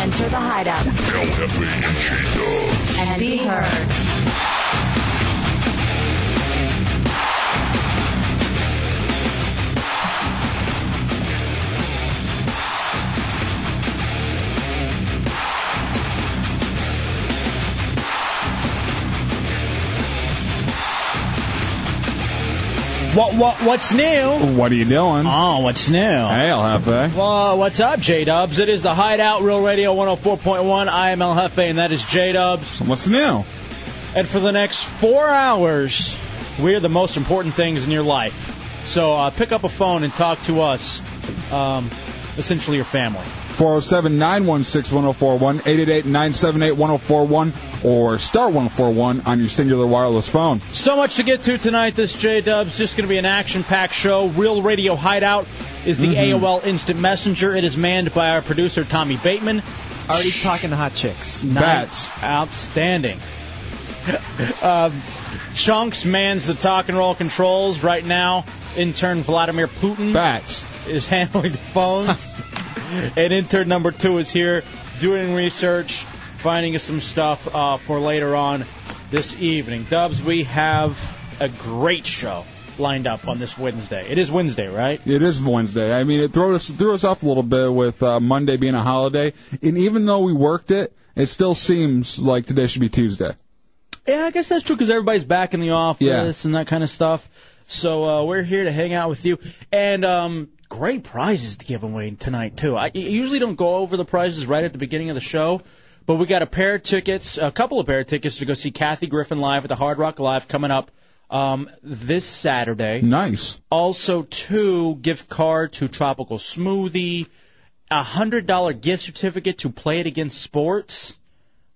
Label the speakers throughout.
Speaker 1: Enter the hideout
Speaker 2: El Jefe and She Doves.
Speaker 1: and be heard.
Speaker 3: What, what, what's new?
Speaker 4: What are you doing?
Speaker 3: Oh, what's new?
Speaker 4: Hey, El Jefe.
Speaker 3: Well, what's up, J Dubs? It is the Hideout, Real Radio 104.1. I am El Jefe, and that is J Dubs.
Speaker 4: What's new?
Speaker 3: And for the next four hours, we are the most important things in your life. So uh, pick up a phone and talk to us, um, essentially your family.
Speaker 4: 407 916 1041, 888 978 1041, or star 1041 on your singular wireless phone.
Speaker 3: So much to get to tonight. This J Dubs just going to be an action-packed show. Real Radio Hideout is the
Speaker 4: Mm-hmm.
Speaker 3: AOL Instant Messenger. It is manned by our producer Tommy Bateman.
Speaker 5: Already talking to hot chicks.
Speaker 4: Bats.
Speaker 3: Outstanding. um, Chunks mans the talk and roll controls right now. Intern Vladimir Putin
Speaker 4: Bats.
Speaker 3: is handling the phones, and intern number two is here doing research, finding us some stuff uh, for later on this evening. Dubs, we have a great show lined up on this Wednesday. It is Wednesday, right?
Speaker 4: It is Wednesday. I mean, it threw us threw us off a little bit with uh, Monday being a holiday, and even though we worked it, it still seems like today should be Tuesday.
Speaker 3: Yeah, I guess that's true because everybody's back in the office
Speaker 4: Yeah.
Speaker 3: and that kind of stuff. So uh, we're here to hang out with you, and um, great prizes to give away tonight too. I I usually don't go over the prizes right at the beginning of the show, but we got a pair of tickets, a couple of pair of tickets to go see Kathy Griffin live at the Hard Rock Live coming up um, this Saturday
Speaker 4: Nice.
Speaker 3: also two gift card to Tropical Smoothie, a hundred dollar gift certificate to Play It Against Sports,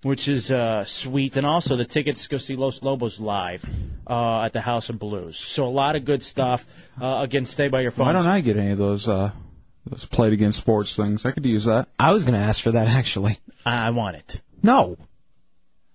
Speaker 3: which is uh, sweet, and also the tickets to go see Los Lobos live uh, at the House of Blues. So a lot of good stuff. Uh, again, stay by your phone.
Speaker 4: Why don't I get any of those uh, those played against sports things? I could use that.
Speaker 5: I was going to ask for that, actually.
Speaker 3: I want it.
Speaker 5: No.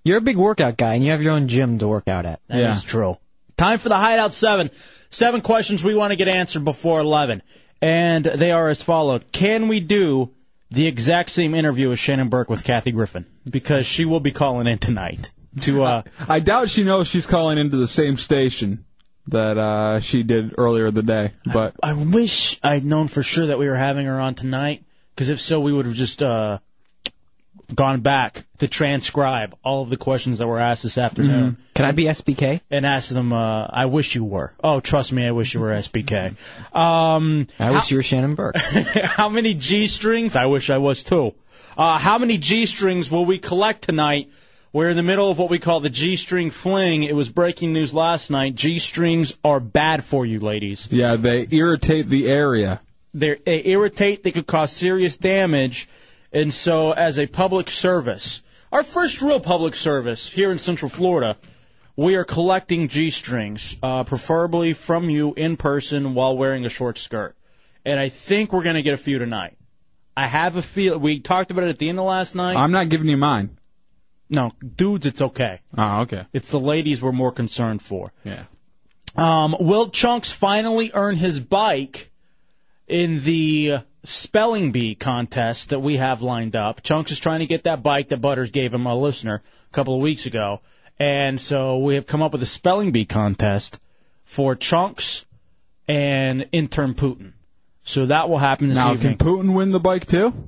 Speaker 5: You're a big workout guy, and you have your own gym to work out at.
Speaker 3: That is
Speaker 4: Yeah.
Speaker 3: true. Time for the Hideout 7. Seven questions we want to get answered before 11. And they are as followed. Can we do the exact same interview as Shannon Burke with Kathy Griffin? Because she will be calling in tonight to, uh,
Speaker 4: I doubt she knows she's calling into the same station that uh, she did earlier in the day, but
Speaker 3: I wish I'd known for sure that we were having her on tonight. Because if so, we would have just, uh, gone back to transcribe all of the questions that were asked this afternoon.
Speaker 5: Can I be SBK?
Speaker 3: Mm. and ask them, uh, I wish you were. Oh, trust me, I wish you were SBK. Um,
Speaker 5: I wish you were Shannon Burke.
Speaker 3: how many G strings? I wish I was too. Uh, how many G strings will we collect tonight? We're in the middle of what we call the G string fling. It was breaking news last night. G strings are bad for you, ladies.
Speaker 4: yeah, they irritate the area.
Speaker 3: They're, they irritate, they could cause serious damage. And so, as a public service, our first real public service here in Central Florida, we are collecting G strings, uh, preferably from you in person while wearing a short skirt. And I think we're going to get a few tonight. I have a feel. We talked about it at the end of last night.
Speaker 4: I'm not giving you mine.
Speaker 3: no, dudes, it's okay.
Speaker 4: Oh, okay.
Speaker 3: It's the ladies we're more concerned for.
Speaker 4: Yeah.
Speaker 3: Um, will Chunks finally earn his bike in the spelling bee contest that we have lined up? Chunks is trying to get that bike that Butters gave him, a listener, a couple of weeks ago. And so we have come up with a spelling bee contest for Chunks and intern Putin. So that will happen this
Speaker 4: Now,
Speaker 3: evening.
Speaker 4: can Putin win the bike too?
Speaker 3: Hmm.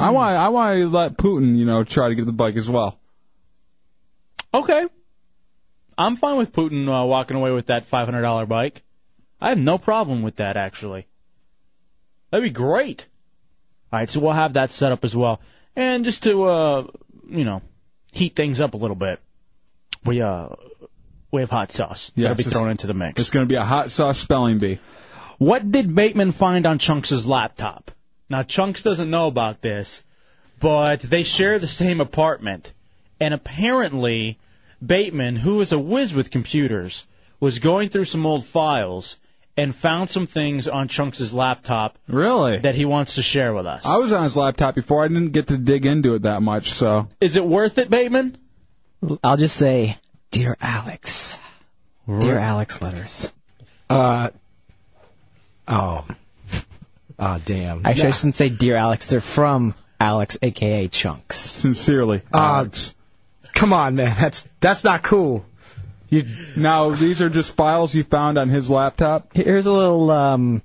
Speaker 4: I want I want to let Putin, you know, try to get the bike as well.
Speaker 3: okay. I'm fine with Putin uh, walking away with that $500 bike. I have no problem with that, actually. That'd be great. All right, so we'll have that set up as well. And just to, uh, you know, heat things up a little bit, we, uh, we have hot sauce
Speaker 4: Yeah,
Speaker 3: that'll be
Speaker 4: it's
Speaker 3: thrown
Speaker 4: just-
Speaker 3: into the mix.
Speaker 4: It's going to be a hot sauce spelling bee.
Speaker 3: What did Bateman find on Chunks' laptop? Now, Chunks doesn't know about this, but they share the same apartment. And apparently, Bateman, who is a whiz with computers, was going through some old files and found some things on Chunks' laptop
Speaker 4: Really?
Speaker 3: that he wants to share with us.
Speaker 4: I was on his laptop before. I didn't get to dig into it that much, so.
Speaker 3: Is it worth it, Bateman?
Speaker 5: I'll just say, dear Alex, dear Alex letters.
Speaker 6: Uh, oh. Oh, damn.
Speaker 5: Actually, I shouldn't say dear Alex. They're from Alex, aka Chunks. Uh,
Speaker 4: Sincerely, Alex.
Speaker 6: Uh, Come on, man. That's that's not cool.
Speaker 4: You, now these are just files you found on his laptop.
Speaker 5: Here's a little um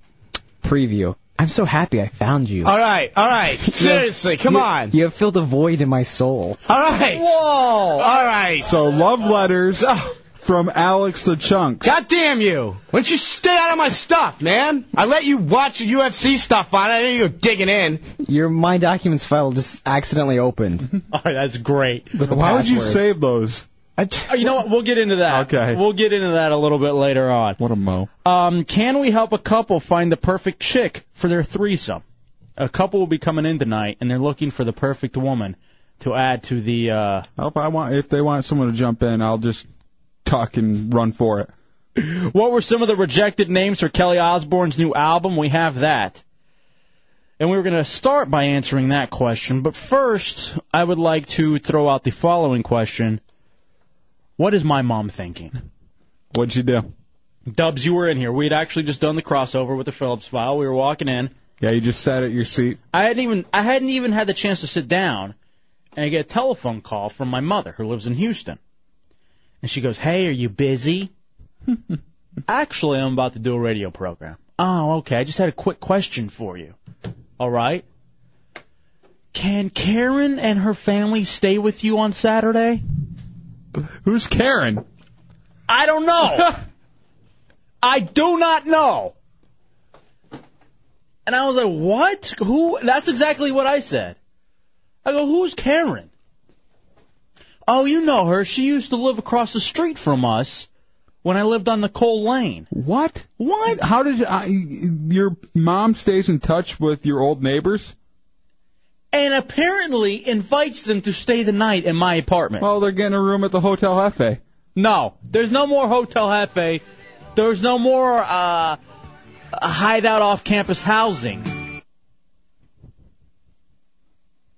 Speaker 5: preview. I'm so happy I found you.
Speaker 6: All right, all right. Seriously, come
Speaker 5: You-
Speaker 6: on.
Speaker 5: You have filled a void in my soul.
Speaker 6: All right. Whoa. All right.
Speaker 4: So love letters from Alex the Chunks.
Speaker 6: God damn you! Why don't you stay out of my stuff, man? I let you watch your UFC stuff on. I didn't go digging in.
Speaker 5: Your My Documents file just accidentally opened.
Speaker 3: All right, that's great.
Speaker 5: With the
Speaker 4: Why would you
Speaker 5: password.
Speaker 4: save those?
Speaker 6: I t-
Speaker 3: Oh, you know what? We'll get into that.
Speaker 4: Okay.
Speaker 3: We'll get into that a little bit later on.
Speaker 4: What a mo.
Speaker 3: Um, can we help a couple find the perfect chick for their threesome? A couple will be coming in tonight, and they're looking for the perfect woman to add to the. Uh,
Speaker 4: If I want, if they want someone to jump in, I'll just tuck and run for it.
Speaker 3: what were some of the rejected names for Kelly Osbourne's new album? We have that. And we were going to start by answering that question, but first, I would like to throw out the following question. What is my mom thinking?
Speaker 4: What'd you do?
Speaker 3: Dubs, you were in here. We had actually just done the crossover with the Phillips file. We were walking in.
Speaker 4: Yeah, you just sat at your seat.
Speaker 3: I hadn't even I hadn't even had the chance to sit down, and I get a telephone call from my mother who lives in Houston, and she goes, "Hey, are you busy?" Actually, I'm about to do a radio program. Oh, okay. I just had a quick question for you. All right. Can Karen and her family stay with you on Saturday?
Speaker 4: Who's Karen?
Speaker 3: I don't know. I do not know. And I was like, what? Who? That's exactly what I said. I go, who's Karen? Oh, you know her. She used to live across the street from us when I lived on the Cole Lane.
Speaker 4: What?
Speaker 3: What?
Speaker 4: How did I, your mom stays in touch with your old neighbors?
Speaker 3: And apparently invites them to stay the night in my apartment.
Speaker 4: Well, they're getting a room at the Hotel Hefe.
Speaker 3: No, there's no more Hotel Hefe. There's no more uh, hideout off campus housing.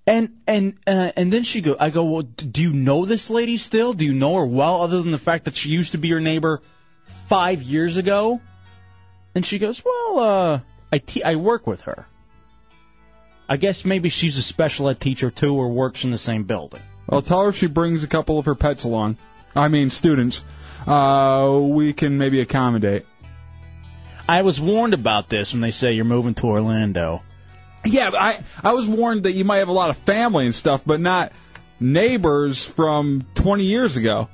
Speaker 3: And and uh, and then she go. I go. Well, d- do you know this lady still? Do you know her well, other than the fact that she used to be your neighbor five years ago? And she goes, well, uh, I te- I work with her. I guess maybe she's a special ed teacher too, or works in the same building.
Speaker 4: I'll tell her if she brings a couple of her pets along. I mean, students. Uh, we can maybe accommodate.
Speaker 3: I was warned about this when they say you're moving to Orlando.
Speaker 4: Yeah, but I I was warned that you might have a lot of family and stuff, but not neighbors from 20 years ago.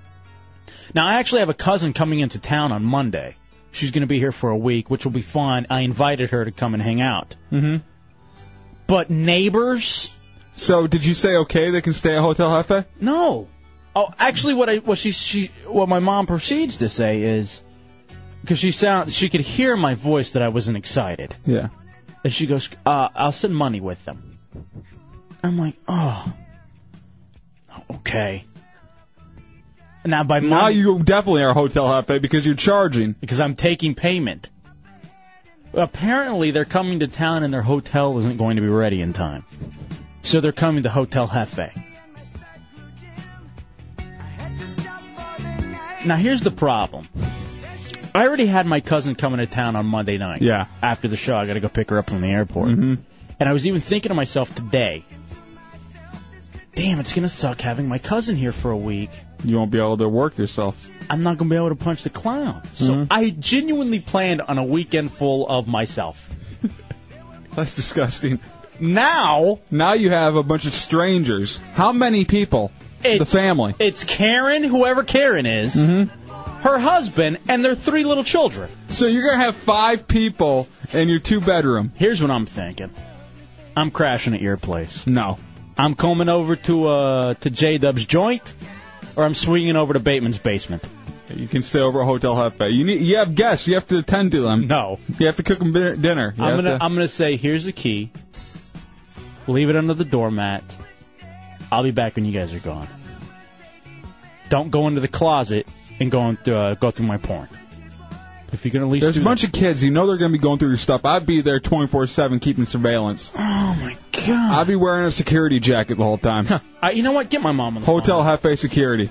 Speaker 3: Now, I actually have a cousin coming into town on Monday. She's going to be here for a week, which will be fun. I invited her to come and hang out.
Speaker 4: Mm-hmm.
Speaker 3: But neighbors?
Speaker 4: So did you say okay? They can stay at Hotel Hefe.
Speaker 3: No. Oh, actually, what I what she she what my mom proceeds to say is because she sound she could hear my voice that I wasn't excited,
Speaker 4: Yeah.
Speaker 3: and she goes, uh, "I'll send money with them." I'm like, oh, okay. Now by
Speaker 4: Now
Speaker 3: money-
Speaker 4: you definitely are Hotel Hefe because you're charging.
Speaker 3: because I'm taking payment. Apparently, they're coming to town and their hotel isn't going to be ready in time. So they're coming to Hotel Hefe. Now, here's the problem. I already had my cousin coming to town on Monday night.
Speaker 4: Yeah.
Speaker 3: After the show, I got to go pick her up from the airport.
Speaker 4: Mhm.
Speaker 3: And I was even thinking to myself today, damn, it's going to suck having my cousin here for a week.
Speaker 4: You won't be able to work yourself.
Speaker 3: I'm not going to be able to punch the clown. So
Speaker 4: Mhm.
Speaker 3: I genuinely planned on a weekend full of myself.
Speaker 4: That's disgusting.
Speaker 3: Now
Speaker 4: Now you have a bunch of strangers. How many people?
Speaker 3: it's
Speaker 4: the family. Mm-hmm.
Speaker 3: It's Karen, whoever Karen is, her husband, and their three little children.
Speaker 4: So you're gonna have five people in your two bedroom.
Speaker 3: Here's what I'm thinking. I'm crashing at your place.
Speaker 4: No.
Speaker 3: I'm coming over to uh to J Dub's joint, or I'm swinging over to Bateman's basement.
Speaker 4: You can stay over at Hotel Hefe. You need. You have guests. You have to attend to them.
Speaker 3: No,
Speaker 4: You have to cook them dinner. You
Speaker 3: I'm
Speaker 4: have
Speaker 3: gonna
Speaker 4: to-
Speaker 3: I'm gonna say here's the key. Leave it under the doormat. I'll be back when you guys are gone. Don't go into the closet and go on through, uh, go through my porn. If you're gonna leave,
Speaker 4: There's a bunch of kids. You know they're going to be going through your stuff. I'd be there 24/7 keeping surveillance.
Speaker 3: Oh my god.
Speaker 4: I'd be wearing a security jacket the whole time.
Speaker 3: I, you know what? Get my mom on the
Speaker 4: Hotel Hefe security.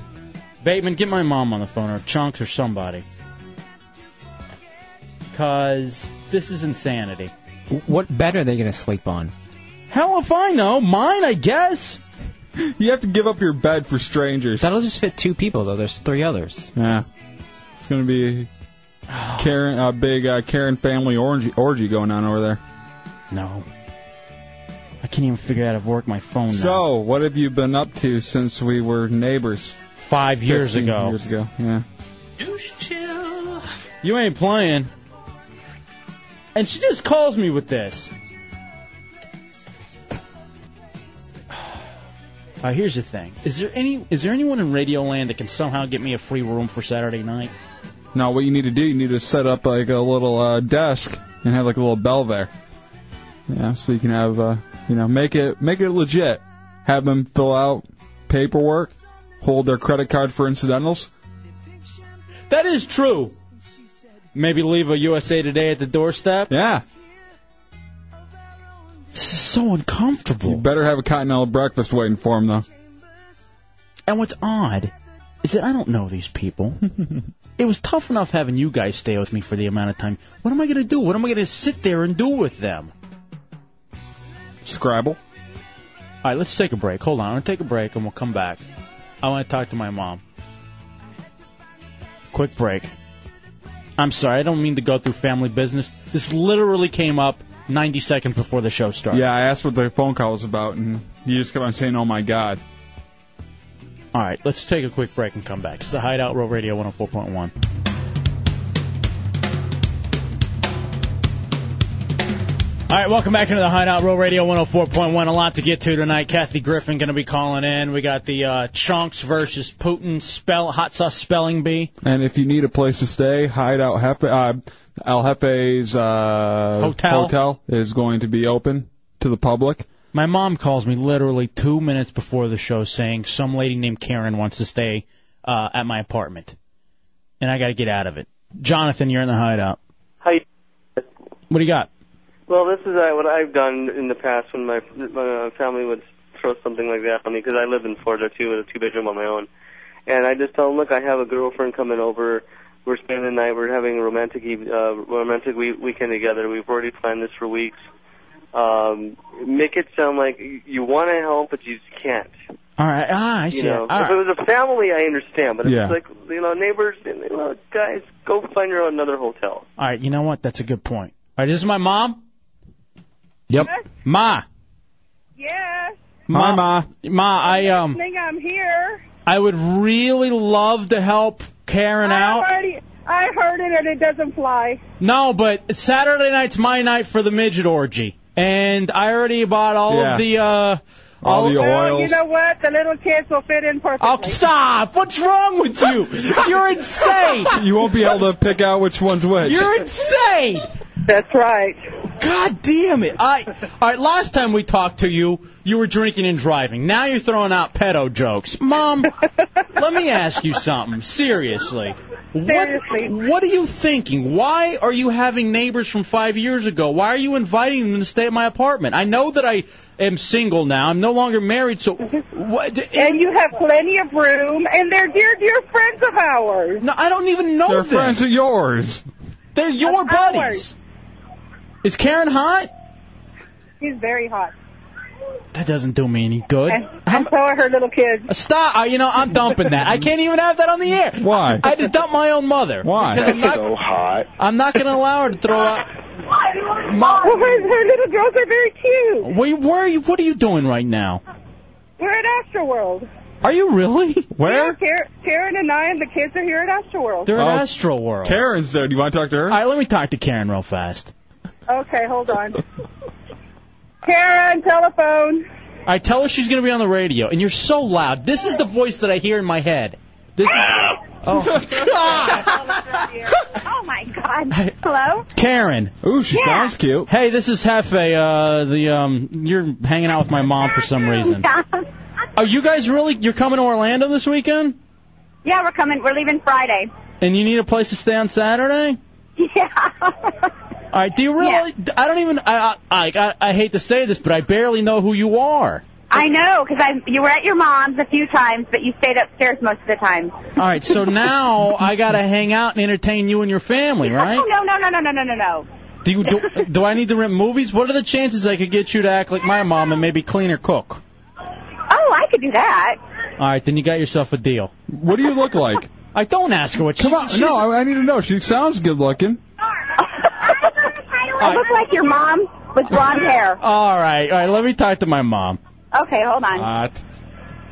Speaker 3: Bateman, get my mom on the phone or Chunks or somebody. Because this is insanity.
Speaker 5: What bed are they going to sleep on?
Speaker 3: Hell if I know. Mine, I guess.
Speaker 4: You have to give up your bed for strangers.
Speaker 5: That'll just fit two people, though. There's three others.
Speaker 4: Yeah. It's going to be Karen, a big uh, Karen family orgy, orgy going on over
Speaker 3: Oh,
Speaker 4: there.
Speaker 3: No. I can't even figure out how to work my phone now.
Speaker 4: So, what have you been up to since we were neighbors?
Speaker 3: Five years
Speaker 4: 15
Speaker 3: ago.
Speaker 4: Years ago, yeah.
Speaker 3: You ain't playing. And she just calls me with this. Uh, here's the thing: is there any is there anyone in Radioland that can somehow get me a free room for Saturday night?
Speaker 4: Now, what you need to do, you need to set up like a little uh, desk and have like a little bell there. Yeah, so you can have, uh, you know, make it make it legit. Have them fill out paperwork, hold their credit card for incidentals.
Speaker 3: That is true. Maybe leave a USA Today at the doorstep.
Speaker 4: Yeah,
Speaker 3: This is so
Speaker 4: you
Speaker 3: uncomfortable.
Speaker 4: better have a continental breakfast waiting for them though.
Speaker 3: And what's odd is that I don't know these people. it was tough enough having you guys stay with me for the amount of time. What am I gonna do? What am I gonna sit there and do with them?
Speaker 4: Scrabble.
Speaker 3: All right, let's take a break. Hold on, I'm gonna take a break and we'll come back. I want to talk to my mom. Quick break. I'm sorry, I don't mean to go through family business. This literally came up 90 seconds before the show started.
Speaker 4: Yeah, I asked what the phone call was about, and you just kept on saying, "Oh my God."
Speaker 3: All right, let's take a quick break and come back. It's the Hideout Row Radio 104.1. All right, welcome back into the Hideout Row Radio 104.1. A lot to get to tonight. Kathy Griffin going to be calling in. We got the uh, Chunks versus Putin spell hot sauce spelling bee
Speaker 4: And if you need a place to stay, Hideout Hefe, uh, El Hefe's uh,
Speaker 3: Hotel.
Speaker 4: is going to be open to the public.
Speaker 3: My mom calls me literally two minutes before the show saying some lady named Karen wants to stay uh, at my apartment, and I got to get out of it. Jonathan, you're in the hideout.
Speaker 7: Hi.
Speaker 3: What do you got?
Speaker 7: Well, this is uh, what I've done in the past when my, my uh, family would throw something like that on me because I live in Florida too in a two bedroom on my own, and I just tell them, look, I have a girlfriend coming over. We're spending the night. We're having a romantic eve- uh, romantic we- weekend together. We've already planned this for weeks. Um, make it sound like y- you want to help, but you just can't.
Speaker 3: All right, ah, I see.
Speaker 7: You know,
Speaker 3: it. All
Speaker 7: if it
Speaker 3: right.
Speaker 7: was a family, I understand, but if
Speaker 4: Yeah.
Speaker 7: it's like you know neighbors, then, you know, guys, go find your own another hotel.
Speaker 3: All right, you know what? That's a good point. All right, this is my mom.
Speaker 4: Yep.
Speaker 3: Ma,
Speaker 8: Yeah,
Speaker 4: Hi, Ma.
Speaker 3: ma,
Speaker 8: I
Speaker 3: I um,
Speaker 8: think I'm here.
Speaker 3: I would really love to help Karen
Speaker 8: I
Speaker 3: out.
Speaker 8: already, I heard it and it doesn't fly.
Speaker 3: No, but Saturday night's my night for the midget orgy, and I already bought all
Speaker 4: Yeah.
Speaker 3: of the uh,
Speaker 4: All
Speaker 3: all
Speaker 4: the
Speaker 8: Well, you
Speaker 4: oils.
Speaker 8: know what? The little kids will fit in perfectly.
Speaker 3: Oh, stop! What's wrong with you? You're insane!
Speaker 4: You won't be able to pick out which one's which.
Speaker 3: You're insane!
Speaker 8: That's right.
Speaker 3: God damn it! I all right. Last time we talked to you, you were drinking and driving. Now you're throwing out pedo jokes, Mom. let me ask you something seriously.
Speaker 8: Seriously.
Speaker 3: What, what are you thinking? Why are you having neighbors from five years ago? Why are you inviting them to stay at my apartment? I know that I am single now. I'm no longer married. So
Speaker 8: Mm-hmm.
Speaker 3: what?
Speaker 8: And you have plenty of room, and they're dear, dear friends of ours.
Speaker 3: no, I don't even know
Speaker 4: They're
Speaker 3: them.
Speaker 4: friends of yours.
Speaker 3: They're your
Speaker 8: Of ours.
Speaker 3: buddies. Is Karen hot?
Speaker 8: She's very hot.
Speaker 3: That doesn't do me any good. Uh,
Speaker 8: And, and so are her little kids.
Speaker 3: Stop! I, you know, I'm dumping that. I can't even have that on the air.
Speaker 4: Why?
Speaker 3: I had to dump my own mother.
Speaker 4: Why?
Speaker 3: Because I'm not,
Speaker 2: hot.
Speaker 3: I'm not going to allow her to throw out.
Speaker 8: Well, her, her little girls are very cute.
Speaker 3: Where, where are you? What are you doing right now?
Speaker 8: We're at Astroworld.
Speaker 3: Are you really?
Speaker 4: Where?
Speaker 8: Karen, Karen and I and the kids are here at Astroworld.
Speaker 3: They're
Speaker 4: Oh.
Speaker 3: at Astro World.
Speaker 4: Karen's there. Do you want to talk to her?
Speaker 3: All right, let me talk to Karen real fast.
Speaker 8: Okay, hold on. Karen, telephone.
Speaker 3: All right, tell her she's going to be on the radio. And you're so loud. This is the voice that I hear in my Oh. head. This is. Oh, God.
Speaker 8: Oh my God.
Speaker 3: I,
Speaker 8: Hello?
Speaker 3: Karen.
Speaker 4: Ooh, she
Speaker 8: Yeah.
Speaker 4: sounds cute.
Speaker 3: Hey, this is Hefe. Uh, the um, you're hanging out with my mom for some reason. Are Oh, you guys really? You're coming to Orlando this weekend,
Speaker 8: Yeah, we're coming. We're leaving Friday.
Speaker 3: and you need a place to stay on Saturday?
Speaker 8: Yeah.
Speaker 3: All right. Do you really? I don't even. I, I I I hate to say this, but I barely know who you are.
Speaker 8: I know, 'cause I you were at your mom's a few times, but you stayed upstairs most of the time.
Speaker 3: All right. So now I gotta hang out and entertain you and your family, right?
Speaker 8: Oh, No, no, no, no, no, no, no, no.
Speaker 3: Do you do, do I need to rent movies? What are the chances I could get you to act like my mom and maybe clean or cook?
Speaker 8: Oh, I could do that.
Speaker 3: All right, then you got yourself a deal.
Speaker 4: What do you look like?
Speaker 3: I don't ask her what
Speaker 4: Come
Speaker 3: she's,
Speaker 4: on,
Speaker 3: she's-
Speaker 4: no, I, I need to know. She sounds good looking.
Speaker 8: I look like your mom with blonde hair.
Speaker 3: All right, all right. Let me talk to my mom.
Speaker 8: Okay, hold on.
Speaker 4: Hot.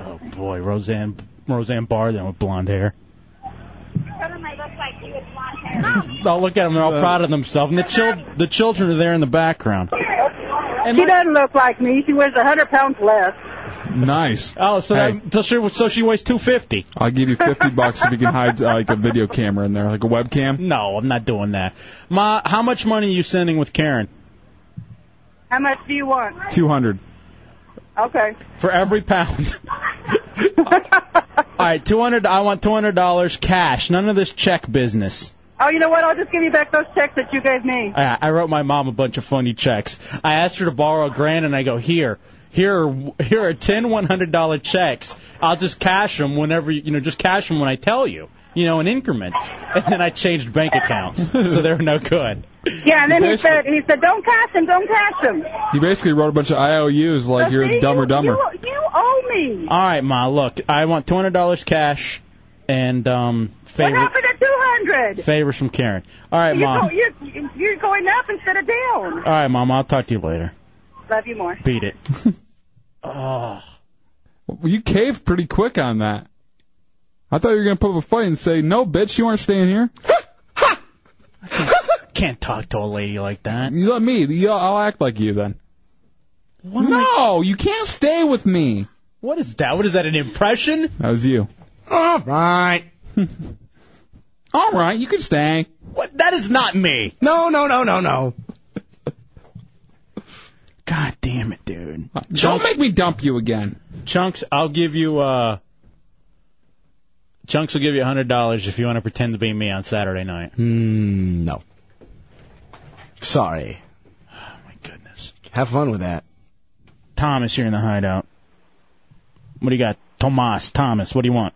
Speaker 3: Oh boy, Roseanne Roseanne Barr then with blonde hair. I'll look at them. They're
Speaker 4: Uh,
Speaker 3: all proud of themselves, and the chil- the children are there in the background.
Speaker 8: She doesn't look like me. She weighs a 100 pounds less.
Speaker 4: Nice.
Speaker 3: Oh, so
Speaker 4: Hey.
Speaker 3: that, so she so she weighs two fifty.
Speaker 4: I'll give you 50 bucks if you can hide like a video camera in there, like a webcam.
Speaker 3: No, I'm not doing that. Ma, how much money are you sending with Karen
Speaker 8: How much do you want?
Speaker 4: 200.
Speaker 8: Okay.
Speaker 3: for every pound? all right, two hundred. I want two hundred dollars cash. None of this check business.
Speaker 8: Oh, you know what? I'll just give you back those checks that you gave me.
Speaker 3: I, I wrote my mom a bunch of funny checks. I asked her to borrow a grand, and I go, here, here, are, here are ten one hundred dollar checks. I'll just cash them whenever you, you know, just cash them when I tell you, you know, in increments. And then I changed bank accounts, so they're no good.
Speaker 8: Yeah, and then he
Speaker 4: Basically-
Speaker 8: said, he said, don't cash him, don't cash him.
Speaker 4: You basically wrote a bunch of IOUs like
Speaker 8: So
Speaker 4: you're
Speaker 8: see,
Speaker 4: dumb or
Speaker 8: you-
Speaker 4: dumber.
Speaker 8: You, you owe me.
Speaker 3: All right, ma, look, I want two hundred dollars cash, and um,
Speaker 8: What
Speaker 3: favor,
Speaker 8: happened to 200?
Speaker 3: favors from Karen. All right,
Speaker 8: You're,
Speaker 3: mom.
Speaker 8: go, you're, you're going up instead of down.
Speaker 3: All right, mom. I'll talk to you later.
Speaker 8: Love you more.
Speaker 3: Beat it. oh.
Speaker 4: You caved pretty quick on that. I thought you were gonna put up a fight and say, "No, bitch, you aren't staying here."
Speaker 3: Can't talk to a lady like that.
Speaker 4: You let me. You, I'll act like you then.
Speaker 3: What, am I-
Speaker 4: No, you can't stay with me.
Speaker 3: what is that? What is that? An impression?
Speaker 4: That was you.
Speaker 6: All right.
Speaker 4: All right, you can stay.
Speaker 3: What? That is not me.
Speaker 6: No, no, no, no, no.
Speaker 3: God damn it, dude.
Speaker 4: Don't make me dump you again.
Speaker 3: Chunks, I'll give you, uh, Chunks will give you a $100 if you want to pretend to be me on Saturday night.
Speaker 6: Mm, no. Sorry.
Speaker 3: Oh, my goodness.
Speaker 6: Have fun with that.
Speaker 3: Thomas, you're in the hideout. What do you got? Tomas, Thomas, what do you want?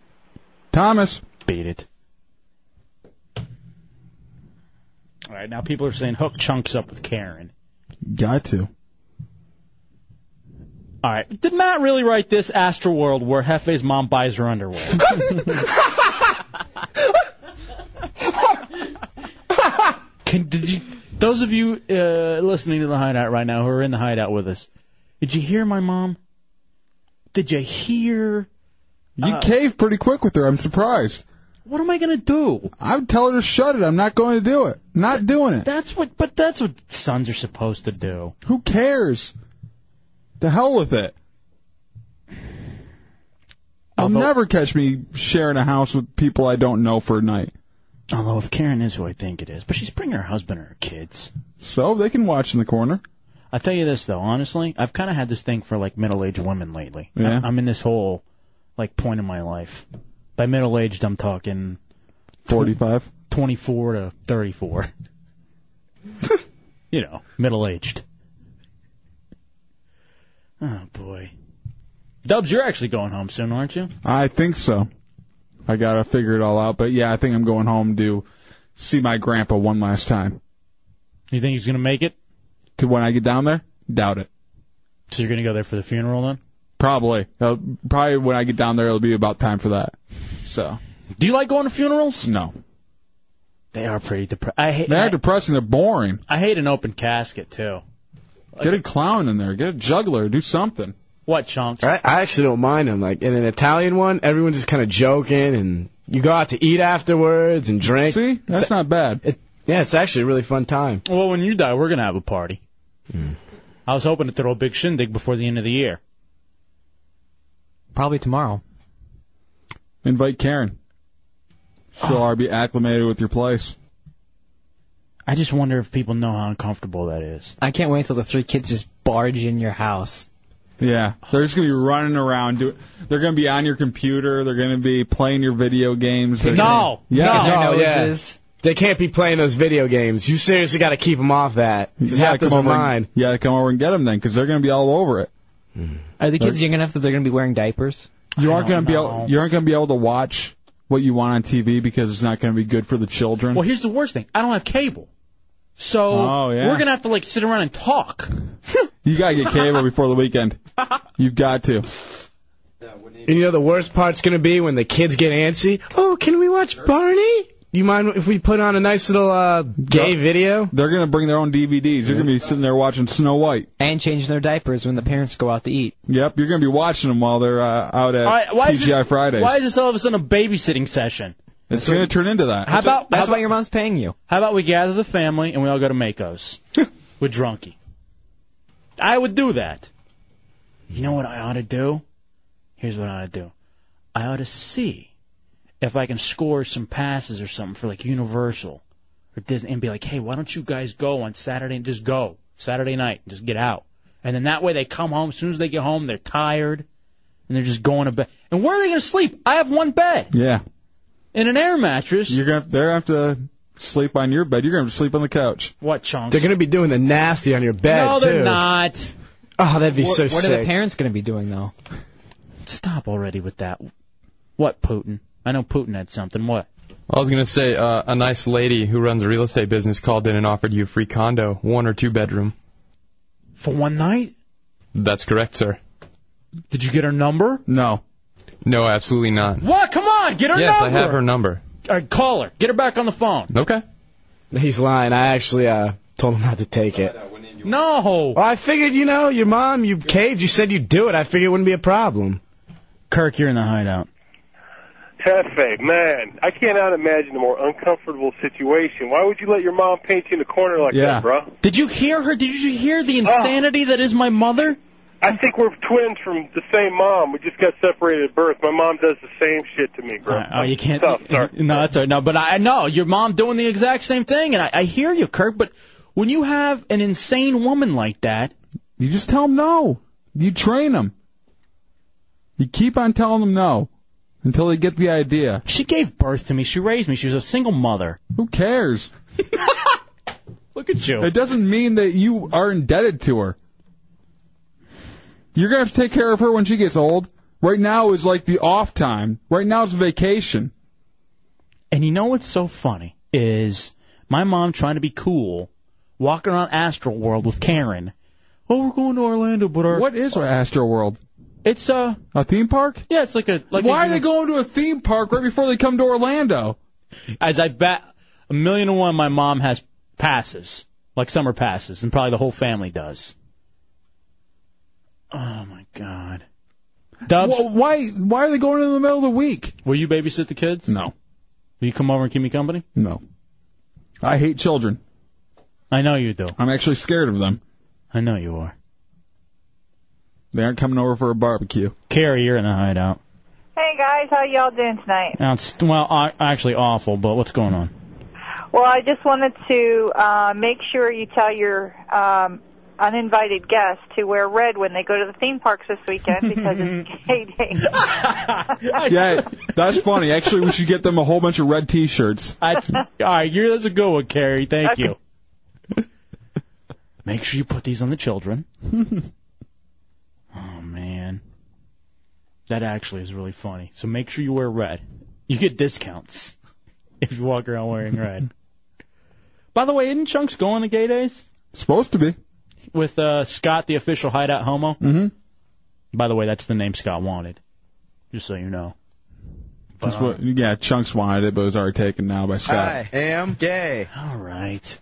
Speaker 4: Thomas,
Speaker 3: Beat it. All right, now people are saying hook Chunks up with Karen.
Speaker 4: got to.
Speaker 3: All right, did Matt really write this Astro World where Hefe's mom buys her underwear? Can, did you? Those of you uh, listening to the hideout right now who are in the hideout with us, did you hear my mom? Did you hear?
Speaker 4: You
Speaker 3: Uh,
Speaker 4: caved pretty quick with her. I'm surprised.
Speaker 3: What am I gonna do?
Speaker 4: I would tell her to shut it. I'm not going to do it. Not doing it.
Speaker 3: That's what. But that's what sons are supposed to do.
Speaker 4: Who cares? The hell with it. You'll
Speaker 3: Although-
Speaker 4: never catch me sharing a house with people I don't know for a night.
Speaker 3: Although if Karen is who I think it is, but she's bringing her husband or her kids.
Speaker 4: So they can watch in the corner.
Speaker 3: I tell you this though, honestly, I've kind of had this thing for like middle-aged women lately.
Speaker 4: Yeah.
Speaker 3: I- I'm in this whole like point in my life. By middle-aged, I'm talking
Speaker 4: 45.
Speaker 3: 24 to 34. you know, middle-aged. Oh boy. Dubs, you're actually going home soon, aren't you?
Speaker 4: I think so. I gotta figure it all out, but yeah, I think I'm going home to see my grandpa one last time.
Speaker 3: You think he's gonna make it?
Speaker 4: To when I get down there? Doubt it.
Speaker 3: So you're gonna go there for the funeral then?
Speaker 4: Probably. Uh, probably when I get down there, it'll be about time for that. So,
Speaker 3: Do you like going to funerals?
Speaker 4: no.
Speaker 3: They are pretty depressing. I hate.
Speaker 4: They're
Speaker 3: I,
Speaker 4: depressing. They're boring.
Speaker 3: I hate an open casket too.
Speaker 4: Get a clown in there. Get a juggler. Do something.
Speaker 3: What chunks?
Speaker 6: I, I actually don't mind them. Like in an Italian one, everyone's just kind of joking, and you go out to eat afterwards and drink.
Speaker 4: See? That's not bad.
Speaker 6: Yeah, it's actually a really fun time.
Speaker 3: Well, when you die, we're gonna have a party.
Speaker 4: Hmm.
Speaker 3: I was hoping to throw a big shindig before the end of the year.
Speaker 5: Probably tomorrow. Oh.
Speaker 4: Invite Karen. She'll already be acclimated with your place.
Speaker 3: I just wonder if people know how uncomfortable that is.
Speaker 5: I can't wait till the three kids just barge in your house.
Speaker 4: Yeah, they're just gonna be running around. Do, they're gonna be on your computer. They're gonna be playing your video games. They're
Speaker 6: No,
Speaker 4: gonna- yeah,
Speaker 5: Oh,
Speaker 6: no, yeah. They can't be playing those video games. You seriously got to keep them off that.
Speaker 4: You
Speaker 6: Half
Speaker 4: gotta
Speaker 6: those
Speaker 4: come
Speaker 6: are
Speaker 4: over.
Speaker 6: mine.
Speaker 4: And, you gotta come over and get them then, because they're gonna be all over it.
Speaker 5: Are the kids
Speaker 4: They're-
Speaker 5: young enough that they're going to be wearing diapers?
Speaker 4: You aren't
Speaker 5: don't
Speaker 4: gonna be
Speaker 5: know.
Speaker 4: able. You aren't gonna be able to watch what you want on TV because it's not gonna be good for the children.
Speaker 3: Well, here's the worst thing. I don't have cable. So
Speaker 4: Oh, yeah.
Speaker 3: we're going to have to like sit around and talk.
Speaker 4: You gotta get cable before the weekend. You've got to.
Speaker 6: And you know the worst part's gonna be when the kids get antsy. Oh, can we watch Barney? You mind if we put on a nice little uh, gay video?
Speaker 4: They're gonna bring their own DVDs. You're gonna be sitting there watching Snow White.
Speaker 5: And changing their diapers when the parents go out to eat.
Speaker 4: Yep, you're gonna be watching them while they're uh, out at
Speaker 3: All right, why is
Speaker 4: PGI
Speaker 3: this,
Speaker 4: Fridays.
Speaker 3: Why is this all of a sudden a babysitting session?
Speaker 4: it's gonna turn into that.
Speaker 3: How about
Speaker 5: That's
Speaker 3: how
Speaker 5: why
Speaker 3: about,
Speaker 5: your mom's paying you.
Speaker 3: how about we gather the family and we all go to Mako's with Drunky? I would do that. You know what I ought to do? Here's what I ought to do. I ought to see if I can score some passes or something for like Universal or Disney and be like, hey, why don't you guys go on Saturday and just go Saturday night and just get out? And then that way they come home. As soon as they get home, they're tired and they're just going to bed. And where are they going to sleep? I have one bed
Speaker 4: Yeah,
Speaker 3: and an air mattress.
Speaker 4: you're gonna they're gonna have to sleep on your bed. You're gonna have to sleep on the couch.
Speaker 3: What chunks?
Speaker 6: They're gonna be doing the nasty on your bed
Speaker 3: no,
Speaker 6: too.
Speaker 3: they're not.
Speaker 6: Oh, that'd be
Speaker 5: what
Speaker 6: so
Speaker 5: what are the
Speaker 6: sick.
Speaker 5: parents going to be doing, though?
Speaker 3: Stop already with that. What Putin? I know Putin had something. What?
Speaker 9: I was going to say uh, a nice lady who runs a real estate business called in and offered you a free condo, one or two bedroom.
Speaker 3: For one night?
Speaker 9: That's correct, sir.
Speaker 3: Did you get her number?
Speaker 4: No,
Speaker 9: No, absolutely not.
Speaker 3: What? Come on, get her
Speaker 9: yes,
Speaker 3: number.
Speaker 9: I have her number.
Speaker 3: All right, call her. Get her back on the phone.
Speaker 9: Okay.
Speaker 6: He's lying. I actually uh, told him not to take it.
Speaker 3: No.
Speaker 6: Well, I figured, you know, your mom, you caved. You said you'd do it. I figured it wouldn't be a problem.
Speaker 3: Kirk, you're in the hideout.
Speaker 10: Hefe, man, I cannot imagine a more uncomfortable situation. Why would you let your mom paint you in the corner like
Speaker 4: Yeah.
Speaker 10: that, bruh?
Speaker 3: Did you hear her? Did you hear the insanity that is my mother?
Speaker 10: I think we're twins from the same mom. We just got separated at birth. My mom does the same shit to me, bro.
Speaker 3: Uh, oh, you can't.
Speaker 10: Tough, sorry.
Speaker 3: No, that's all right. No, but I I know your mom doing the exact same thing, and I, I hear you, Kirk. But when you have an insane woman like that,
Speaker 4: you just tell them no. You train them. You keep on telling them no until they get the idea.
Speaker 3: she gave birth to me. She raised me. She was a single mother.
Speaker 4: Who cares?
Speaker 3: Look at you.
Speaker 4: It doesn't mean that you are indebted to her. You're gonna have to take care of her when she gets old. Right now is like the off time. Right now is vacation.
Speaker 3: And you know what's so funny is my mom trying to be cool, walking around Astral World with Karen. Oh, we're going to Orlando, but our
Speaker 4: What is Astro World?
Speaker 3: it's uh
Speaker 4: A theme park?
Speaker 3: yeah, it's like a like.
Speaker 4: Why
Speaker 3: a,
Speaker 4: are they going to a theme park right before they come to Orlando?
Speaker 3: As I bet a million and one, my mom has passes, like summer passes, and probably the whole family does. Oh my God, Dubs,
Speaker 4: Wh- Why? Why are they going in the middle of the week?
Speaker 3: will you babysit the kids?
Speaker 4: No,
Speaker 3: Will you come over and keep me company?
Speaker 4: no. I hate children.
Speaker 3: I know you do.
Speaker 4: I'm actually scared of them.
Speaker 3: I know you are.
Speaker 4: They aren't coming over for a barbecue.
Speaker 3: Carrie, you're in the hideout.
Speaker 8: Hey guys, how y'all doing tonight?
Speaker 3: Outst- well, a- actually awful, but what's going on?
Speaker 8: Well, I just wanted to uh, make sure you tell your um, uninvited guests to wear red when they go to the theme parks this weekend because it's gay day.
Speaker 4: Yeah, that's funny. Actually, we should get them a whole bunch of red T-shirts.
Speaker 3: I, all right, you're, that's a good one, Carrie. Thank you. Make sure you put these on the children. oh man, that actually is really funny. So make sure you wear red. You get discounts if you walk around wearing red. By the way, isn't Chunks going to Gay Days
Speaker 4: Supposed to be.
Speaker 3: with uh, Scott, the official hideout homo?
Speaker 4: Mm-hmm.
Speaker 3: By the way, that's the name Scott wanted. Just so you know.
Speaker 4: That's what. Yeah, Chunks wanted it, but it was already taken now by Scott.
Speaker 6: am gay.
Speaker 3: All right.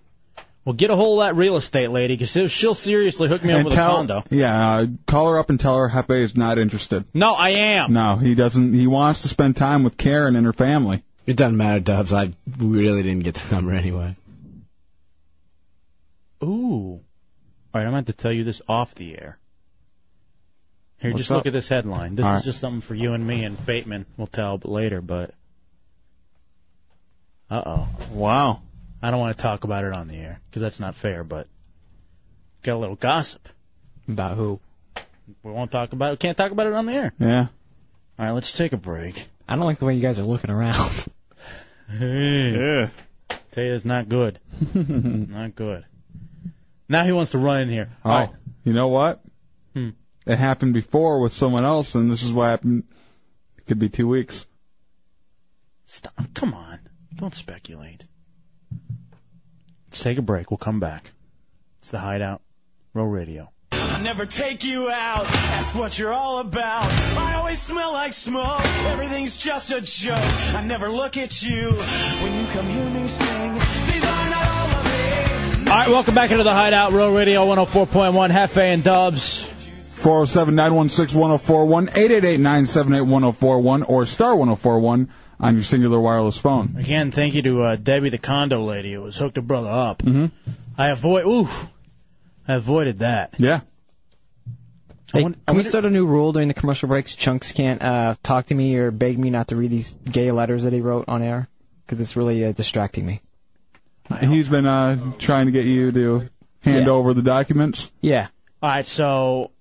Speaker 3: Well, get a hold of that real estate lady because she'll seriously hook me up
Speaker 4: And
Speaker 3: with a
Speaker 4: tell,
Speaker 3: condo.
Speaker 4: yeah, uh, call her up and tell her Hepe is not interested.
Speaker 3: No, I am.
Speaker 4: No, he doesn't. He wants to spend time with Karen and her family.
Speaker 6: It doesn't matter, Dubs. I really didn't get the number anyway.
Speaker 3: Ooh. All right, I'm going to tell you this off the air. Here,
Speaker 4: What's
Speaker 3: just look
Speaker 4: up?
Speaker 3: at this headline. This
Speaker 4: All
Speaker 3: is
Speaker 4: right.
Speaker 3: just something for you and me and Bateman. We'll tell later, but. Uh oh.
Speaker 4: Wow.
Speaker 3: I don't want to talk about it on the air because that's not fair, but got a little gossip.
Speaker 5: About who?
Speaker 3: We won't talk about it. Can't talk about it on the air.
Speaker 4: Yeah.
Speaker 3: All right, let's take a break.
Speaker 5: I don't like the way you guys are looking around.
Speaker 3: yeah. Tell you, it's not good. not good. Now he wants to run in here.
Speaker 4: Oh, you know what?
Speaker 3: Hmm.
Speaker 4: It happened before with someone else, and this is what happened. It could be two weeks.
Speaker 3: Stop. Come on. Don't speculate. Let's take a break. We'll come back. It's the Hideout, Row Radio.
Speaker 11: I never take you out. Ask what you're all about. I always smell like smoke. Everything's just a joke. I never look at you when you come hear me sing. These are not all of me.
Speaker 3: All right, welcome back into the Hideout, Row Radio 104.1, Hefe and Dubs.
Speaker 4: 407 916 1041, 888 978 1041, or star 1041 on your singular wireless phone.
Speaker 3: Again, thank you to uh, Debbie the condo lady who was hooked a brother up.
Speaker 5: Mm-hmm.
Speaker 4: Mhm.
Speaker 3: I avoid. Ooh, I avoided that.
Speaker 4: Yeah.
Speaker 5: Hey, can we start a new rule during the commercial breaks? Chunks can't uh, talk to me or beg me not to read these gay letters that he wrote on air because it's really uh, distracting me.
Speaker 4: He's been uh, trying to get you to hand over the documents.
Speaker 5: Yeah.
Speaker 3: All right, so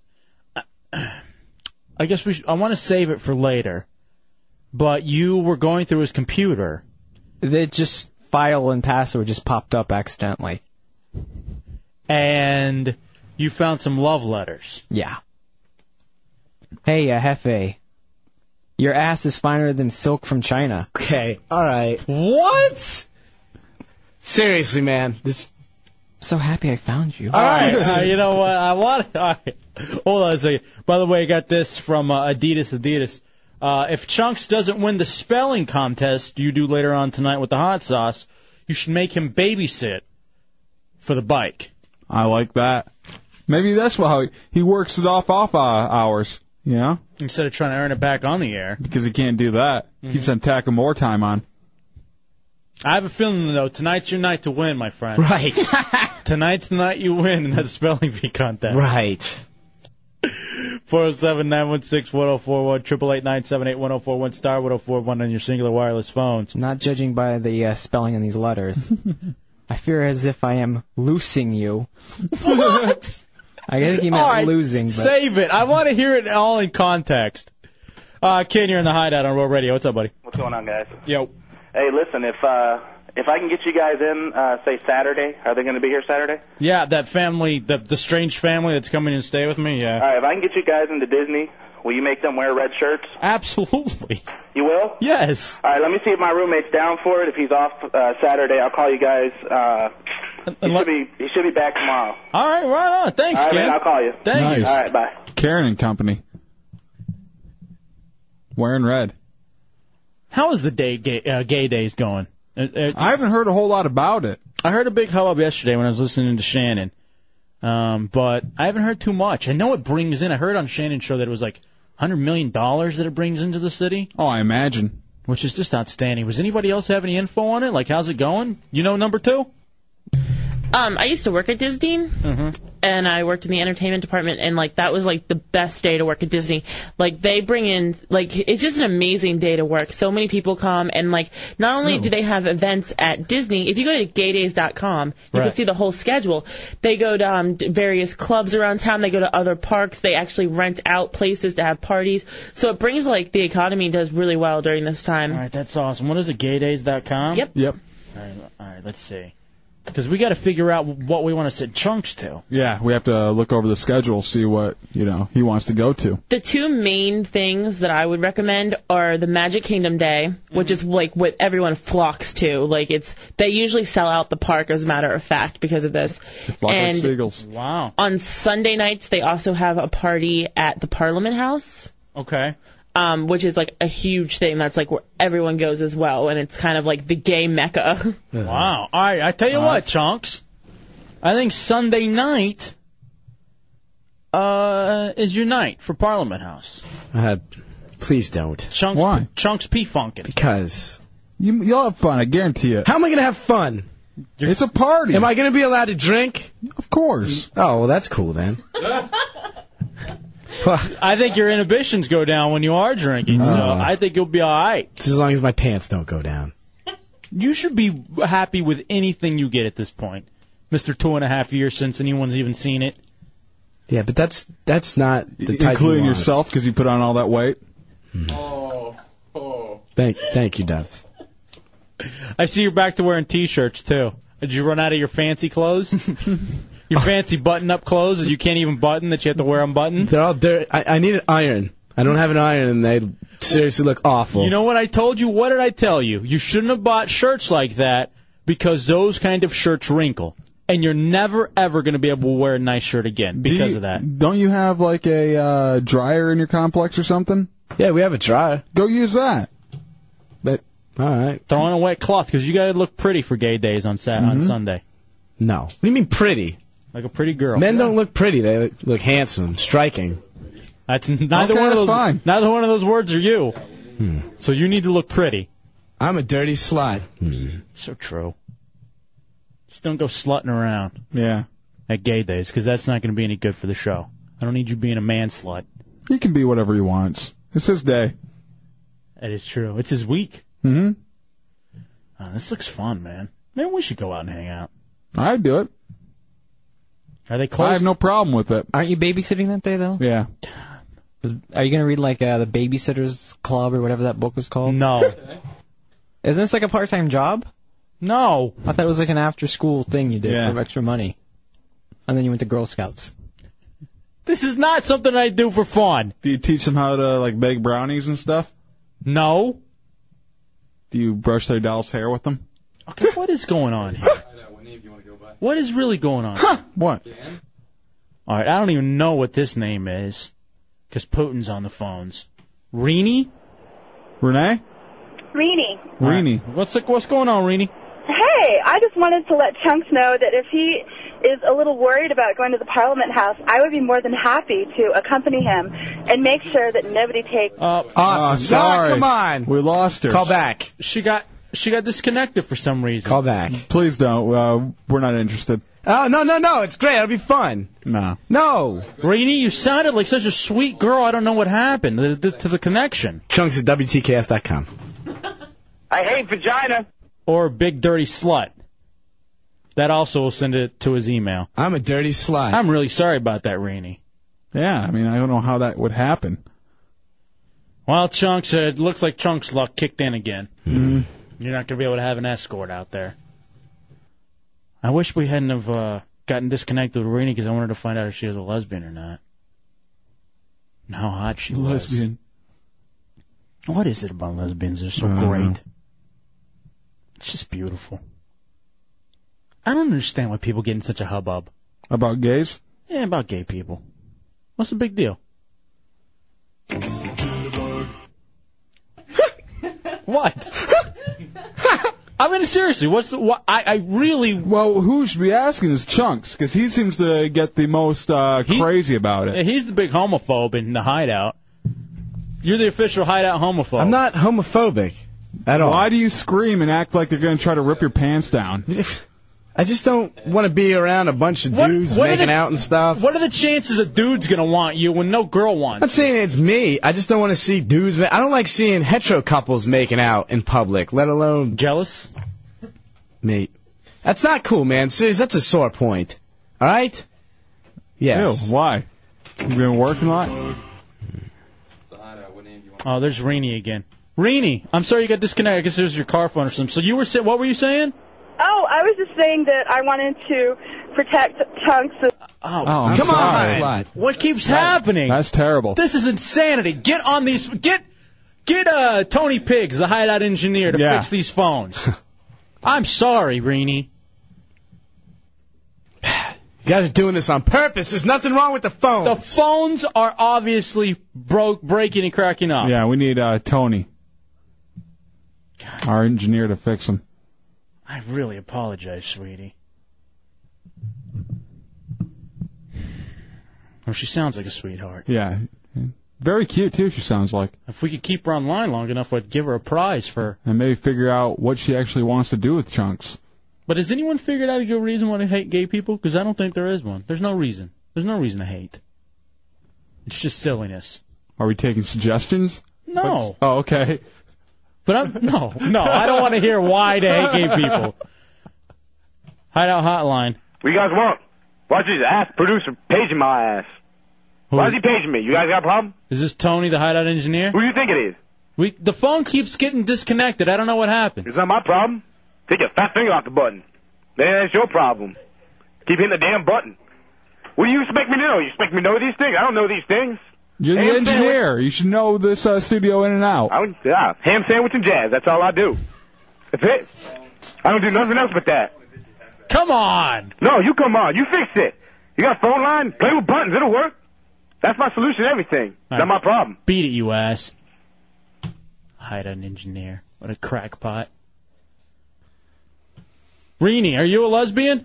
Speaker 3: uh, I guess we. Should, I want to save it for later. But you were going through his computer.
Speaker 5: They just file and password just popped up accidentally.
Speaker 3: And you found some love letters.
Speaker 5: Yeah. Hey, uh, Hefe. Your ass is finer than silk from China.
Speaker 6: Okay, all right. What? Seriously, man, this.
Speaker 5: So happy I found you.
Speaker 3: All right, uh, you know what? I want. All right. Hold on a second. By the way, I got this from uh, Adidas. Adidas. Uh, if Chunks doesn't win the spelling contest you do later on tonight with the hot sauce, you should make him babysit for the bike.
Speaker 4: I like that. Maybe that's why he- he works it off off uh, hours, you know?
Speaker 3: Instead of trying to earn it back on the air.
Speaker 4: Because he can't do that. Keeps on tacking more time on.
Speaker 3: I have a feeling though tonight's your night to win, my friend.
Speaker 6: Right.
Speaker 3: tonight's the night you win in that spelling bee contest.
Speaker 6: Right.
Speaker 3: Four zero seven nine one six one zero four one triple eight nine seven eight one zero four one star one zero four one on your singular wireless phones.
Speaker 5: Not judging by the uh, spelling in these letters. I fear as if I am loosing you.
Speaker 3: What?
Speaker 5: I think he meant
Speaker 3: All right,
Speaker 5: losing. But
Speaker 3: Save it. I want to hear it all in context. Uh, Ken, you're in the hideout on Roll Radio. What's up, buddy?
Speaker 12: What's going on, guys?
Speaker 3: Yo.
Speaker 12: Hey, listen, if uh, if I can get you guys in, uh, say Saturday, are they going to be here Saturday?
Speaker 3: Yeah, that family, the the strange family that's coming to stay with me.
Speaker 12: All
Speaker 3: Yeah.
Speaker 12: right, if I can get you guys into Disney, will you make them wear red shirts?
Speaker 3: Absolutely.
Speaker 12: You will?
Speaker 3: Yes.
Speaker 12: All right, let me see if my roommate's down for it. If he's off uh, Saturday, I'll call you guys. Uh, he should be he should be back tomorrow.
Speaker 3: All right, right on. Ah, Thanks,
Speaker 12: All right, man,
Speaker 3: Ken.
Speaker 12: I'll call you.
Speaker 3: Thank
Speaker 4: nice.
Speaker 3: you.
Speaker 12: All right, bye.
Speaker 4: Karen and company. Wearing red.
Speaker 3: How is the day gay, uh, gay days going? I
Speaker 4: haven't heard a whole lot about it.
Speaker 3: I heard a big hubbub yesterday when I was listening to Shannon, um, but I haven't heard too much. I know it brings in. I heard on Shannon's show that it was like 100 million dollars that it brings into the city.
Speaker 4: Oh, I imagine.
Speaker 3: Which is just outstanding. Was anybody else have any info on it? Like, how's it going? You know, number two.
Speaker 13: Um, I used to work at Disney,
Speaker 4: Mm-hmm.
Speaker 13: and I worked in the entertainment department, and like that was like the best day to work at Disney. Like they bring in, like it's just an amazing day to work. So many people come, and like not only do they have events at Disney, if you go to gaydays.com, you
Speaker 14: Right.
Speaker 13: can see the whole schedule. They go to um, d- various clubs around town. They go to other parks. They actually rent out places to have parties. So it brings like the economy does really well during this time. All
Speaker 3: right, that's awesome. What is it? Gaydays.com.
Speaker 13: Yep.
Speaker 4: Yep.
Speaker 3: All right, all right let's see. Because we got to figure out what we want to send chunks to.
Speaker 4: Yeah, we have to look over the schedule, see what, you know, he wants to go to.
Speaker 13: The two main things that I would recommend are the Magic Kingdom Day, which is like what everyone flocks to. Like it's they usually sell out the park as a matter of fact because of this. and
Speaker 3: Wow.
Speaker 13: on Sunday nights they also have a party at the Parliament House.
Speaker 3: Okay.
Speaker 13: Um, which is like a huge thing. That's like where everyone goes as well, and it's kind of like the gay mecca.
Speaker 3: Wow. All right, I tell you what, chunks. I think Sunday night uh, is your night for Parliament House.
Speaker 6: Uh, please don't.
Speaker 3: Chunks, Why? Chunks P funkin'.
Speaker 6: Because.
Speaker 4: You, you'll have fun, I guarantee it.
Speaker 6: How am I going to have fun?
Speaker 4: It's a party.
Speaker 6: Am I going to be allowed to drink?
Speaker 4: Of course.
Speaker 6: Oh, well, that's cool then.
Speaker 3: I think your inhibitions go down when you are drinking, so
Speaker 6: Oh.
Speaker 3: I think you'll be all right.
Speaker 6: Just as long as my pants don't go down.
Speaker 3: you should be happy with anything you get at this point, Mister Two and a Half Years since anyone's even seen it.
Speaker 6: Yeah, but that's that's not the type
Speaker 4: including
Speaker 6: you want.
Speaker 4: yourself because you put on all that weight.
Speaker 6: Thank, thank you, Dove.
Speaker 3: I see you're back to wearing T-shirts too. Did you run out of your fancy clothes? your fancy button-up clothes that you can't even button that you have to wear unbuttoned.
Speaker 6: They're all dirt. I, I need an iron. I don't have an iron, and they seriously look awful.
Speaker 3: You know what I told you? What did I tell you? You shouldn't have bought shirts like that because those kind of shirts wrinkle, and you're never ever going to be able to wear a nice shirt again because of that.
Speaker 4: Don't you have like a uh, dryer in your complex or something?
Speaker 6: Yeah, we have a dryer.
Speaker 4: Go use that.
Speaker 6: But all right,
Speaker 3: throw on a wet cloth because you got to look pretty for gay days on Sat on
Speaker 6: Mhm.
Speaker 3: Sunday,
Speaker 6: No. What do you mean pretty?
Speaker 3: like a pretty girl.
Speaker 6: Men don't look pretty. They look handsome, striking.
Speaker 3: That's neither one of those. Neither one of those words are you. So you need to look pretty.
Speaker 6: Hmm. I'm a dirty slut.
Speaker 3: So true. Just don't go slutting around.
Speaker 4: Yeah.
Speaker 3: At gay days, because that's not going to be any good for the show. I don't need you being a man slut.
Speaker 4: He can be whatever he wants. It's his day.
Speaker 3: That is true. It's his week.
Speaker 4: hmm
Speaker 3: Uh, this looks fun, man. Maybe we should go out and hang out.
Speaker 4: I'd do it.
Speaker 3: Are they
Speaker 4: I have no problem with it.
Speaker 5: Aren't you babysitting that day though?
Speaker 4: Yeah.
Speaker 5: Are you gonna read like uh, the Babysitters Club or whatever that book was called?
Speaker 3: No.
Speaker 5: Isn't this like a part-time job?
Speaker 3: No.
Speaker 5: I thought it was like an after-school thing you did
Speaker 3: Yeah.
Speaker 5: for extra money, and then you went to Girl Scouts.
Speaker 3: This is not something I do for fun.
Speaker 4: Do you teach them how to like bake brownies and stuff?
Speaker 3: No.
Speaker 4: Do you brush their doll's hair with them?
Speaker 3: Okay, what is going on here? What is really going on? Huh,
Speaker 4: what?
Speaker 3: All right, I don't even know what this name is, 'cause Putin's on the phones. Rini?
Speaker 4: Renee?
Speaker 14: Reenie.
Speaker 4: Rini.
Speaker 3: What's the, what's going on, Rini?
Speaker 14: Hey, I just wanted to let Chunks know that if he is a little worried about going to the Parliament House, I would be more than happy to accompany him and make sure that nobody takes.
Speaker 3: Uh,
Speaker 6: Awesome.
Speaker 4: Oh, sorry. on. We lost her.
Speaker 6: Call back.
Speaker 3: She got she got disconnected for some reason.
Speaker 6: Call back.
Speaker 4: Please don't. Uh, we're not interested.
Speaker 6: Oh no no no! It's great. It'll be fun.
Speaker 4: No.
Speaker 6: No.
Speaker 3: Rainy, you sounded like such a sweet girl. I don't know what happened to the, to the connection.
Speaker 6: Chunks at WTKS.com.
Speaker 12: I hate vagina.
Speaker 3: Or big dirty slut. That also will send it to his email.
Speaker 6: I'm a dirty slut.
Speaker 3: I'm really sorry about that, Rainy.
Speaker 4: Yeah, I mean, I don't know how that would happen.
Speaker 3: Well, Chunks, uh, it looks like Chunks' luck kicked in again.
Speaker 6: Hmm.
Speaker 4: Mm.
Speaker 3: You're not going to be able to have an escort out there. I wish we hadn't have uh, gotten disconnected with Rainy because I wanted to find out if she was a lesbian or not. And how hot she was.
Speaker 4: Lesbian.
Speaker 3: What is it about lesbians? They're so
Speaker 4: I don't
Speaker 3: great. It's just beautiful. I don't understand why people get in such a hubbub.
Speaker 4: About gays?
Speaker 3: Yeah, about gay people. What's the big deal? what? I mean, seriously, what's the? What, I, I really.
Speaker 4: Well, who should be asking is Chunks because he seems to get the most uh, crazy about it.
Speaker 3: Yeah, He's the big homophobe in the hideout. You're the official hideout homophobe.
Speaker 6: I'm not homophobic at all.
Speaker 4: Why do you scream and act like they're going to try to rip your pants down?
Speaker 6: I just don't want to be around a bunch of dudes
Speaker 3: what are
Speaker 6: making
Speaker 3: the-
Speaker 6: out and stuff.
Speaker 3: What are the chances a dude's gonna want you when no girl
Speaker 6: I'm
Speaker 3: wants?
Speaker 6: not saying it's me. I just don't want to see dudes. Ma- I don't like seeing hetero couples making out in public, let alone
Speaker 3: jealous.
Speaker 6: Mate, that's not cool, man. Serious, that's a sore point. All right? Yes.
Speaker 4: Ew, why? You been working a lot?
Speaker 3: Oh, there's Rainey again. Rainey, I'm sorry you got disconnected. I guess it was your car phone or something. So you were saying, what were you saying?
Speaker 14: Oh, I was just saying that I wanted to protect Chunks.
Speaker 3: Oh,
Speaker 4: I'm
Speaker 3: come
Speaker 4: sorry.
Speaker 3: on! What keeps happening?
Speaker 4: That's terrible.
Speaker 3: This is insanity. Get on these. Get get uh Tony Pigs, the hideout engineer, to
Speaker 4: Yeah.
Speaker 3: fix these phones. I'm sorry, Rainey.
Speaker 6: You guys are doing this on purpose. There's nothing wrong with the phone.
Speaker 3: The phones are obviously broke, breaking and cracking up.
Speaker 4: Yeah, we need uh, Tony, our engineer, to fix him.
Speaker 3: I really apologize, sweetie. Well, she sounds like a sweetheart.
Speaker 4: Yeah. Very cute, too, she sounds like.
Speaker 3: If we could keep her online long enough, I'd give her a prize for.
Speaker 4: And maybe figure out what she actually wants to do with Chunks.
Speaker 3: But has anyone figured out a good reason why they hate gay people? Because I don't think there is one. There's no reason. There's no reason to hate. It's just silliness.
Speaker 4: Are we taking suggestions?
Speaker 3: No.
Speaker 4: Oh, okay.
Speaker 3: But I'm no, no. I don't want to hear why they hate gay people. Hideout Hotline.
Speaker 15: What you guys want? Watch his ass producer paging my ass. Why is he paging me? You guys got a problem?
Speaker 3: Is this Tony, the Hideout engineer?
Speaker 15: Who do you think it is?
Speaker 3: We the phone keeps getting disconnected. I don't know what happened.
Speaker 15: It's not my problem. Take your fat finger off the button. Man, that's your problem. Keep hitting the damn button. What do you expect me to know? You expect me to know these things? I don't know these things.
Speaker 4: You're the
Speaker 15: Hey, I'm saying-
Speaker 4: engineer. You should know this uh, studio in and out.
Speaker 15: I don't, yeah, ham sandwich and jazz. That's all I do. That's it. I don't do nothing else but that.
Speaker 3: Come on.
Speaker 15: No, you come on. You fix it. You got a phone line? Play with buttons. It'll work. That's my solution to everything.
Speaker 3: All
Speaker 15: Not my problem.
Speaker 3: Beat it, you ass. Hideout engineer. What a crackpot. Rini, are you a lesbian?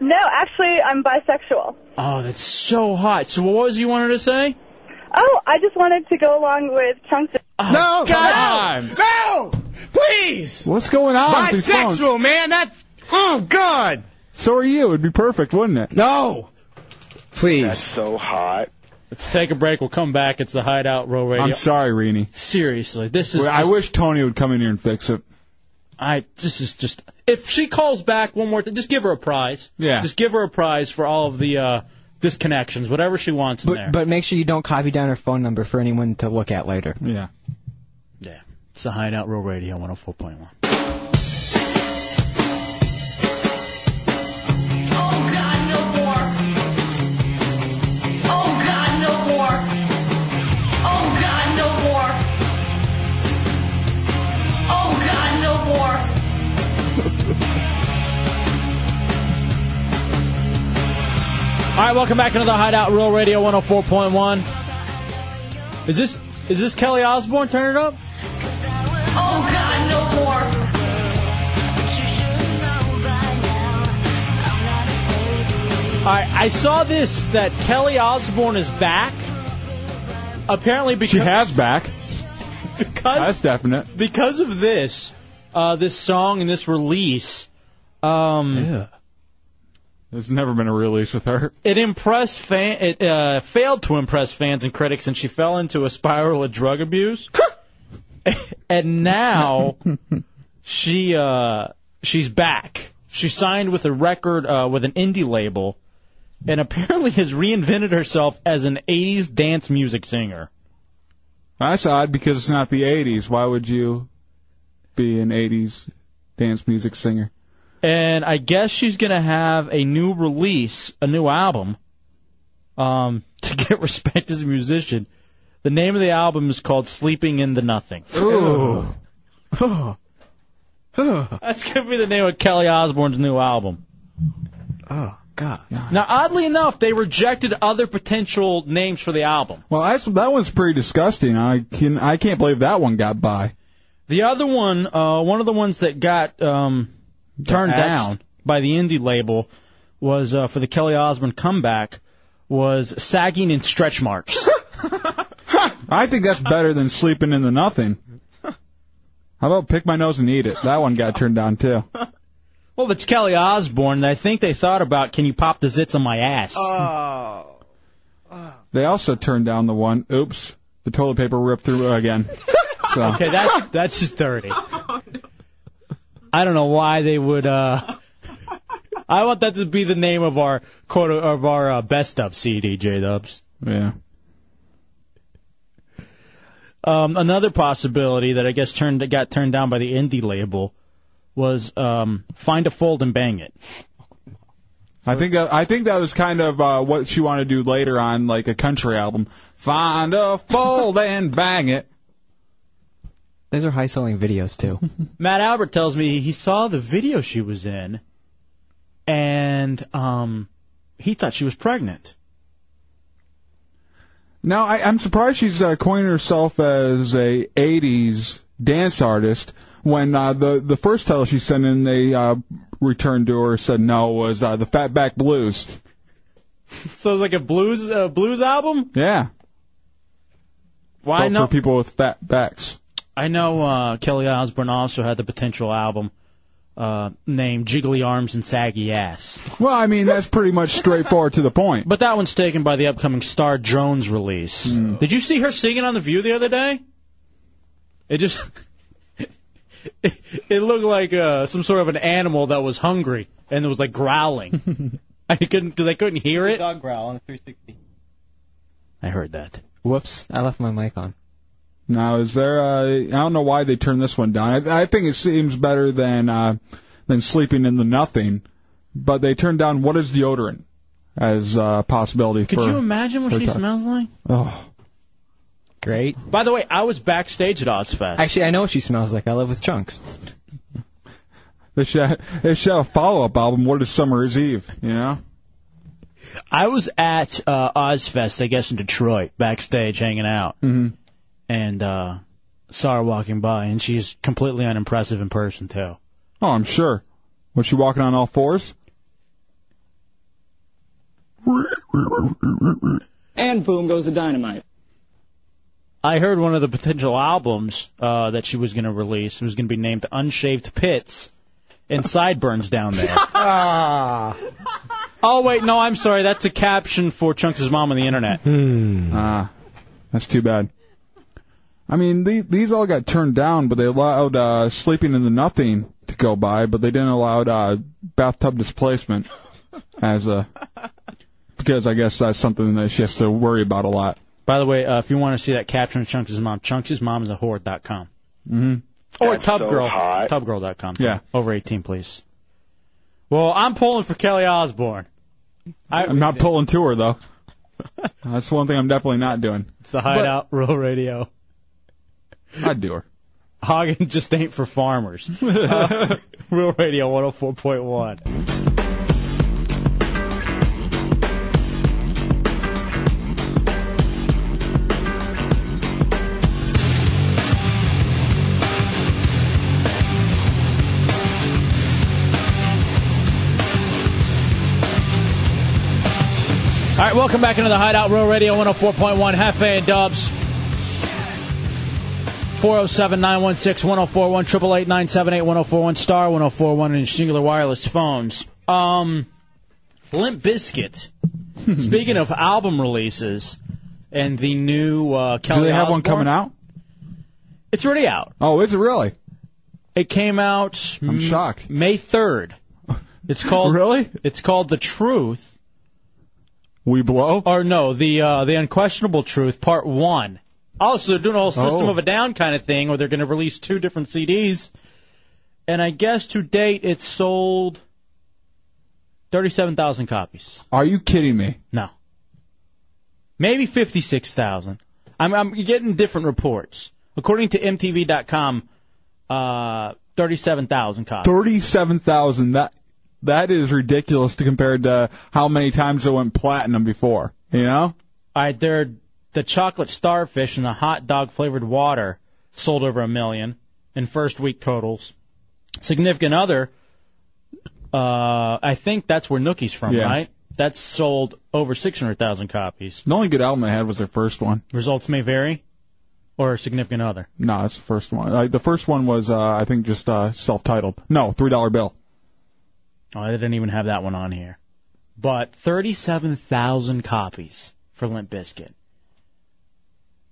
Speaker 14: No, actually, I'm bisexual.
Speaker 3: Oh, that's so hot. So what was you wanted to say?
Speaker 14: Oh, I just wanted to go along with Chunks.
Speaker 3: no,
Speaker 6: God. No! Please!
Speaker 4: What's going on? with these phones?
Speaker 6: Bisexual, man. That's. Oh, God.
Speaker 4: So are you. It'd be perfect, wouldn't it?
Speaker 6: No. Please. That's
Speaker 15: so hot.
Speaker 3: Let's take a break. We'll come back. It's the Hideout Row Radio.
Speaker 4: I'm sorry, Rini.
Speaker 3: Seriously, this is.
Speaker 4: I wish Tony would come in here and fix it.
Speaker 3: I this is just if she calls back one more time, just give her a prize.
Speaker 5: Yeah.
Speaker 3: Just give her a prize for all of the uh disconnections, whatever she wants in there.
Speaker 5: But make sure you don't copy down her phone number for anyone to look at later.
Speaker 4: Yeah.
Speaker 3: Yeah. It's the Hideout Row Radio 104.1.
Speaker 11: Oh God, no more. Oh God, no more. Oh God, no more.
Speaker 3: All right, welcome back into the Hideout Row Radio 104.1. Is this is this Kelly Osborne? Turn it up.
Speaker 11: Oh God, no more.
Speaker 3: All right, I saw this that Kelly Osborne is back. Apparently because
Speaker 4: She has back.
Speaker 3: because
Speaker 4: That's definite.
Speaker 3: because of this, uh, this song and this release, um,
Speaker 4: There's never been a release with her.
Speaker 3: it impressed fan. It uh, failed to impress fans and critics, and she fell into a spiral of drug abuse. and now she uh, she's back. She signed with a record uh, with an indie label, and apparently has reinvented herself as an '80s dance music singer.
Speaker 4: That's odd because it's not the 80s. Why would you be an 80s dance music singer?
Speaker 3: and I guess she's gonna have a new release, a new album, um, to get respect as a musician. The name of the album is called "Sleeping in the Nothing."
Speaker 4: Ooh. oh
Speaker 3: That's gonna be the name of Kelly Osbourne's new album.
Speaker 4: Oh, God.
Speaker 3: Now, oddly enough, they rejected other potential names for the album.
Speaker 4: Well, that's that one's pretty disgusting. I can I can't believe that one got by.
Speaker 3: The other one, uh, one of the ones that got um, turned
Speaker 4: axed.
Speaker 3: down by the indie label was uh, for the Kelly Osbourne comeback was "Sagging and Stretch Marks."
Speaker 4: I think that's better than sleeping in the nothing. How about pick my nose and eat it? That one got turned down too.
Speaker 3: Well, it's Kelly Osbourne, and I think they thought about, can you pop the zits on my ass?
Speaker 16: Uh,
Speaker 11: Oh.
Speaker 4: They also turned down the one. Oops, the toilet paper ripped through again. So
Speaker 3: Okay, that's that's just dirty. I don't know why they would. uh I want that to be the name of our quote of our uh, best of CD, J Dubs.
Speaker 4: yeah.
Speaker 3: Um, another possibility that I guess turned that got turned down by the indie label was um, find a fold and bang it.
Speaker 4: I think that I think that was kind of uh, what she wanted to do later on, like a country album. Find a fold and bang it.
Speaker 5: Those are high selling videos too.
Speaker 3: Matt Albert tells me he saw the video she was in, and um, he thought she was pregnant.
Speaker 4: Now I, I'm surprised she's uh, coining herself as a '80s dance artist when uh, the the first title she sent in they uh, returned to her said no was uh, the Fatback Blues.
Speaker 3: So it's like a blues uh, blues album.
Speaker 4: Yeah,
Speaker 3: Why
Speaker 4: but
Speaker 3: no?
Speaker 4: for people with fat backs.
Speaker 3: I know uh, Kelly Osbourne also had the potential album uh, named Jiggly Arms and Saggy Ass,
Speaker 4: Well, I mean that's pretty much straightforward to the point.
Speaker 3: but that one's taken by the upcoming Star Jones
Speaker 4: Hmm.
Speaker 3: release. Did you see her singing on the View the other day? It just it looked like uh, some sort of an animal that was hungry and it was like growling. I couldn't because I couldn't hear it.
Speaker 5: Dog growl on 360.
Speaker 3: I heard that.
Speaker 5: Whoops, I left my mic on.
Speaker 4: Now, is there? Uh, I don't know why they turned this one down. I, I think it seems better than uh, than sleeping in the nothing. But they turned down what is deodorant as uh, possibility
Speaker 3: Could
Speaker 4: for.
Speaker 3: you imagine what
Speaker 4: for
Speaker 3: she
Speaker 4: time.
Speaker 3: smells like?
Speaker 4: Oh,
Speaker 5: Great.
Speaker 3: By the way, I was backstage at Ozfest.
Speaker 5: Actually, I know what she smells like. I live with chunks.
Speaker 4: they should have, they should have a follow up album. What is Summer's Eve? You know.
Speaker 3: I was at uh, Ozfest, I guess, in Detroit, backstage hanging out,
Speaker 4: Mhm.
Speaker 3: and uh, saw her walking by, and she's completely unimpressive in person too.
Speaker 4: Oh, I'm sure. Was she walking on all fours?
Speaker 17: And boom goes the dynamite.
Speaker 3: I heard one of the potential albums uh, that she was going to release was going to be named Unshaved Pits and Sideburns Down There.
Speaker 17: Ah.
Speaker 3: oh wait, no, I'm sorry, that's a caption for Chunks' mom on the internet.
Speaker 5: Hmm.
Speaker 4: Ah, that's too bad. I mean, the, these all got turned down, but they allowed uh, sleeping in the nothing to go by, but they didn't allow uh, bathtub displacement as a because I guess that's something that she has to worry about a lot.
Speaker 3: By the way, uh, if you want to see that caption of Chunks' mom, Chunks' mom is a whore.com.
Speaker 4: Mm-hmm.
Speaker 3: Or Tub
Speaker 4: so
Speaker 3: Girl.
Speaker 4: hot.
Speaker 3: Tubgirl.com.
Speaker 4: Yeah.
Speaker 3: Over 18, please. Well, I'm pulling for Kelly Osborne. I,
Speaker 4: I'm not pulling to her though. That's one thing I'm definitely not doing.
Speaker 3: It's the Hideout Rural Radio.
Speaker 4: I'd do her.
Speaker 3: Hagen just ain't for farmers. Uh, Real Radio 104.1.
Speaker 18: Oh.
Speaker 3: All right, welcome back into the Hideout Real Radio 104.1 Hefe and Dubs. 407 916 1041 888 978 1041 star 1041 and your singular wireless phones. Um, Limp Biscuit. Speaking of album releases and the new uh, Kelly
Speaker 4: Do they have one
Speaker 3: Osbourne-
Speaker 4: coming out?
Speaker 3: It's already out.
Speaker 4: Oh, is it really?
Speaker 3: It came out.
Speaker 4: I'm shocked.
Speaker 3: May third. It's called
Speaker 4: really.
Speaker 3: It's called the Truth.
Speaker 4: We blow.
Speaker 3: Or no, the uh, the Unquestionable Truth Part One. Also, they're doing a whole System
Speaker 4: Oh.
Speaker 3: of a Down kind of thing, where they're going to release two different CDs. And I guess to date, it's sold thirty-seven thousand copies.
Speaker 4: Are you kidding me?
Speaker 3: No. Maybe 56,000. I'm, I'm getting different reports. According to MTV.com, uh, 37,000 copies.
Speaker 4: Thirty-seven thousand. That that is ridiculous to compare to how many times it went platinum before. You know?
Speaker 3: All right, they're, the chocolate starfish and the hot dog flavored water sold over a million in first week totals. Significant other, uh, I think that's where Nookie's from,
Speaker 4: Yeah.
Speaker 3: right? That's sold over 600,000 copies.
Speaker 4: The only good album they had was their first one.
Speaker 3: Results may vary, or significant other.
Speaker 4: No, that's the first one. Uh, the first one was uh, I think just uh, self-titled. No, three dollar bill.
Speaker 3: Oh, I didn't even have that one on here. But 37,000 copies for Limp Bizkit.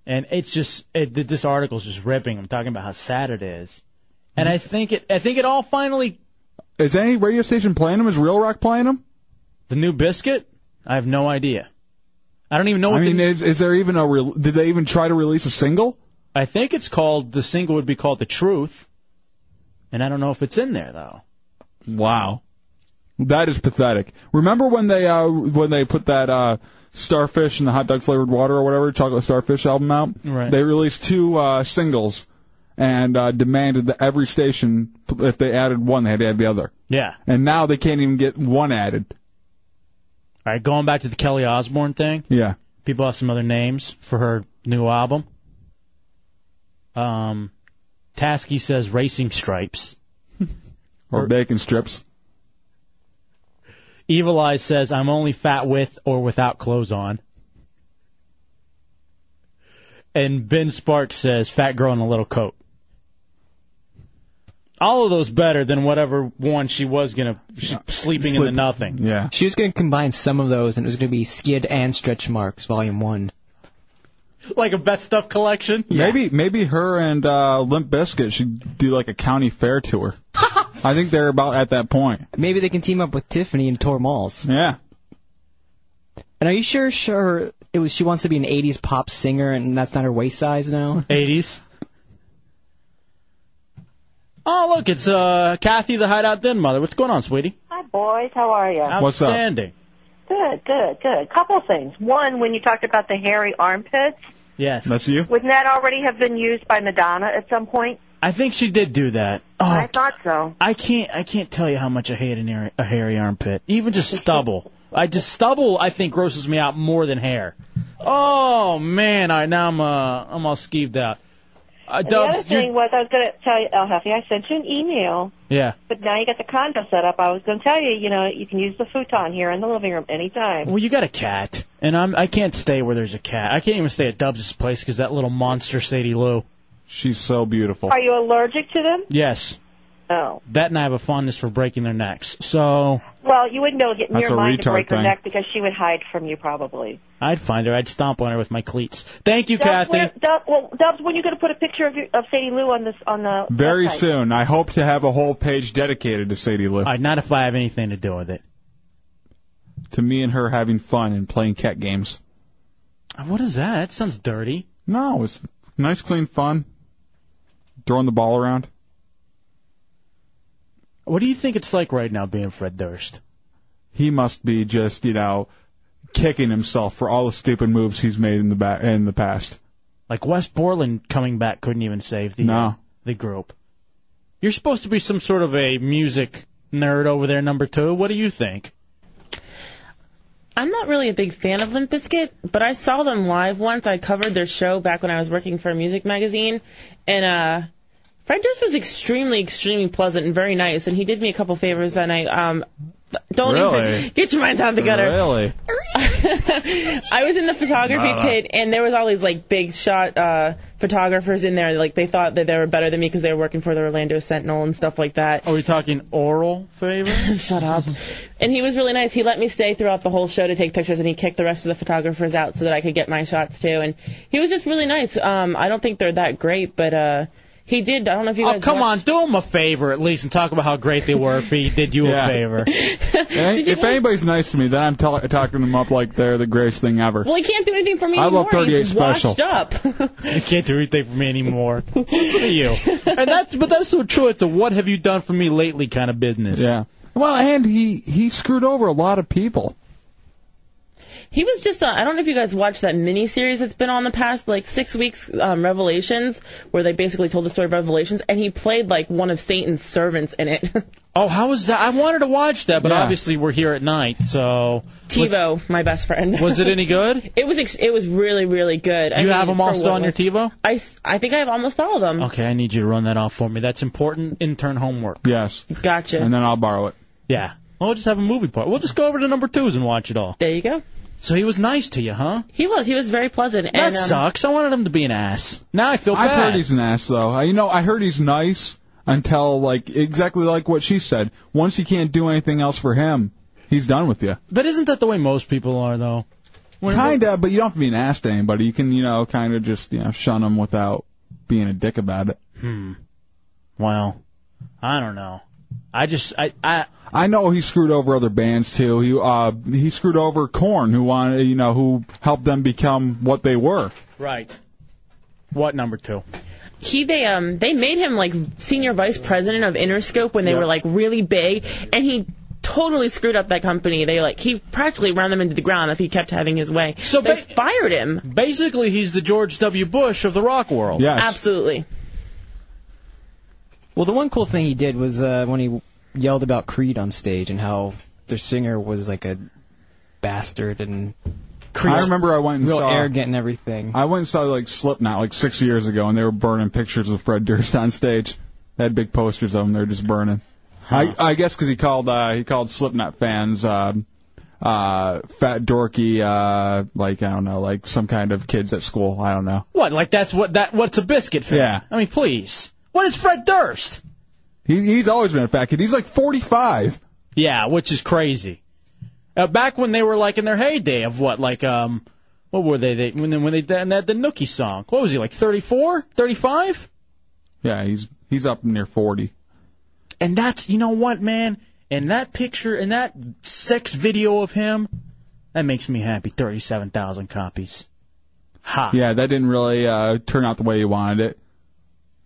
Speaker 3: And it's just it, this article's just ripping. I'm talking about how sad it is. And I think it I think it all finally
Speaker 4: Is any radio station playing them? Is Real Rock playing them?
Speaker 3: the new Biscuit? I have no idea. I don't even know what
Speaker 4: I mean,
Speaker 3: the,
Speaker 4: is is there even a? Re- did they even try to release a single?
Speaker 3: I think it's called the single would be called The Truth. And I don't know if it's in there though.
Speaker 4: Wow, that is pathetic. Remember when they uh, when they put that uh, starfish and the hot dog flavored water or whatever chocolate starfish album out?
Speaker 3: Right.
Speaker 4: They released two uh, singles and uh, demanded that every station, if they added one, they had to add the other.
Speaker 3: Yeah.
Speaker 4: And now they can't even get one added.
Speaker 3: All right, going back to the Kelly Osbourne thing.
Speaker 4: Yeah.
Speaker 3: People have some other names for her new album. Um, Tasky says Racing Stripes.
Speaker 4: Or bacon strips.
Speaker 3: Evil Eye says I'm only fat with or without clothes on. And Ben Sparks says fat girl in a little coat. All of those better than whatever one she was gonna she, sleeping in the
Speaker 5: Sleep-
Speaker 3: nothing.
Speaker 4: Yeah.
Speaker 5: She was going to combine some of those, and it was going to be Skid and Stretch Marks, Volume 1.
Speaker 3: like a best stuff collection.
Speaker 4: Maybe maybe her and uh, Limp Bizkit should do like a county fair tour. I think they're about at that point.
Speaker 5: Maybe they can team up with Tiffany and Tor Malls.
Speaker 4: Yeah.
Speaker 5: And are you sure sure it was she wants to be an 80s pop singer and that's not her waist size now?
Speaker 3: 80s. Oh, look, it's uh, Kathy the Hideout Den Mother. What's going on, sweetie?
Speaker 18: Hi, boys. How are you?
Speaker 4: What's up?
Speaker 3: Outstanding.
Speaker 18: Good, good, good. Couple things. One, when you talked about the hairy armpits,
Speaker 3: Yes. That's you?
Speaker 18: wouldn't that already have been used by Madonna at some point?
Speaker 3: I think she did do that.
Speaker 18: I
Speaker 3: Oh,
Speaker 18: thought so.
Speaker 3: I can't I can't tell you how much I hate an hairy, a hairy armpit. Even just stubble. I just stubble I think grosses me out more than hair. Oh man, I now I'm uh I'm all skeeved out. Uh,
Speaker 18: And the other
Speaker 3: Dubs,
Speaker 18: thing
Speaker 3: you
Speaker 18: was, I was going to tell you, El Hefe, I sent you an email,
Speaker 3: yeah.
Speaker 18: but now you got the condo set up. I was going to tell you, you know, you can use the futon here in the living room anytime.
Speaker 3: Well, you got a cat, and I'm I can't stay where there's a cat. I can't even stay at Dubs' place because that little monster Sadie Lou.
Speaker 4: She's so beautiful.
Speaker 18: Are you allergic to them?
Speaker 3: Yes,
Speaker 18: Oh.
Speaker 3: that and I have a fondness for breaking their necks. So
Speaker 18: Well, you wouldn't be able to get
Speaker 3: That's
Speaker 18: near
Speaker 3: a
Speaker 18: mine to
Speaker 3: retard
Speaker 18: break her
Speaker 3: thing.
Speaker 18: neck because she would hide from you probably.
Speaker 3: I'd find her. I'd stomp on her with my cleats. Thank you,
Speaker 18: Dubs,
Speaker 3: Kathy.
Speaker 18: where- Dub, well, Dubs, when you going to put a picture of, your, of Sadie Lou on this on the
Speaker 4: Very
Speaker 18: website?
Speaker 4: soon, I hope to have a whole page dedicated to Sadie Lou.
Speaker 3: not if I have anything to do with it.
Speaker 4: To me and her having fun and playing cat games.
Speaker 3: What is that? That sounds dirty.
Speaker 4: No, it's nice, clean fun. Throwing the ball around.
Speaker 3: What do you think it's like right now being Fred Durst?
Speaker 4: He must be just, you know, kicking himself for all the stupid moves he's made in the ba- in the past.
Speaker 3: Like West Borland coming back couldn't even save the uh,
Speaker 4: No.
Speaker 3: the group. You're supposed to be some sort of a music nerd over there, number two. What do you think?
Speaker 13: I'm not really a big fan of Limp Bizkit, but I saw them live once. I covered their show back when I was working for a music magazine, and uh, Fred Durst was extremely, extremely pleasant and very nice, and he did me a couple favors that night. Um, th- don't
Speaker 11: Really?
Speaker 13: even get your minds out of the gutter.
Speaker 4: Really?
Speaker 13: I was in the photography
Speaker 11: Nah, nah.
Speaker 13: kit, and there was all these like big shot uh, photographers in there. Like they thought that they were better than me because they were working for the Orlando Sentinel and stuff like that.
Speaker 3: Are we talking oral favor?
Speaker 13: Shut up. And he was really nice. He let me stay throughout the whole show to take pictures, and he kicked the rest of the photographers out so that I could get my shots too. And he was just really nice. Um, I don't think they're that great, but uh, he did. I don't know if you
Speaker 3: Oh,
Speaker 13: guys.
Speaker 3: come
Speaker 13: watched-
Speaker 3: on, do him a favor at least and talk about how great they were if he did you
Speaker 4: Yeah.
Speaker 3: a favor.
Speaker 4: And if anybody's nice to me, then I'm tell- talking them up like they're the greatest thing ever.
Speaker 13: Well, he can't do anything for me
Speaker 4: I
Speaker 13: anymore.
Speaker 4: love 38
Speaker 13: He's
Speaker 4: special.
Speaker 13: washed up.
Speaker 3: You can't do anything for me anymore. Listen to you. And that's but that's so true. It's a what have you done for me lately kind of business.
Speaker 4: Yeah. Well, and he he screwed over a lot of people.
Speaker 13: He was just on. I don't know if you guys watched that mini series that's been on the past like six weeks, um, Revelations, where they basically told the story of Revelations, and he played like one of Satan's servants in it.
Speaker 3: Oh, how was that? I wanted to watch that, but
Speaker 13: Yeah.
Speaker 3: obviously we're here at night, so
Speaker 13: TiVo, my best friend.
Speaker 3: Was it any good?
Speaker 13: It was. Ex- it was really, really good.
Speaker 3: Do you have 'em all still on your TiVo?
Speaker 13: I, s- I think I have almost all of them.
Speaker 3: Okay, I need you to run that off for me. That's important intern homework.
Speaker 4: Yes.
Speaker 13: Gotcha.
Speaker 4: And then I'll borrow it.
Speaker 3: Yeah. Well, we'll just have a movie part. We'll just go over to number twos and watch it all.
Speaker 13: There you go.
Speaker 3: So he was nice to you, huh?
Speaker 13: He was. He was very pleasant.
Speaker 3: That
Speaker 13: and, um,
Speaker 3: sucks. I wanted him to be an ass. Now I feel
Speaker 4: I've
Speaker 3: bad.
Speaker 4: heard he's an ass though. I, you know, I heard he's nice until like exactly like what she said. Once you can't do anything else for him, he's done with you.
Speaker 3: But isn't that the way most people are, though?
Speaker 4: Kinda, but you don't have to be an ass to anybody. You can, you know, kind of just you know shun him without being a dick about it.
Speaker 3: Hmm. Wow. I don't know. I just I I
Speaker 4: I know he screwed over other bands too. He uh he screwed over Corn, who wanted you know who helped them become what they were.
Speaker 3: Right. What number two?
Speaker 13: he they um they made him like senior vice president of Interscope when they were like really big, and he totally screwed up that company. They like he practically ran them into the ground if he kept having his way. So they fired him.
Speaker 3: Basically, he's the George W. Bush of the rock world.
Speaker 13: Absolutely.
Speaker 5: Well, the one cool thing he did was uh, when he yelled about Creed on stage and how their singer was like a bastard and
Speaker 4: I remember I went and
Speaker 5: real
Speaker 4: saw
Speaker 5: arrogant and everything.
Speaker 4: I went and saw like Slipknot like six years ago, and they were burning pictures of Fred Durst on stage. They had big posters of him. They were just burning. I I guess because he called uh, he called Slipknot fans uh, uh, fat dorky uh, like I don't know like some kind of kids at school. I don't know.
Speaker 3: What? Like that's what that what's a biscuit fan?
Speaker 4: Yeah.
Speaker 3: I mean, please. What is Fred Durst?
Speaker 4: He, he's always been a fat kid. He's like 45.
Speaker 3: Yeah, which is crazy. Uh, back when they were like in their heyday of what, like um, What were they? They when they, when they done that the Nookie song. What was he like? 34, 35?
Speaker 4: Yeah, he's he's up near 40.
Speaker 3: And that's you know what, man. And that picture and that sex video of him, that makes me happy. Thirty-seven thousand copies. Ha.
Speaker 4: Yeah, that didn't really uh, turn out the way he wanted it.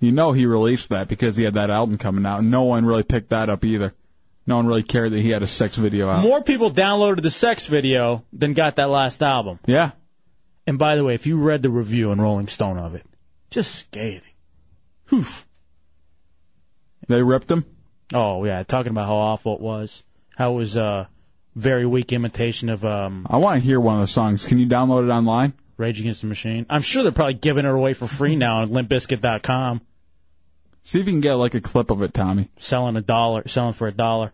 Speaker 4: You know he released that because he had that album coming out, and no one really picked that up either. No one really cared that he had a sex video out.
Speaker 3: More people downloaded the sex video than got that last album.
Speaker 4: Yeah.
Speaker 3: And by the way, if you read the review in Rolling Stone of it, just scathing. Oof.
Speaker 4: They ripped him.
Speaker 3: Oh yeah, talking about how awful it was. How it was uh, very weak imitation of um,
Speaker 4: I want to hear one of the songs. Can you download it online?
Speaker 3: Rage Against the Machine. I'm sure they're probably giving it away for free now on limpbiscuit.com.
Speaker 4: See if you can get like a clip of it, Tommy.
Speaker 3: Selling a dollar, selling for a dollar.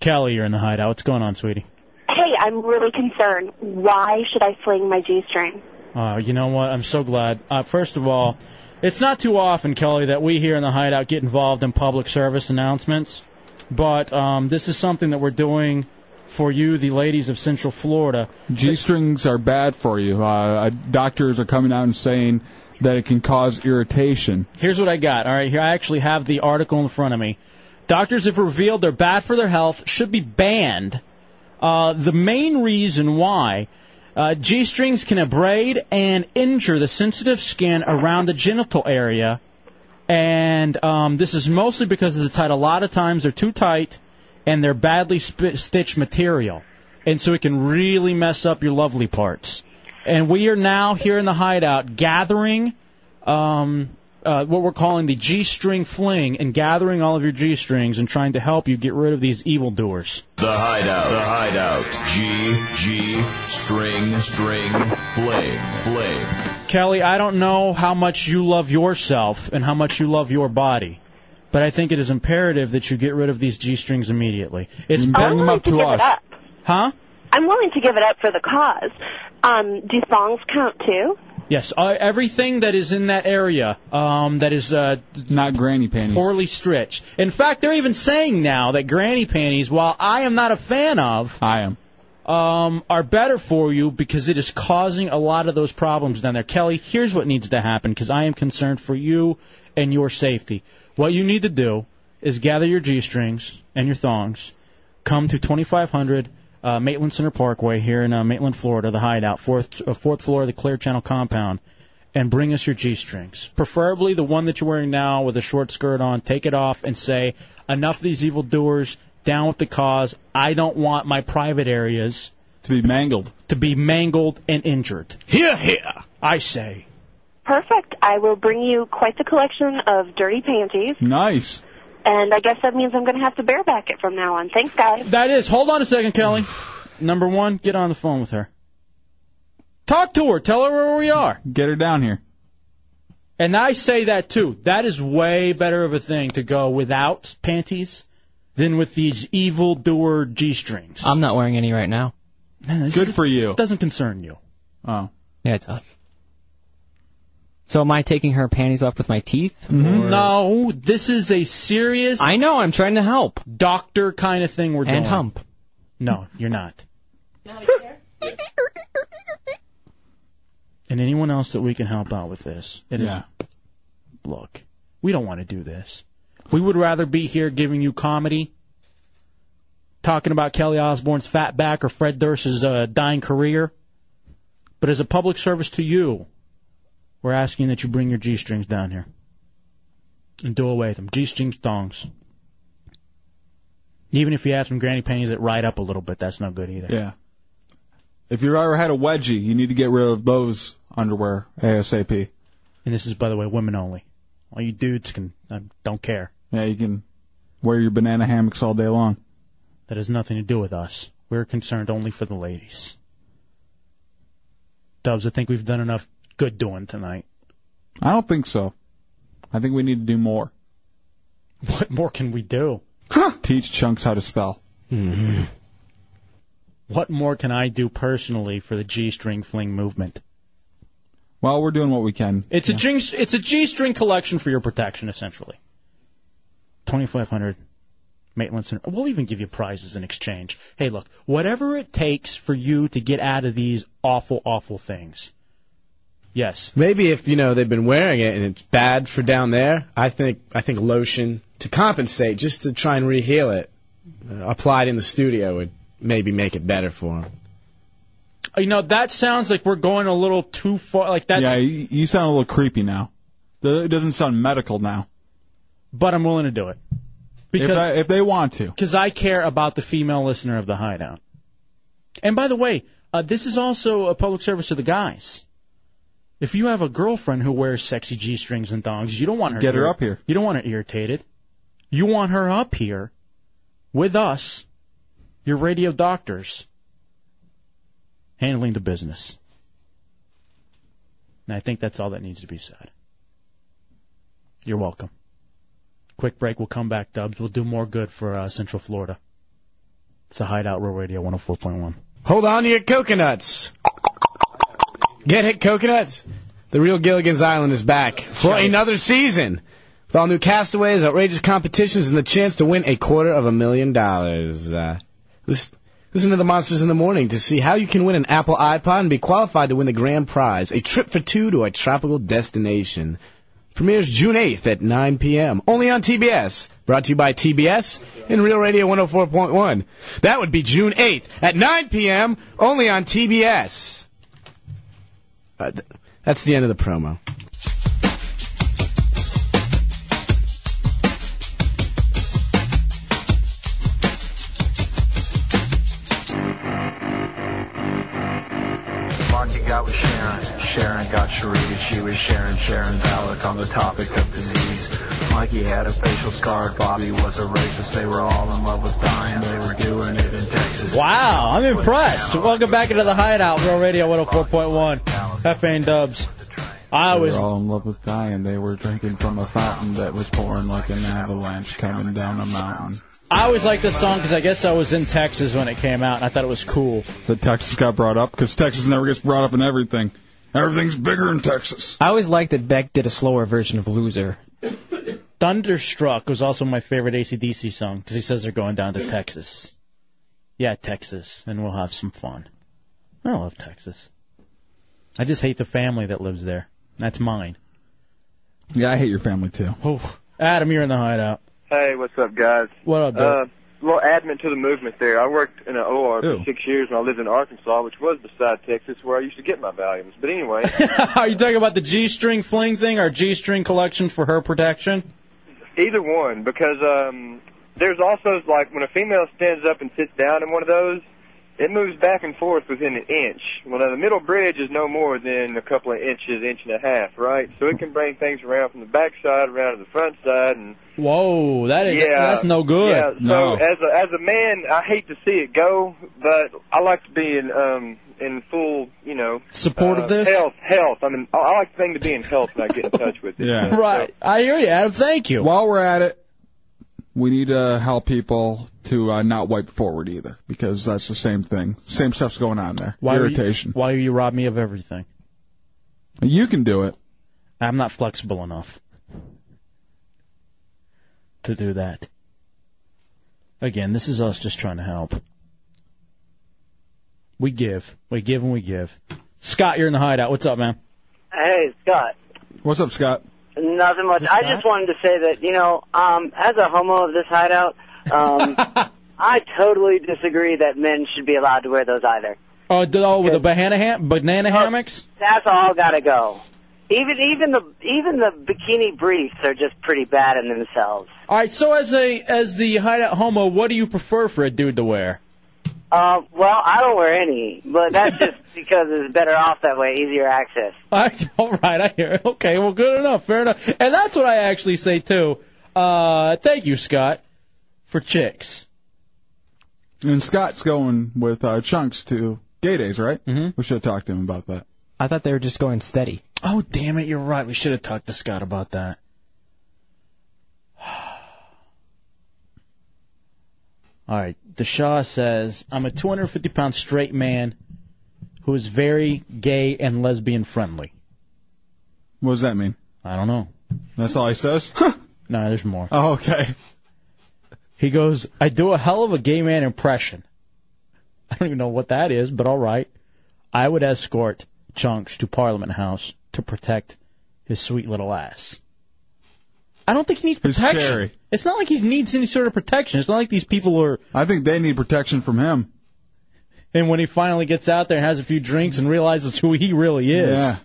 Speaker 3: Kelly, you're in the hideout. What's going on, sweetie?
Speaker 16: Hey, I'm really concerned. Why should I fling my G string?
Speaker 3: Uh, you know what? I'm so glad. Uh, first of all, it's not too often, Kelly, that we here in the Hideout get involved in public service announcements, but um, this is something that we're doing for you, the ladies of Central Florida.
Speaker 4: G strings are bad for you. Uh, doctors are coming out and saying that it can cause irritation.
Speaker 3: Here's what I got. All right, here I actually have the article in front of me. Doctors have revealed they're bad for their health, should be banned. Uh, the main reason why uh, G strings can abrade and injure the sensitive skin around the genital area. And um, this is mostly because of the tight. A lot of times they're too tight and they're badly sp- stitched material. And so it can really mess up your lovely parts. And we are now here in the hideout gathering um, uh, what we're calling the G string fling and gathering all of your G strings and trying to help you get rid of these evildoers.
Speaker 19: The Hideout. The Hideout. G, G, string, string, fling, fling.
Speaker 3: Kelly, I don't know how much you love yourself and how much you love your body, but I think it is imperative that you get rid of these G strings immediately. It's
Speaker 16: I'm
Speaker 3: bring them
Speaker 16: willing
Speaker 3: up to
Speaker 16: give it
Speaker 3: us.
Speaker 16: up.
Speaker 3: Huh?
Speaker 16: I'm willing to give it up for the cause. Um, do songs count too?
Speaker 3: Yes, uh, everything that is in that area um, that is uh,
Speaker 4: not granny panties,
Speaker 3: poorly stretched. In fact, they're even saying now that granny panties, while I am not a fan of,
Speaker 4: I am,
Speaker 3: um, are better for you because it is causing a lot of those problems down there. Kelly, here's what needs to happen because I am concerned for you and your safety. What you need to do is gather your g strings and your thongs, come to 2500 uh, Maitland Center Parkway here in uh, Maitland, Florida, the hideout, fourth uh, fourth floor of the Clear Channel compound, and bring us your g-strings, preferably the one that you're wearing now with a short skirt on. Take it off and say, "Enough of these evil doers. Down with the cause. I don't want my private areas
Speaker 4: to be mangled,
Speaker 3: to be mangled and injured."
Speaker 16: Hear, hear.
Speaker 3: I say,
Speaker 16: Perfect. I will bring you quite the collection of dirty panties,
Speaker 4: nice.
Speaker 16: and I guess that means I'm going to have to bareback it from now on. Thanks, guys.
Speaker 3: That is. Hold on a second, Kelly. Number one, get on the phone with her. Talk to her. Tell her where we are.
Speaker 4: Get her down here.
Speaker 3: And I say that too. That is way better of a thing to go without panties than with these evil doer g strings.
Speaker 5: I'm not wearing any right now.
Speaker 4: Good for you.
Speaker 3: Doesn't concern you.
Speaker 4: Oh.
Speaker 5: Yeah, it does. So am I taking her panties off with my teeth?
Speaker 4: Mm-hmm.
Speaker 5: Or-
Speaker 3: No, this is a serious.
Speaker 5: I know. I'm trying to help.
Speaker 3: Doctor kind of thing we're doing.
Speaker 5: And hump.
Speaker 3: No, you're not. And anyone else that we can help out with this. It is-
Speaker 4: Yeah.
Speaker 3: look, we don't want to do this. We would rather be here giving you comedy, talking about Kelly Osborne's fat back or Fred Durst's uh, dying career. But as a public service to you, we're asking that you bring your G strings down here and do away with them. G strings, thongs. Even if you have some granny panties that ride up a little bit, that's no good either.
Speaker 4: Yeah. If you've ever had a wedgie, you need to get rid of those underwear ASAP.
Speaker 3: And this is, by the way, women only. All you dudes can I don't care.
Speaker 4: Yeah, you can wear your banana hammocks all day long.
Speaker 3: That has nothing to do with us. We're concerned only for the ladies. Dubs, I think we've done enough good doing tonight.
Speaker 4: I don't think so. I think we need to do more.
Speaker 3: What more can we do?
Speaker 4: Teach chunks how to spell.
Speaker 3: What more can I do personally for the G string fling movement?
Speaker 4: Well, we're doing what we can.
Speaker 3: It's a G it's a G string collection for your protection essentially. 2500 Maitland Center. We'll even give you prizes in exchange. Hey, look, whatever it takes for you to get out of these awful, awful things. Yes.
Speaker 6: Maybe if you know they've been wearing it and it's bad for down there, I think I think lotion to compensate, just to try and reheal it, uh, applied in the studio would maybe make it better for them.
Speaker 3: You know, that sounds like we're going a little too far. Like that's.
Speaker 4: Yeah, you, you sound a little creepy now. Th- It doesn't sound medical now.
Speaker 3: But I'm willing to do it. Because
Speaker 4: if, I, if they want to.
Speaker 3: Because I care about the female listener of the Hideout. And by the way, uh, this is also a public service to the guys. If you have a girlfriend who wears sexy g strings and thongs, you don't want her
Speaker 4: Get her
Speaker 3: ir-
Speaker 4: up here.
Speaker 3: You don't want her irritated. You want her up here with us, your radio doctors, handling the business. And I think that's all that needs to be said. You're welcome. Quick break. We'll come back, Dubs. We'll do more good for uh, Central Florida. It's a Hideout Real Radio 104.1.
Speaker 6: Hold on to your coconuts. Get hit, coconuts. The real Gilligan's Island is back for another season with all new castaways, outrageous competitions, and the chance to win a quarter of a million dollars. Uh, lis- listen to the Monsters in the Morning to see how you can win an Apple iPod and be qualified to win the grand prize a trip for two to a tropical destination. Premieres June 8th at 9 p.m. Only on TBS. Brought to you by TBS and Real Radio 104.1. That would be June 8th at 9 p.m. Only on TBS. Uh, th- that's the end of the promo.
Speaker 20: Marky got with Sharon. Sharon got Sharita. She was sharing Sharon's outlook on the topic of disease. Mikey had a facial scar. Bobby was a racist. They were all in love with dying. They were doing it in Texas.
Speaker 3: Wow, I'm impressed. Welcome back into the Hideout, Real Radio 104.1. Fane Dubs. I
Speaker 4: They
Speaker 3: was
Speaker 4: were all in love with dying. They were drinking from a fountain that was pouring like an avalanche coming down a mountain.
Speaker 3: I always like this song because I guess I was in Texas when it came out and I thought it was cool.
Speaker 4: That Texas got brought up because Texas never gets brought up in everything. Everything's bigger in Texas.
Speaker 5: I always liked that Beck did a slower version of Loser.
Speaker 3: Thunderstruck was also my favorite ACDC song because he says they're going down to Texas. Yeah, Texas, and we'll have some fun. I love Texas. I just hate the family that lives there. That's mine.
Speaker 4: Yeah, I hate your family too.
Speaker 3: Oh, Adam, you're in the hideout.
Speaker 21: Hey, what's up, guys?
Speaker 3: What up, dude?
Speaker 21: Uh, a little admin to the movement there. I worked in an OR for
Speaker 3: Ooh.
Speaker 21: six years when I lived in Arkansas, which was beside Texas, where I used to get my Valiums. But anyway,
Speaker 3: Are you talking about the G-string fling thing or G-string collection for her protection?
Speaker 21: either one, because um, there's also like when a female stands up and sits down in one of those, it moves back and forth within an inch. Well, now the middle bridge is no more than a couple of inches, inch and a half, right? So it can bring things around from the backside around to the front side, and
Speaker 3: Whoa, that is that's no good.
Speaker 21: Yeah, so as a as a man, I hate to see it go, but I like to be in um in full, you know,
Speaker 3: Support of
Speaker 21: uh,
Speaker 3: this?
Speaker 21: health. Health. I mean, I, I like the thing to be in health when I get in touch with it.
Speaker 4: Yeah.
Speaker 3: Right. I hear you, Adam. Thank you.
Speaker 4: While we're at it, we need to help people to uh, not wipe forward either, because that's the same thing. Same stuff's going on there.
Speaker 3: Why are you-
Speaker 4: Irritation.
Speaker 3: why you rob me of everything?
Speaker 4: You can do it.
Speaker 3: I'm not flexible enough to do that. Again, this is us just trying to help. We give. We give and we give. Scott, you're in the hideout. What's up, man?
Speaker 22: Hey, Scott.
Speaker 4: What's up, Scott?
Speaker 22: Nothing much.
Speaker 3: Is this
Speaker 22: I
Speaker 3: Scott?
Speaker 22: just wanted to say that, you know, um, as a homo of this hideout, um, I totally disagree that men should be allowed to wear those either.
Speaker 3: Oh, d- oh with the banana, ham-
Speaker 4: Uh,
Speaker 3: banana hammocks?
Speaker 22: That's all gotta go. Even even the even the bikini briefs are just pretty bad in themselves.
Speaker 3: All right, so as a as the hideout homo, what do you prefer for a dude to wear?
Speaker 22: Uh, well, I don't wear any, but that's just because it's better off that way, easier access.
Speaker 3: All right, all right, I hear. it. Okay, well, good enough, fair enough. And that's what I actually say too. Uh, thank you, Scott, for chicks.
Speaker 4: And Scott's going with uh, Chunks to Gay Days, right? Mm-hmm. We should have talked to him about that.
Speaker 5: I thought they were just going steady.
Speaker 3: Oh, damn it, you're right. We should have talked to Scott about that. All right. The Shaw says, I'm a 250 pound straight man who is very gay and lesbian friendly.
Speaker 4: What does that mean?
Speaker 3: I don't know.
Speaker 4: That's all he says?
Speaker 3: no, there's more.
Speaker 4: Oh, okay.
Speaker 3: He goes, I do a hell of a gay man impression. I don't even know what that is, but all right. I would escort Chunks to Parliament House to protect his sweet little ass. I don't think he needs protection.
Speaker 4: cherry.
Speaker 3: It's not like he needs any sort of protection. It's not like these people are.
Speaker 4: I think they need protection from him.
Speaker 3: And when he finally gets out there and has a few drinks and realizes who he really is,
Speaker 4: Yeah.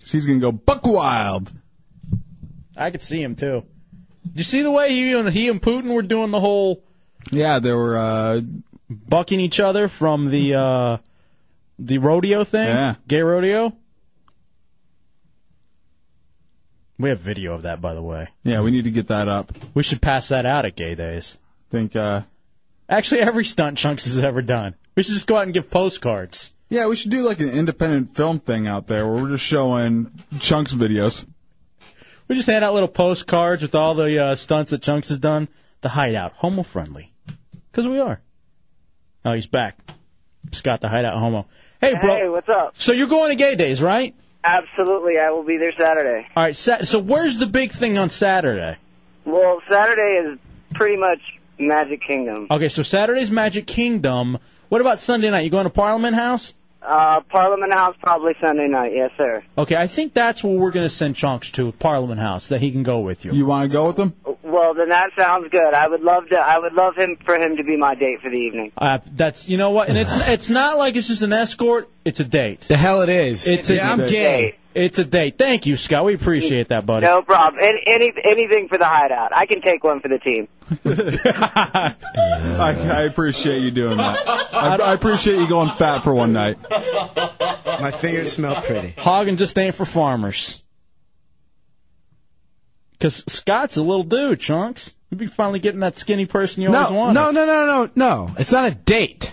Speaker 4: 'Cause he's gonna go buck wild.
Speaker 3: I could see him too. Did you see the way he and he and Putin were doing the whole?
Speaker 4: Yeah, they were uh
Speaker 3: bucking each other from the uh the rodeo thing.
Speaker 4: Yeah.
Speaker 3: gay rodeo. We have video of that, by the way.
Speaker 4: Yeah, we need to get that up.
Speaker 3: We should pass that out at Gay Days.
Speaker 4: Think. uh
Speaker 3: Actually, every stunt Chunks has ever done. We should just go out and give postcards.
Speaker 4: Yeah, we should do like an independent film thing out there where we're just showing chunks videos.
Speaker 3: We just hand out little postcards with all the uh, stunts that Chunks has done. The Hideout, homo friendly, because we are. Oh, he's back. Scott, the Hideout homo. Hey, bro.
Speaker 22: Hey, what's up?
Speaker 3: So you're going to Gay Days, right?
Speaker 22: Absolutely, I will be there Saturday.
Speaker 3: All right. Sa- so where's the big thing on Saturday?
Speaker 22: Well, Saturday is pretty much Magic Kingdom.
Speaker 3: Okay, so Saturday's Magic Kingdom. What about Sunday night? You going to Parliament House?
Speaker 22: Uh, Parliament House probably Sunday night. Yes, sir.
Speaker 3: Okay, I think that's where we're going to send Chunks to Parliament House that he can go with you.
Speaker 4: You want to go with him?
Speaker 22: Well, then that sounds good. I would love to. I would love him for him to be my date for the evening.
Speaker 3: Uh, that's you know what, and it's it's not like it's just an escort. It's a date. The
Speaker 6: hell it is.
Speaker 3: It's a
Speaker 22: Yeah, I'm
Speaker 3: date.
Speaker 22: gay.
Speaker 3: It's a date. Thank you, Scott. We appreciate that, buddy.
Speaker 22: No problem. Any, any anything for the hideout. I can take one for the team.
Speaker 4: I, I appreciate you doing that. I, I appreciate you going fat for one night.
Speaker 3: My fingers smell pretty. Hogging just ain't for farmers. 'Cause Scott's a little dude, Chunks. You'd be finally getting that skinny person you always
Speaker 6: No,
Speaker 3: wanted.
Speaker 6: no, no, no, no, no. It's not a date.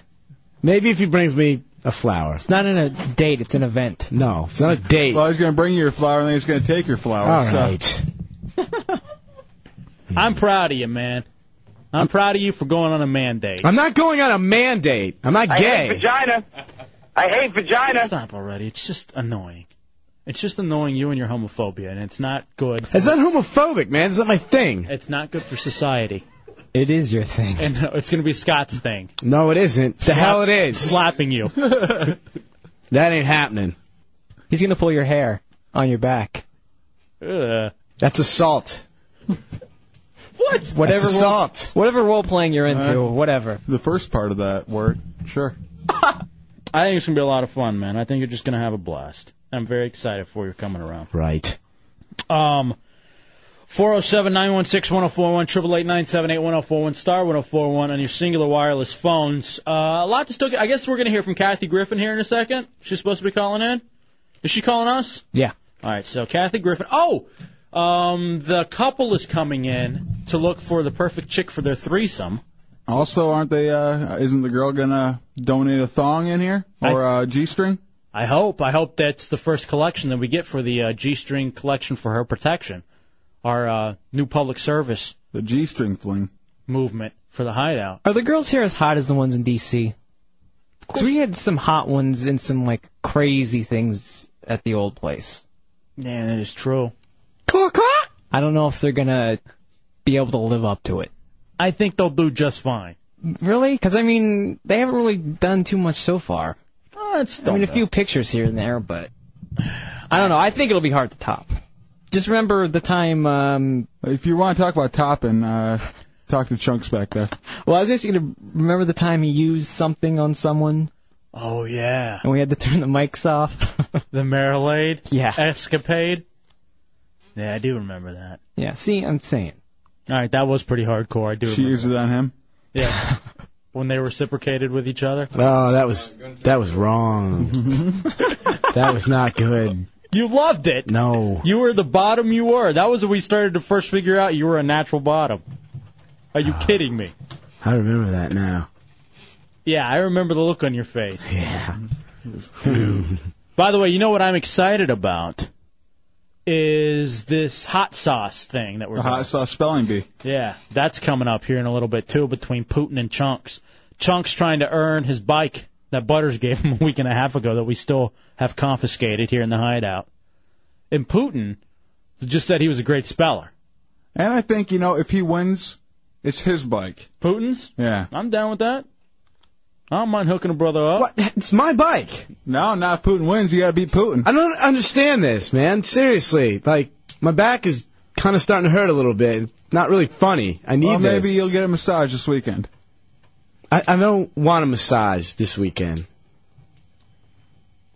Speaker 6: Maybe if he brings me a flower. It's
Speaker 5: not a date. It's an event.
Speaker 6: No, it's not a date.
Speaker 4: Well, he's gonna bring you your flower and then he's gonna take your flower.
Speaker 6: All
Speaker 4: so.
Speaker 6: right.
Speaker 3: I'm proud of you, man. I'm proud of you for going on a man date.
Speaker 6: I'm not going on a man date. I'm not
Speaker 3: I hate
Speaker 6: gay.
Speaker 15: Vagina. I hate vagina.
Speaker 3: Stop already. It's just annoying. It's just annoying you and your homophobia, and it's not good.
Speaker 6: It's not homophobic, man. It's not my thing.
Speaker 3: It's not good for society.
Speaker 5: It is your thing.
Speaker 3: And uh, it's going to be Scott's thing.
Speaker 6: No, it isn't. The
Speaker 3: Slap-
Speaker 6: hell it is.
Speaker 3: Slapping you.
Speaker 6: That ain't happening.
Speaker 5: He's gonna pull your hair on your back.
Speaker 3: Ugh.
Speaker 6: That's assault.
Speaker 3: What?
Speaker 6: That's
Speaker 5: Whatever
Speaker 6: Uh-huh.
Speaker 5: role,
Speaker 6: assault.
Speaker 5: whatever role playing you're into,
Speaker 4: Uh,
Speaker 5: whatever.
Speaker 4: The first part of that word, sure.
Speaker 3: I think it's going to be a lot of fun, man. I think you're just going to have a blast. I'm very excited for you coming around.
Speaker 6: Right.
Speaker 3: Um, 407-916-1041, 888 oh star 1041 on your singular wireless phones. Uh, a lot to still get. I guess we're going to hear from Kathy Griffin here in a second. She's supposed to be calling in. Is she calling us?
Speaker 5: Yeah.
Speaker 3: All right, so Kathy Griffin. Oh, um, the couple is coming in to look for the perfect chick for their threesome.
Speaker 4: Also, aren't they? uh Isn't the girl gonna donate a thong in here or a uh, g-string?
Speaker 3: I hope. I hope that's the first collection that we get for the uh, G-string collection for her protection. Our uh, new public service.
Speaker 4: The G-string fling.
Speaker 3: Movement for the hideout.
Speaker 5: Are the girls here as hot as the ones in D.C.? Because we had some hot ones and some like crazy things at the old place.
Speaker 3: Yeah, that is true.
Speaker 5: I don't know if they're gonna be able to live up to it.
Speaker 3: I think they'll do just fine.
Speaker 5: Really? Because I mean, they haven't really done too much so far.
Speaker 3: Oh, it's
Speaker 5: I mean, a few pictures here and there, but I don't know. I think it'll be hard to top. Just remember the time. Um,
Speaker 4: if you want to talk about topping, uh, talk to Chunks back there.
Speaker 5: Well, I was just gonna remember the time he used something on someone,
Speaker 3: Oh yeah,
Speaker 5: and we had to turn the mics off.
Speaker 3: the Marilade.
Speaker 5: Yeah.
Speaker 3: Escapade. Yeah, I do remember that.
Speaker 5: yeah. See, I'm saying.
Speaker 3: All right, that was pretty hardcore. I do.
Speaker 4: She
Speaker 3: remember.
Speaker 4: used it on him.
Speaker 3: Yeah. when they reciprocated with each other.
Speaker 6: Oh, that was that was wrong. that was not good.
Speaker 3: You loved it.
Speaker 6: No.
Speaker 3: You were the bottom you were. That was when we started to first figure out you were a natural bottom. Are you kidding me?
Speaker 6: I remember that now.
Speaker 3: Yeah, I remember the look on your face. Yeah. By the way, you know what I'm excited about is this hot sauce thing that we're
Speaker 4: The hot
Speaker 3: doing.
Speaker 4: sauce spelling bee.
Speaker 3: Yeah, that's coming up here in a little bit too between Putin and Chunks. Chunks trying to earn his bike that Butters gave him a week and a half ago that we still have confiscated here in the hideout. And Putin just said he was a great speller.
Speaker 4: And I think you know if he wins, It's his bike.
Speaker 3: Putin's?
Speaker 4: Yeah.
Speaker 3: I'm down with that. I don't mind hooking a brother up.
Speaker 6: What? It's my bike.
Speaker 4: No, not if Putin wins. You gotta beat Putin.
Speaker 6: I don't understand this, man. Seriously, like my back is kind of starting to hurt a little bit. It's Not really funny. I need
Speaker 4: well, maybe
Speaker 6: this.
Speaker 4: you'll get a massage this weekend.
Speaker 6: I, I don't want a massage this weekend.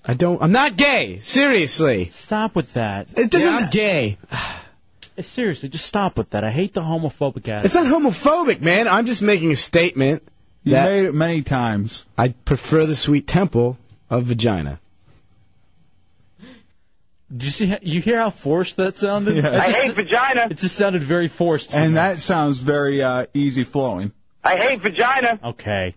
Speaker 6: I don't. I'm not gay. Seriously.
Speaker 3: Stop with that.
Speaker 6: It doesn't. I'm gay.
Speaker 3: Seriously, just stop with that. I hate the homophobic attitude.
Speaker 6: It's not homophobic, man. I'm just making a statement.
Speaker 4: You made it many times.
Speaker 6: I prefer the sweet temple of vagina.
Speaker 3: Did you see? How, you hear how forced that sounded?
Speaker 4: Yeah. I
Speaker 3: It
Speaker 4: hate
Speaker 3: just-
Speaker 15: vagina.
Speaker 3: It just sounded very forced.
Speaker 4: And that sounds very uh, easy flowing.
Speaker 15: I hate vagina.
Speaker 3: Okay.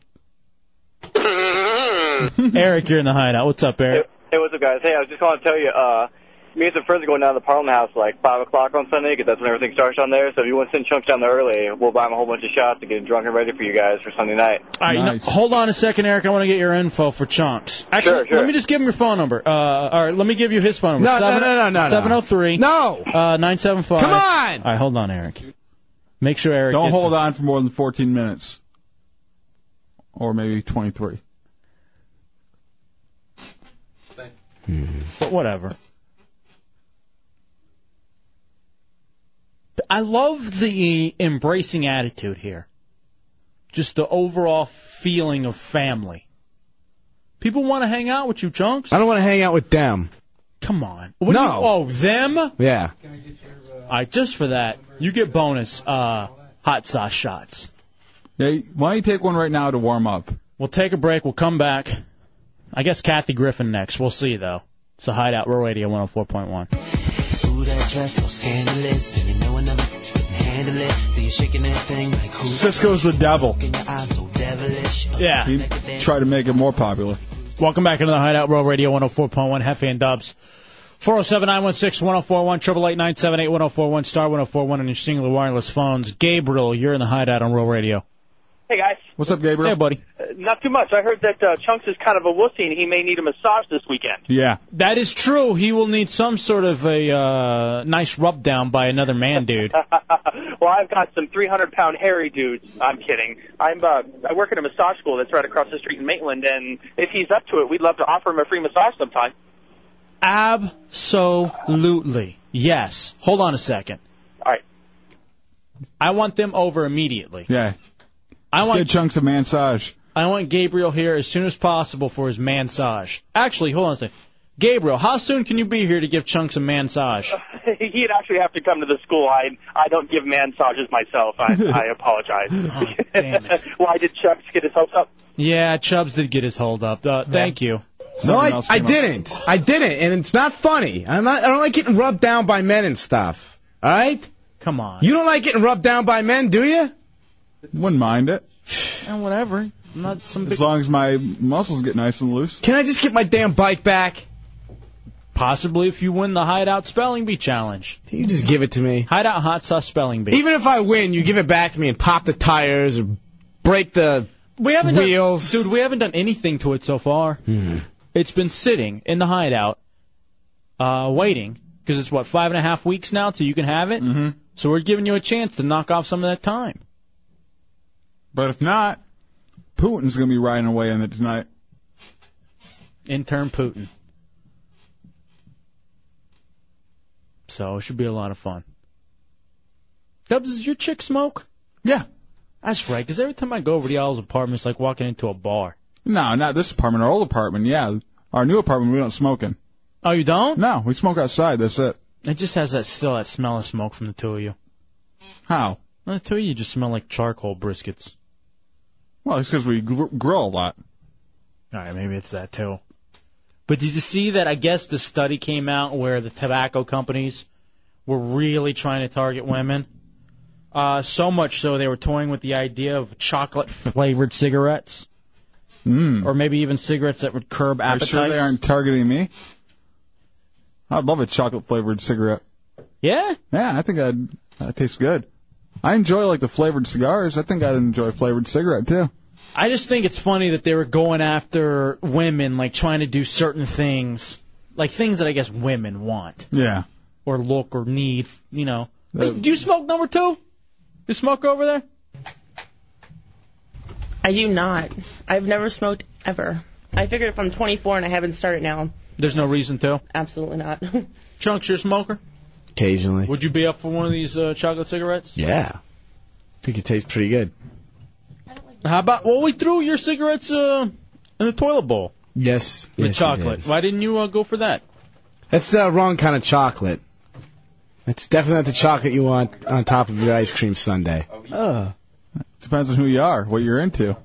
Speaker 3: Eric, you're in the hideout. What's up, Eric?
Speaker 1: Hey, what's up, guys? Hey, I was just going to tell you, uh, me and some friends are going down to the Parliament House like 5 o'clock on Sunday 'cause that's when everything starts down there. So if you want to send Chunks down there early, we'll buy him a whole bunch of shots and get him drunk and ready for you guys for Sunday night.
Speaker 3: All right, no- hold on a second, Eric. I want to get your info for Chunks. Actually,
Speaker 1: Sure, sure.
Speaker 3: let me just give him your phone number. Uh, all right, let me give you his phone number.
Speaker 6: No, no, no, no, no, no.
Speaker 3: 703.
Speaker 6: No.
Speaker 3: Uh, 975.
Speaker 6: Come
Speaker 3: on. All right, hold on, Eric. Make sure Eric.
Speaker 4: Don't
Speaker 3: gets
Speaker 4: hold on for more than 14 minutes, or maybe 23.
Speaker 3: Mm-hmm. But whatever. I love the embracing attitude here. Just the overall feeling of family. People want to hang out with you, Chunks.
Speaker 6: I don't want to hang out with them.
Speaker 3: Come on. What do
Speaker 6: No.
Speaker 3: you- oh, them?
Speaker 6: Yeah.
Speaker 3: All right, just for that, you get bonus uh, hot sauce shots.
Speaker 4: Yeah, why don't you take one right now to warm up?
Speaker 3: We'll take a break. We'll come back. I guess Kathy Griffin next. We'll see, though. It's a hideout. We're radio 104.1.
Speaker 7: Who that dress so scandalous, and you know another can handle it. So you're shaking that thing like who?
Speaker 4: Cisco's the devil.
Speaker 7: Your eyes so devilish.
Speaker 3: Yeah.
Speaker 4: He tried to make it more popular.
Speaker 3: Welcome back into the Hideout Row Radio 104.1, Hefe and Dubs. 407 916 1041, 888 978 1041, star 1041 on your singular wireless phones. Gabriel, you're in the Hideout on Row Radio.
Speaker 1: Hey, guys.
Speaker 4: What's up, Gabriel?
Speaker 3: Hey, buddy.
Speaker 1: Uh, Not too much. I heard that uh, Chunks is kind of a wussy and he may need a massage this weekend.
Speaker 4: Yeah.
Speaker 3: That is true. He will need some sort of a uh, nice rub down by another man, dude.
Speaker 1: well, I've got some 300 pound hairy dudes. I'm kidding. I'm uh, I work at a massage school that's right across the street in Maitland, and if he's up to it, we'd love to offer him a free massage sometime.
Speaker 3: Absolutely. Yes. Hold on a second.
Speaker 1: All right.
Speaker 3: I want them over immediately.
Speaker 4: Yeah.
Speaker 3: I
Speaker 4: Just
Speaker 3: want
Speaker 4: get chunks of massage.
Speaker 3: I want Gabriel here as soon as possible for his mansage. Actually, hold on a second. Gabriel, how soon can you be here to give Chunks a
Speaker 1: Uh,
Speaker 3: mansage?
Speaker 1: He'd actually have to come to the school. I I don't give massages myself. I I apologize.
Speaker 3: Oh, damn it.
Speaker 1: Why did Chucks get his hopes up?
Speaker 3: Yeah, Chubbs did get his hold up. Uh, thank you.
Speaker 6: No, I, I didn't. I didn't, and it's not funny. I'm not. I don't like getting rubbed down by men and stuff. All right.
Speaker 3: Come on.
Speaker 6: You don't like getting rubbed down by men, do you?
Speaker 4: Wouldn't mind it.
Speaker 3: And whatever. I'm not some big...
Speaker 4: As long as my muscles get nice and loose.
Speaker 6: Can I just get my damn bike back?
Speaker 3: Possibly if you win the Hideout Spelling Bee Challenge.
Speaker 6: You just give it to me.
Speaker 3: Hideout Hot Sauce Spelling Bee.
Speaker 6: Even if I win, you give it back to me and pop the tires or break the
Speaker 3: we haven't
Speaker 6: wheels.
Speaker 3: Done, dude, we haven't done anything to it so far.
Speaker 6: Hmm.
Speaker 3: It's been sitting in the hideout, uh, waiting, because it's what five and a half weeks now till you can have it. Mm-hmm. So we're giving you a chance to knock off some of that time.
Speaker 4: But if not, Putin's going to be riding away on it tonight.
Speaker 3: Intern Putin. So it should be a lot of fun. Dubs, does your chick smoke?
Speaker 4: Yeah.
Speaker 3: That's right, because every time I go over to y'all's apartment, it's like walking into a bar.
Speaker 4: No, not this apartment. Our old apartment, yeah. Our new apartment, we don't smoke in.
Speaker 3: Oh, you don't?
Speaker 4: No, we smoke outside. That's it.
Speaker 3: It just has that still that smell of smoke from the two of you.
Speaker 4: How?
Speaker 3: The two of you just smell like charcoal briskets.
Speaker 4: Well, it's because we gr- grill a lot.
Speaker 3: All right, maybe it's that too. But did you see that? I guess the study came out where the tobacco companies were really trying to target women. Uh, so much so they were toying with the idea of chocolate flavored cigarettes,
Speaker 4: Mm.
Speaker 3: or maybe even cigarettes that would curb
Speaker 4: Are you
Speaker 3: appetites.
Speaker 4: sure they aren't targeting me? I'd love a chocolate flavored cigarette.
Speaker 3: Yeah?
Speaker 4: Yeah, I think I'd, that tastes good. I enjoy like the flavored cigars. I think I'd enjoy a flavored cigarette too.
Speaker 3: I just think it's funny that they were going after women, like trying to do certain things, like things that I guess women want
Speaker 4: Yeah.
Speaker 3: or look or need. You know, Hey, do you smoke number two? You smoke over there?
Speaker 13: I do not. I've never smoked ever. I figured if I'm 24 and I haven't started now,
Speaker 3: There's no reason to.
Speaker 13: absolutely not.
Speaker 3: Chunks, you're a smoker.
Speaker 6: Occasionally.
Speaker 3: Would you be up for one of these uh, chocolate cigarettes?
Speaker 6: Yeah. think it tastes pretty good.
Speaker 3: How about well, we threw your cigarettes uh, in the toilet bowl
Speaker 6: Yes.
Speaker 3: with
Speaker 6: yes, it
Speaker 3: chocolate.
Speaker 6: is.
Speaker 3: Why didn't you uh, go for that?
Speaker 6: That's the wrong kind of chocolate. That's definitely not the chocolate you want on top of your ice cream sundae.
Speaker 4: Uh, depends on who you are, what you're into.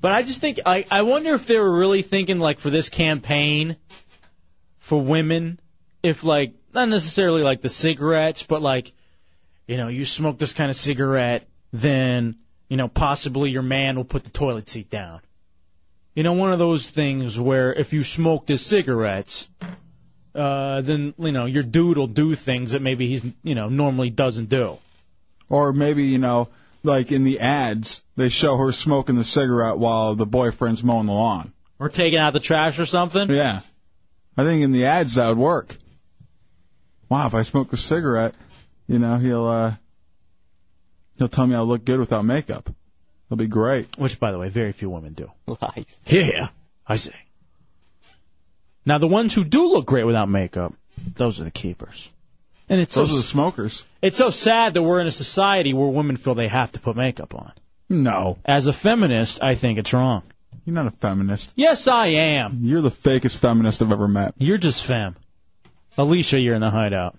Speaker 3: But I just think I I wonder if they were really thinking like for this campaign for women, if like not necessarily like the cigarettes, but like you know you smoke this kind of cigarette, then you know possibly your man will put the toilet seat down. You know one of those things where if you smoke the cigarettes, uh, then you know your dude will do things that maybe he's you know normally doesn't do.
Speaker 4: Or maybe, you know, like in the ads, they show her smoking the cigarette while the boyfriend's mowing the lawn.
Speaker 3: Or taking out the trash or something.
Speaker 4: Yeah. I think in the ads that would work. Wow, if I smoke a cigarette, you know, he'll uh he'll tell me I look good without makeup. That'll be great.
Speaker 3: Which by the way, very few women do.
Speaker 5: Lies.
Speaker 3: Yeah. I see. Now the ones who do look great without makeup, those are the keepers. And it's
Speaker 4: Those
Speaker 3: so,
Speaker 4: are the smokers.
Speaker 3: it's so sad that we're in a society where women feel they have to put makeup on.
Speaker 4: No.
Speaker 3: As a feminist, I think it's wrong.
Speaker 4: You're not a feminist.
Speaker 3: Yes, I am.
Speaker 4: You're the fakest feminist I've ever met.
Speaker 3: You're just femme. Alicia, you're in the hideout.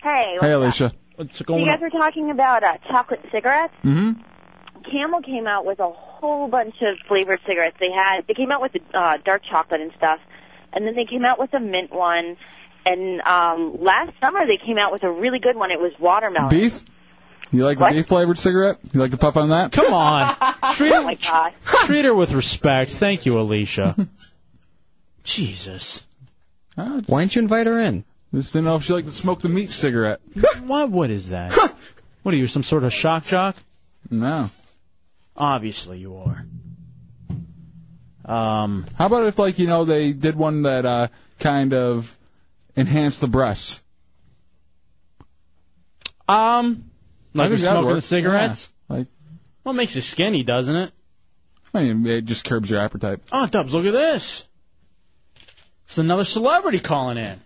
Speaker 2: Hey, what's
Speaker 4: Hey
Speaker 2: up?
Speaker 4: Alicia.
Speaker 3: What's
Speaker 2: you
Speaker 3: going
Speaker 2: guys
Speaker 3: on?
Speaker 2: were talking about uh, chocolate cigarettes.
Speaker 4: Mm-hmm.
Speaker 2: Camel came out with a whole bunch of flavored cigarettes. They had they came out with the uh, dark chocolate and stuff, and then they came out with a mint one. And um, last summer they came out with a really good one. It was watermelon.
Speaker 4: Beef? You like the beef flavored cigarette? You like to puff on that?
Speaker 3: Come on. Treat,
Speaker 2: oh my god!
Speaker 3: Treat her with respect. Thank you, Alicia. Jesus.
Speaker 5: Why didn't you invite her in?
Speaker 4: Just didn't know if she liked to smoke the meat cigarette.
Speaker 3: What? What is that? what are you, some sort of shock jock?
Speaker 4: No.
Speaker 3: Obviously you are. Um,
Speaker 4: How about if, like, you know, they did one that uh, kind of enhanced the breasts?
Speaker 3: Um,
Speaker 4: I
Speaker 3: like you're
Speaker 4: think that'd
Speaker 3: smoking
Speaker 4: work.
Speaker 3: the cigarettes.
Speaker 4: Yeah. Like,
Speaker 3: Well, it makes you skinny, doesn't it?
Speaker 4: I mean, it just curbs your appetite.
Speaker 3: Oh, Dubs, look at this. It's another celebrity calling in.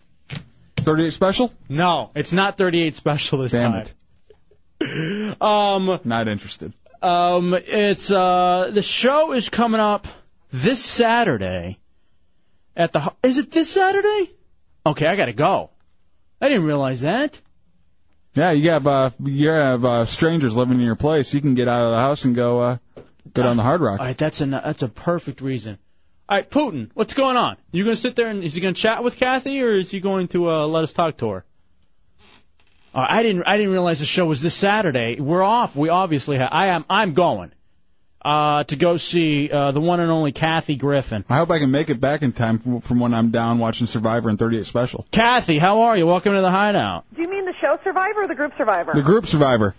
Speaker 4: 38 special?
Speaker 3: No, it's not 38 special this
Speaker 4: Damn
Speaker 3: time. Um,
Speaker 4: Not interested.
Speaker 3: um, it's uh, the show is coming up this Saturday at the. ho- Is it this Saturday? Okay, I gotta go. I didn't realize that.
Speaker 4: Yeah, you have uh, you have uh, strangers living in your place. You can get out of the house and go uh, go down the Hard Rock.
Speaker 3: All right, that's a that's a perfect reason. All right, Putin, what's going on? You gonna sit there and is he gonna chat with Kathy or is he going to uh, let us talk to her? All right, I didn't I didn't realize the show was this Saturday. We're off. We obviously ha- I am I'm going uh, to go see uh, the one and only Kathy Griffin.
Speaker 4: I hope I can make it back in time from, from when I'm down watching Survivor and 38 Special.
Speaker 3: Kathy, how are you? Welcome to the Hideout.
Speaker 9: Do you mean the show Survivor or the group Survivor?
Speaker 4: The group Survivor.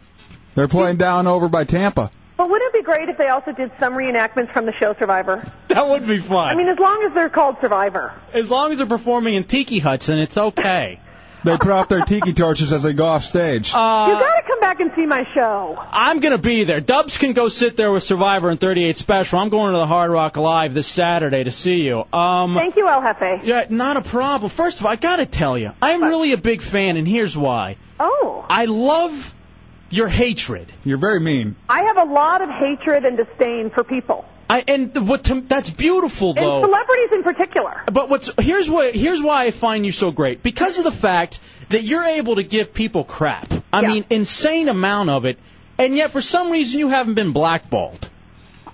Speaker 4: They're playing down over by Tampa.
Speaker 9: But wouldn't it be great if they also did some reenactments from the show Survivor?
Speaker 3: That would be fun.
Speaker 9: I mean, as long as they're called Survivor.
Speaker 3: as long as they're performing in tiki huts, then it's okay.
Speaker 4: They put off their tiki torches as they go off stage.
Speaker 3: Uh,
Speaker 9: you gotta come back and see my show.
Speaker 3: I'm going to be there. Dubs can go sit there with Survivor and 38 Special. I'm going to the Hard Rock Live this Saturday to see you. Um,
Speaker 9: Thank you, El Jefe.
Speaker 3: Yeah, not a problem. First of all, I got to tell you, I'm really a big fan, and here's why.
Speaker 9: Oh.
Speaker 3: I love your hatred.
Speaker 4: You're very mean.
Speaker 9: I have a lot of hatred and disdain for people.
Speaker 3: I and what to, that's beautiful
Speaker 9: And
Speaker 3: though.
Speaker 9: celebrities in particular.
Speaker 3: But what's here's what here's why I find you so great because of the fact that you're able to give people crap. I mean, insane amount of it, and yet for some reason you haven't been blackballed.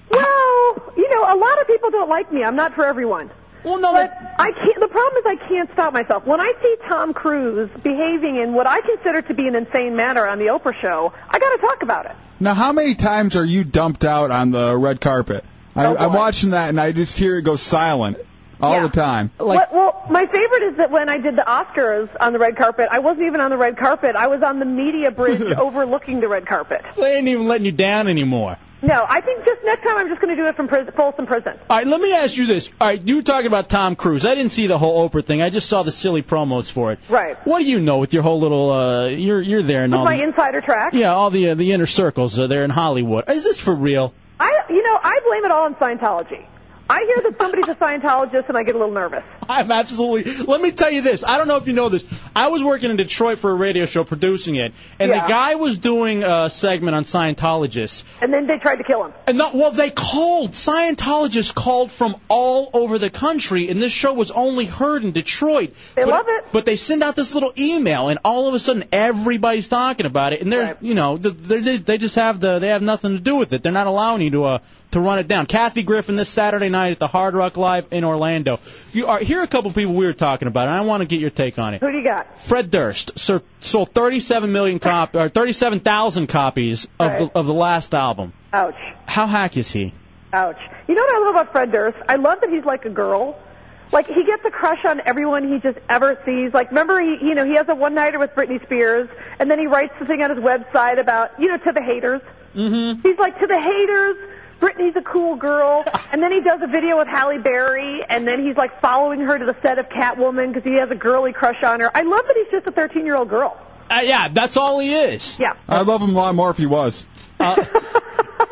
Speaker 9: Well, you know, a lot of people don't like me. I'm not for everyone.
Speaker 3: Well, no,
Speaker 9: but I can't. The problem is I can't stop myself. When I see Tom Cruise behaving in what I consider to be an insane manner on the Oprah show, I got to talk about it.
Speaker 4: Now, how many times are you dumped out on the red carpet? I, I'm watching that and I just hear it go silent all the time.
Speaker 9: What- well, my favorite is that when I did the Oscars on the red carpet, I wasn't even on the red carpet. I was on the media bridge overlooking the red carpet.
Speaker 3: They ain't even letting you down anymore.
Speaker 9: No, I think just next time I'm just going to do it from prison, Folsom Prison.
Speaker 3: All right, let me ask you this. All right, you were talking about Tom Cruise. I didn't see the whole Oprah thing. I just saw the silly promos for it.
Speaker 9: Right.
Speaker 3: What do you know with your whole little? Uh, you're you're there and
Speaker 9: With
Speaker 3: all.
Speaker 9: my
Speaker 3: the- uh,
Speaker 9: insider track.
Speaker 3: yeah, all the uh, the inner circles are there in Hollywood. Is this for real?
Speaker 9: I you know, I blame it all on Scientology. I hear that somebody's a Scientologist and I get a little nervous.
Speaker 3: I'm absolutely. Let me tell you this. I don't know if you know this. I was working in Detroit for a radio show producing it, and
Speaker 9: Yeah.
Speaker 3: the guy was doing a segment on Scientologists.
Speaker 9: And then they tried to kill him.
Speaker 3: And not, well, they called Scientologists called from all over the country, and this show was only heard in Detroit. They but, love it. But they send out this little email, and all of a sudden everybody's talking about it, and they're you know th- they're, they just have the they have nothing to do with it. They're not allowing you to uh to run it down. Kathy Griffin this Saturday night at the Hard Rock Live in Orlando. You are here are a couple people we were talking about, and I want to get your take on it.
Speaker 9: Who do you got?
Speaker 3: Fred Durst sir, sold 37 million cop or 37,000 copies of the, of the last album.
Speaker 9: Ouch.
Speaker 3: How hack is he?
Speaker 9: Ouch. You know what I love about Fred Durst? I love that he's like a girl. Like he gets a crush on everyone he just ever sees. Like remember he you know, he has a one nighter with Britney Spears and then he writes the thing on his website about, you know, to the haters.
Speaker 3: Mm-hmm.
Speaker 9: He's like to the haters. Britney's a cool girl, and then he does a video with Halle Berry, and then he's like following her to the set of Catwoman because he has a girly crush on her. I love that he's just a 13-year-old girl.
Speaker 3: Uh, yeah, that's all he is.
Speaker 9: Yeah.
Speaker 4: I'd love him a lot more if he was.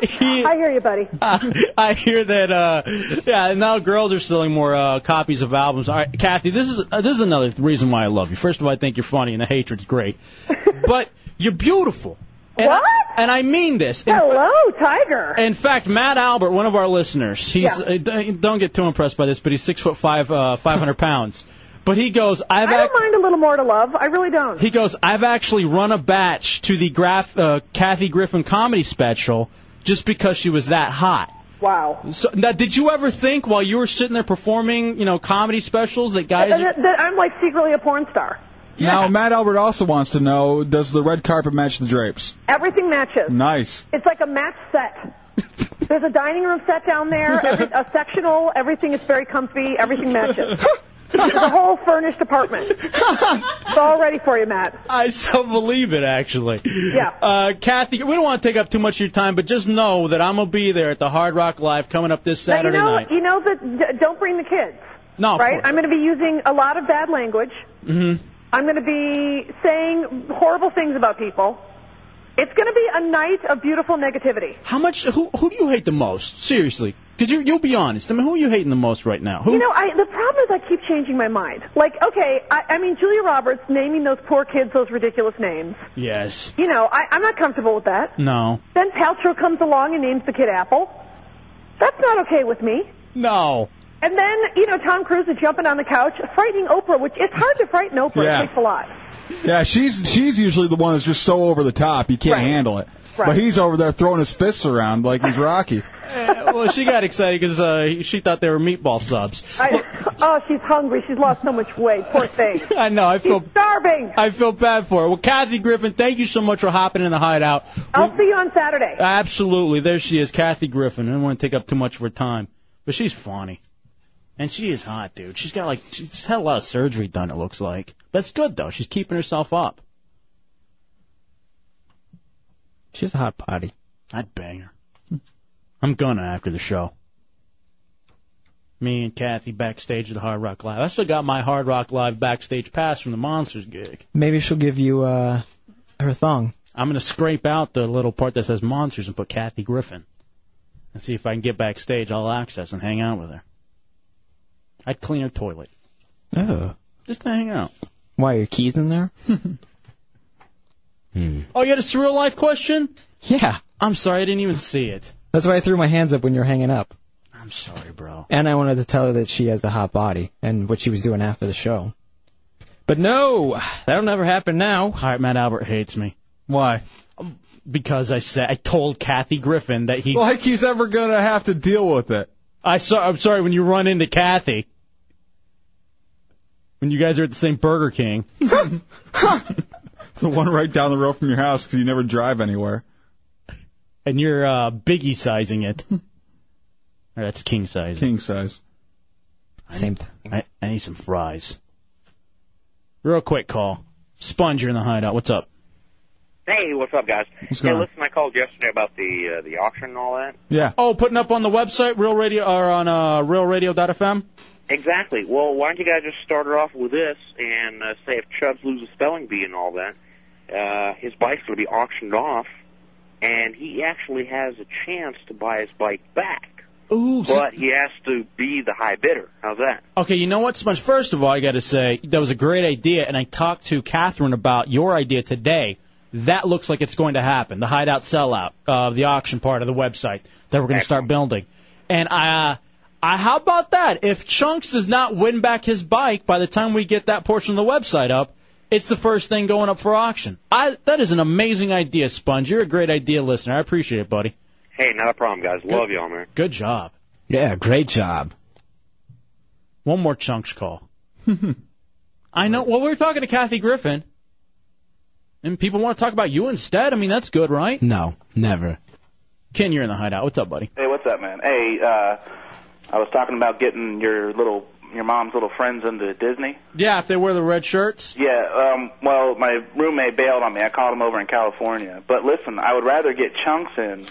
Speaker 9: I hear you, buddy.
Speaker 3: Uh, I hear that. Uh, yeah, and now girls are selling more uh, copies of albums. All right, Kathy, this is uh, this is another th- reason why I love you. First of all, I think you're funny, and the hatred's great, but you're beautiful. And what? I, and I mean this. In
Speaker 9: Hello, Tiger.
Speaker 3: In fact, Matt Albert, one of our listeners, he's
Speaker 9: Yeah.
Speaker 3: uh, d- don't get too impressed by this, but he's six foot five, uh, five hundred pounds. But he goes, I've
Speaker 9: I don't mind a little more to love. I really don't.
Speaker 3: He goes, I've actually run a batch to the graph, uh, Kathy Griffin comedy special just because she was that hot.
Speaker 9: Wow.
Speaker 3: So now, did you ever think while you were sitting there performing, you know, comedy specials that guys?
Speaker 9: That- that uh, I'm like secretly a porn star.
Speaker 4: Now, Matt Albert also wants to know: Does the red carpet match the drapes?
Speaker 9: Everything matches.
Speaker 4: Nice.
Speaker 9: It's like a match set. There's a dining room set down there, every, a sectional. Everything is very comfy. Everything matches. There's a whole furnished apartment. It's all ready for you, Matt.
Speaker 3: I so believe it, actually.
Speaker 9: Yeah.
Speaker 3: Uh, Kathy, we don't want to take up too much of your time, but just know that I'm gonna be there at the Hard Rock Live coming up this
Speaker 9: Now,
Speaker 3: Saturday
Speaker 9: you know,
Speaker 3: night.
Speaker 9: you know that. d- Don't bring the kids.
Speaker 3: No, of
Speaker 9: right?
Speaker 3: course.
Speaker 9: I'm going to be using a lot of bad language.
Speaker 3: Mm-hmm.
Speaker 9: I'm going to be saying horrible things about people. It's going to be a night of beautiful negativity.
Speaker 3: How much? Who who do you hate the most? Seriously, because you you'll be honest. I mean, who are you hating the most right now? Who?
Speaker 9: You know, I, the problem is I keep changing my mind. Like, okay, I, I mean, Julia Roberts naming those poor kids those ridiculous names.
Speaker 3: yes.
Speaker 9: You know, I, I'm not comfortable with that.
Speaker 3: No.
Speaker 9: Then Paltrow comes along and names the kid Apple. That's not okay with me.
Speaker 3: No.
Speaker 9: And then, you know, Tom Cruise is jumping on the couch, frightening Oprah, which it's hard to frighten Oprah.
Speaker 4: Yeah.
Speaker 9: It takes a lot.
Speaker 4: Yeah, she's she's usually the one that's just so over the top you can't handle it.
Speaker 9: Right.
Speaker 4: But he's over there throwing his fists around like he's Rocky.
Speaker 3: Eh, well, she got excited because uh, she thought they were meatball subs.
Speaker 9: I, oh, she's hungry. She's lost so much weight. Poor thing.
Speaker 3: I know. I feel
Speaker 9: starving.
Speaker 3: I feel bad for her. Well, Kathy Griffin, thank you so much for hopping in the hideout.
Speaker 9: I'll see you on Saturday.
Speaker 3: Absolutely, there she is, Kathy Griffin. I don't want to take up too much of her time, but she's funny, and she is hot, dude. She's got like she's had a lot of surgery done. It looks like that's good though. She's keeping herself up.
Speaker 5: She's a hot potty.
Speaker 3: I'd bang her. I'm gonna after the show. Me and Kathy backstage at the Hard Rock Live. I still got my Hard Rock Live backstage pass from the Monsters gig.
Speaker 5: Maybe she'll give you uh, her thong.
Speaker 3: I'm gonna scrape out the little part that says Monsters and put Kathy Griffin, and see if I can get backstage all access and hang out with her. I'd clean her toilet
Speaker 5: Oh.
Speaker 3: just to hang out.
Speaker 5: Why, are your keys in there?
Speaker 3: Oh, you had a surreal life question?
Speaker 5: Hmm. Yeah.
Speaker 3: I'm sorry, I didn't even see it.
Speaker 5: That's why I threw my hands up when you were hanging up.
Speaker 3: I'm sorry, bro.
Speaker 5: And I wanted to tell her that she has a hot body and what she was doing after the show. But no, that'll never happen now. All
Speaker 3: right, Matt Albert hates me.
Speaker 4: Why?
Speaker 3: Because I said I told Kathy Griffin that he.
Speaker 4: Like he's ever gonna have to deal with it.
Speaker 3: I saw. I'm sorry when you run into Kathy. When you guys are at the same Burger King.
Speaker 4: The one right down the road from your house because you never drive anywhere.
Speaker 3: And you're uh, biggie sizing it. Or that's king size.
Speaker 4: King size.
Speaker 3: Same thing. I, I need some fries. Real quick call. Sponge, you're in the hideout. What's up?
Speaker 8: Hey, what's up, guys?
Speaker 3: What's
Speaker 8: hey,
Speaker 3: going on?
Speaker 8: listen, I called yesterday about the uh, the auction and all that.
Speaker 4: Yeah.
Speaker 3: Oh, putting up on the website, Real Radio, or on uh, RealRadio.fm?
Speaker 8: Exactly. Well, why don't you guys just start her off with this and uh, say if Chubbs loses spelling bee and all that, uh, his bike's going to be auctioned off and he actually has a chance to buy his bike back,
Speaker 3: Ooh, so-
Speaker 8: but he has to be the high bidder. How's that?
Speaker 3: Okay, you know what, Sponge? First of all, I got to say that was a great idea, and I talked to Catherine about your idea today. That looks like it's going to happen. The hideout sellout of the auction part of the website that we're going to start building. And I, uh, I, how about that? If Chunks does not win back his bike by the time we get that portion of the website up, it's the first thing going up for auction. I, that is an amazing idea, Sponge. You're a great idea listener. I appreciate it, buddy.
Speaker 8: Hey, not a problem, guys. Love y'all, man.
Speaker 3: Good job.
Speaker 6: Yeah, great job.
Speaker 3: One more chunks call. I know. Well, we were talking to Kathy Griffin, and people want to talk about you instead. I mean, that's good, right?
Speaker 6: No, never.
Speaker 3: Ken, you're in the hideout. What's up, buddy?
Speaker 10: Hey, what's up, man? Hey, uh, I was talking about getting your little, your mom's little friends into Disney.
Speaker 3: Yeah, if they wear the red shirts.
Speaker 10: Yeah, um, well, my roommate bailed on me. I called him over in California. But listen, I would rather get Chunks in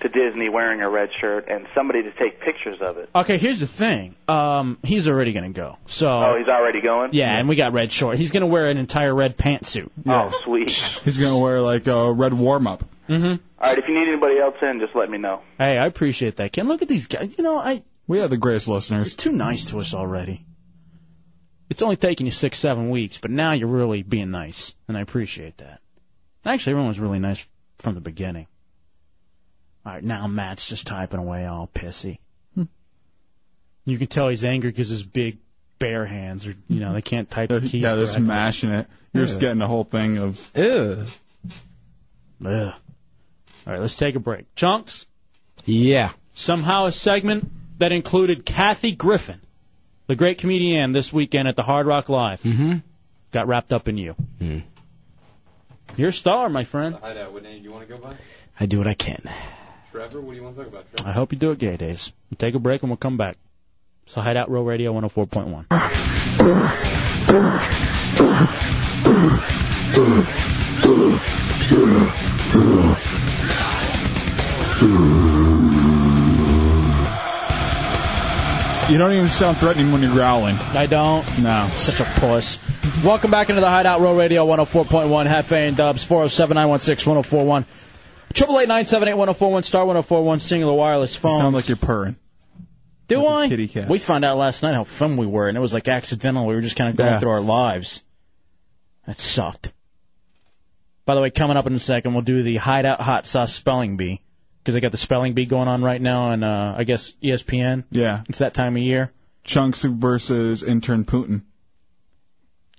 Speaker 10: to Disney wearing a red shirt and somebody to take pictures of it.
Speaker 3: Okay, here's the thing. Um, he's already gonna go. So.
Speaker 10: oh, he's already going?
Speaker 3: Yeah, and we got red short. He's gonna wear an entire red pantsuit.
Speaker 10: Oh, sweet.
Speaker 4: He's gonna wear like a red warm up.
Speaker 3: Mm-hmm.
Speaker 10: All right, if you need anybody else in, just let me know.
Speaker 3: Hey, I appreciate that, Ken. Look at these guys. You know, I.
Speaker 4: We are the greatest listeners.
Speaker 3: You're too nice to us already. It's only taken you six, seven weeks, but now you're really being nice, and I appreciate that. Actually, everyone was really nice from the beginning. All right, now Matt's just typing away all pissy.
Speaker 4: Hmm.
Speaker 3: You can tell he's angry because his big bare hands are, you know, they can't type the keys.
Speaker 4: yeah, they're just
Speaker 3: correctly.
Speaker 4: mashing it. You're just
Speaker 3: Yeah.
Speaker 4: getting the whole thing of.
Speaker 6: Ew.
Speaker 3: Ugh. All right, let's take a break. Chunks?
Speaker 6: Yeah.
Speaker 3: Somehow a segment that included Kathy Griffin, the great comedian this weekend at the Hard Rock Live,
Speaker 6: mm-hmm.
Speaker 3: got wrapped up in you.
Speaker 6: Mm.
Speaker 3: You're a star, my friend.
Speaker 12: Hideout, what name do you want to go by?
Speaker 3: I do what I can.
Speaker 12: Trevor? What do you want to talk about,
Speaker 3: I hope you do it gay days. We'll take a break and we'll come back. So Hideout Row Radio 104.1.
Speaker 4: You don't even sound threatening when you're growling.
Speaker 3: I don't.
Speaker 4: No.
Speaker 3: Such a puss. Welcome back into the Hideout Row Radio 104.1 Hefe and Dubs 407 916 1041. Triple eight nine seven eight one zero four one star one zero four one singular wireless phone.
Speaker 4: Sound like you're purring.
Speaker 3: Do I?
Speaker 4: kitty cat.
Speaker 3: We found out last night how fun we were, and it was like accidental. We were just kind of going
Speaker 4: Yeah.
Speaker 3: through our lives. That sucked. By the way, coming up in a second, we'll do the Hideout Hot Sauce Spelling Bee because they got the spelling bee going on right now, and uh, I guess ESPN.
Speaker 4: Yeah.
Speaker 3: It's that time of year.
Speaker 4: Chunks versus intern Putin.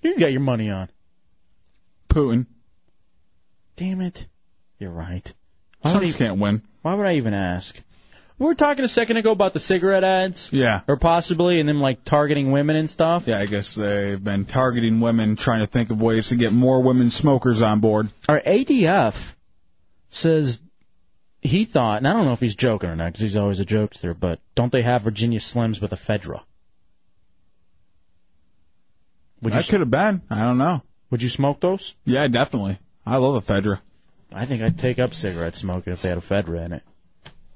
Speaker 3: You got your money on.
Speaker 4: Putin.
Speaker 3: Damn it. You're right.
Speaker 4: Chunks can't win.
Speaker 3: Why would I even ask? We were talking a second ago about the cigarette ads.
Speaker 4: Yeah.
Speaker 3: Or possibly, and then like targeting women and stuff.
Speaker 4: Yeah, I guess they've been targeting women, trying to think of ways to get more women smokers on board.
Speaker 3: Our ADF says he thought, and I don't know if he's joking or not, 'cause he's always a jokester, but don't they have Virginia Slims with ephedra? Would you
Speaker 4: that could have been. I don't know.
Speaker 3: Would you smoke those?
Speaker 4: Yeah, definitely. I love ephedra.
Speaker 3: I think I'd take up cigarette smoking if they had ephedra in it.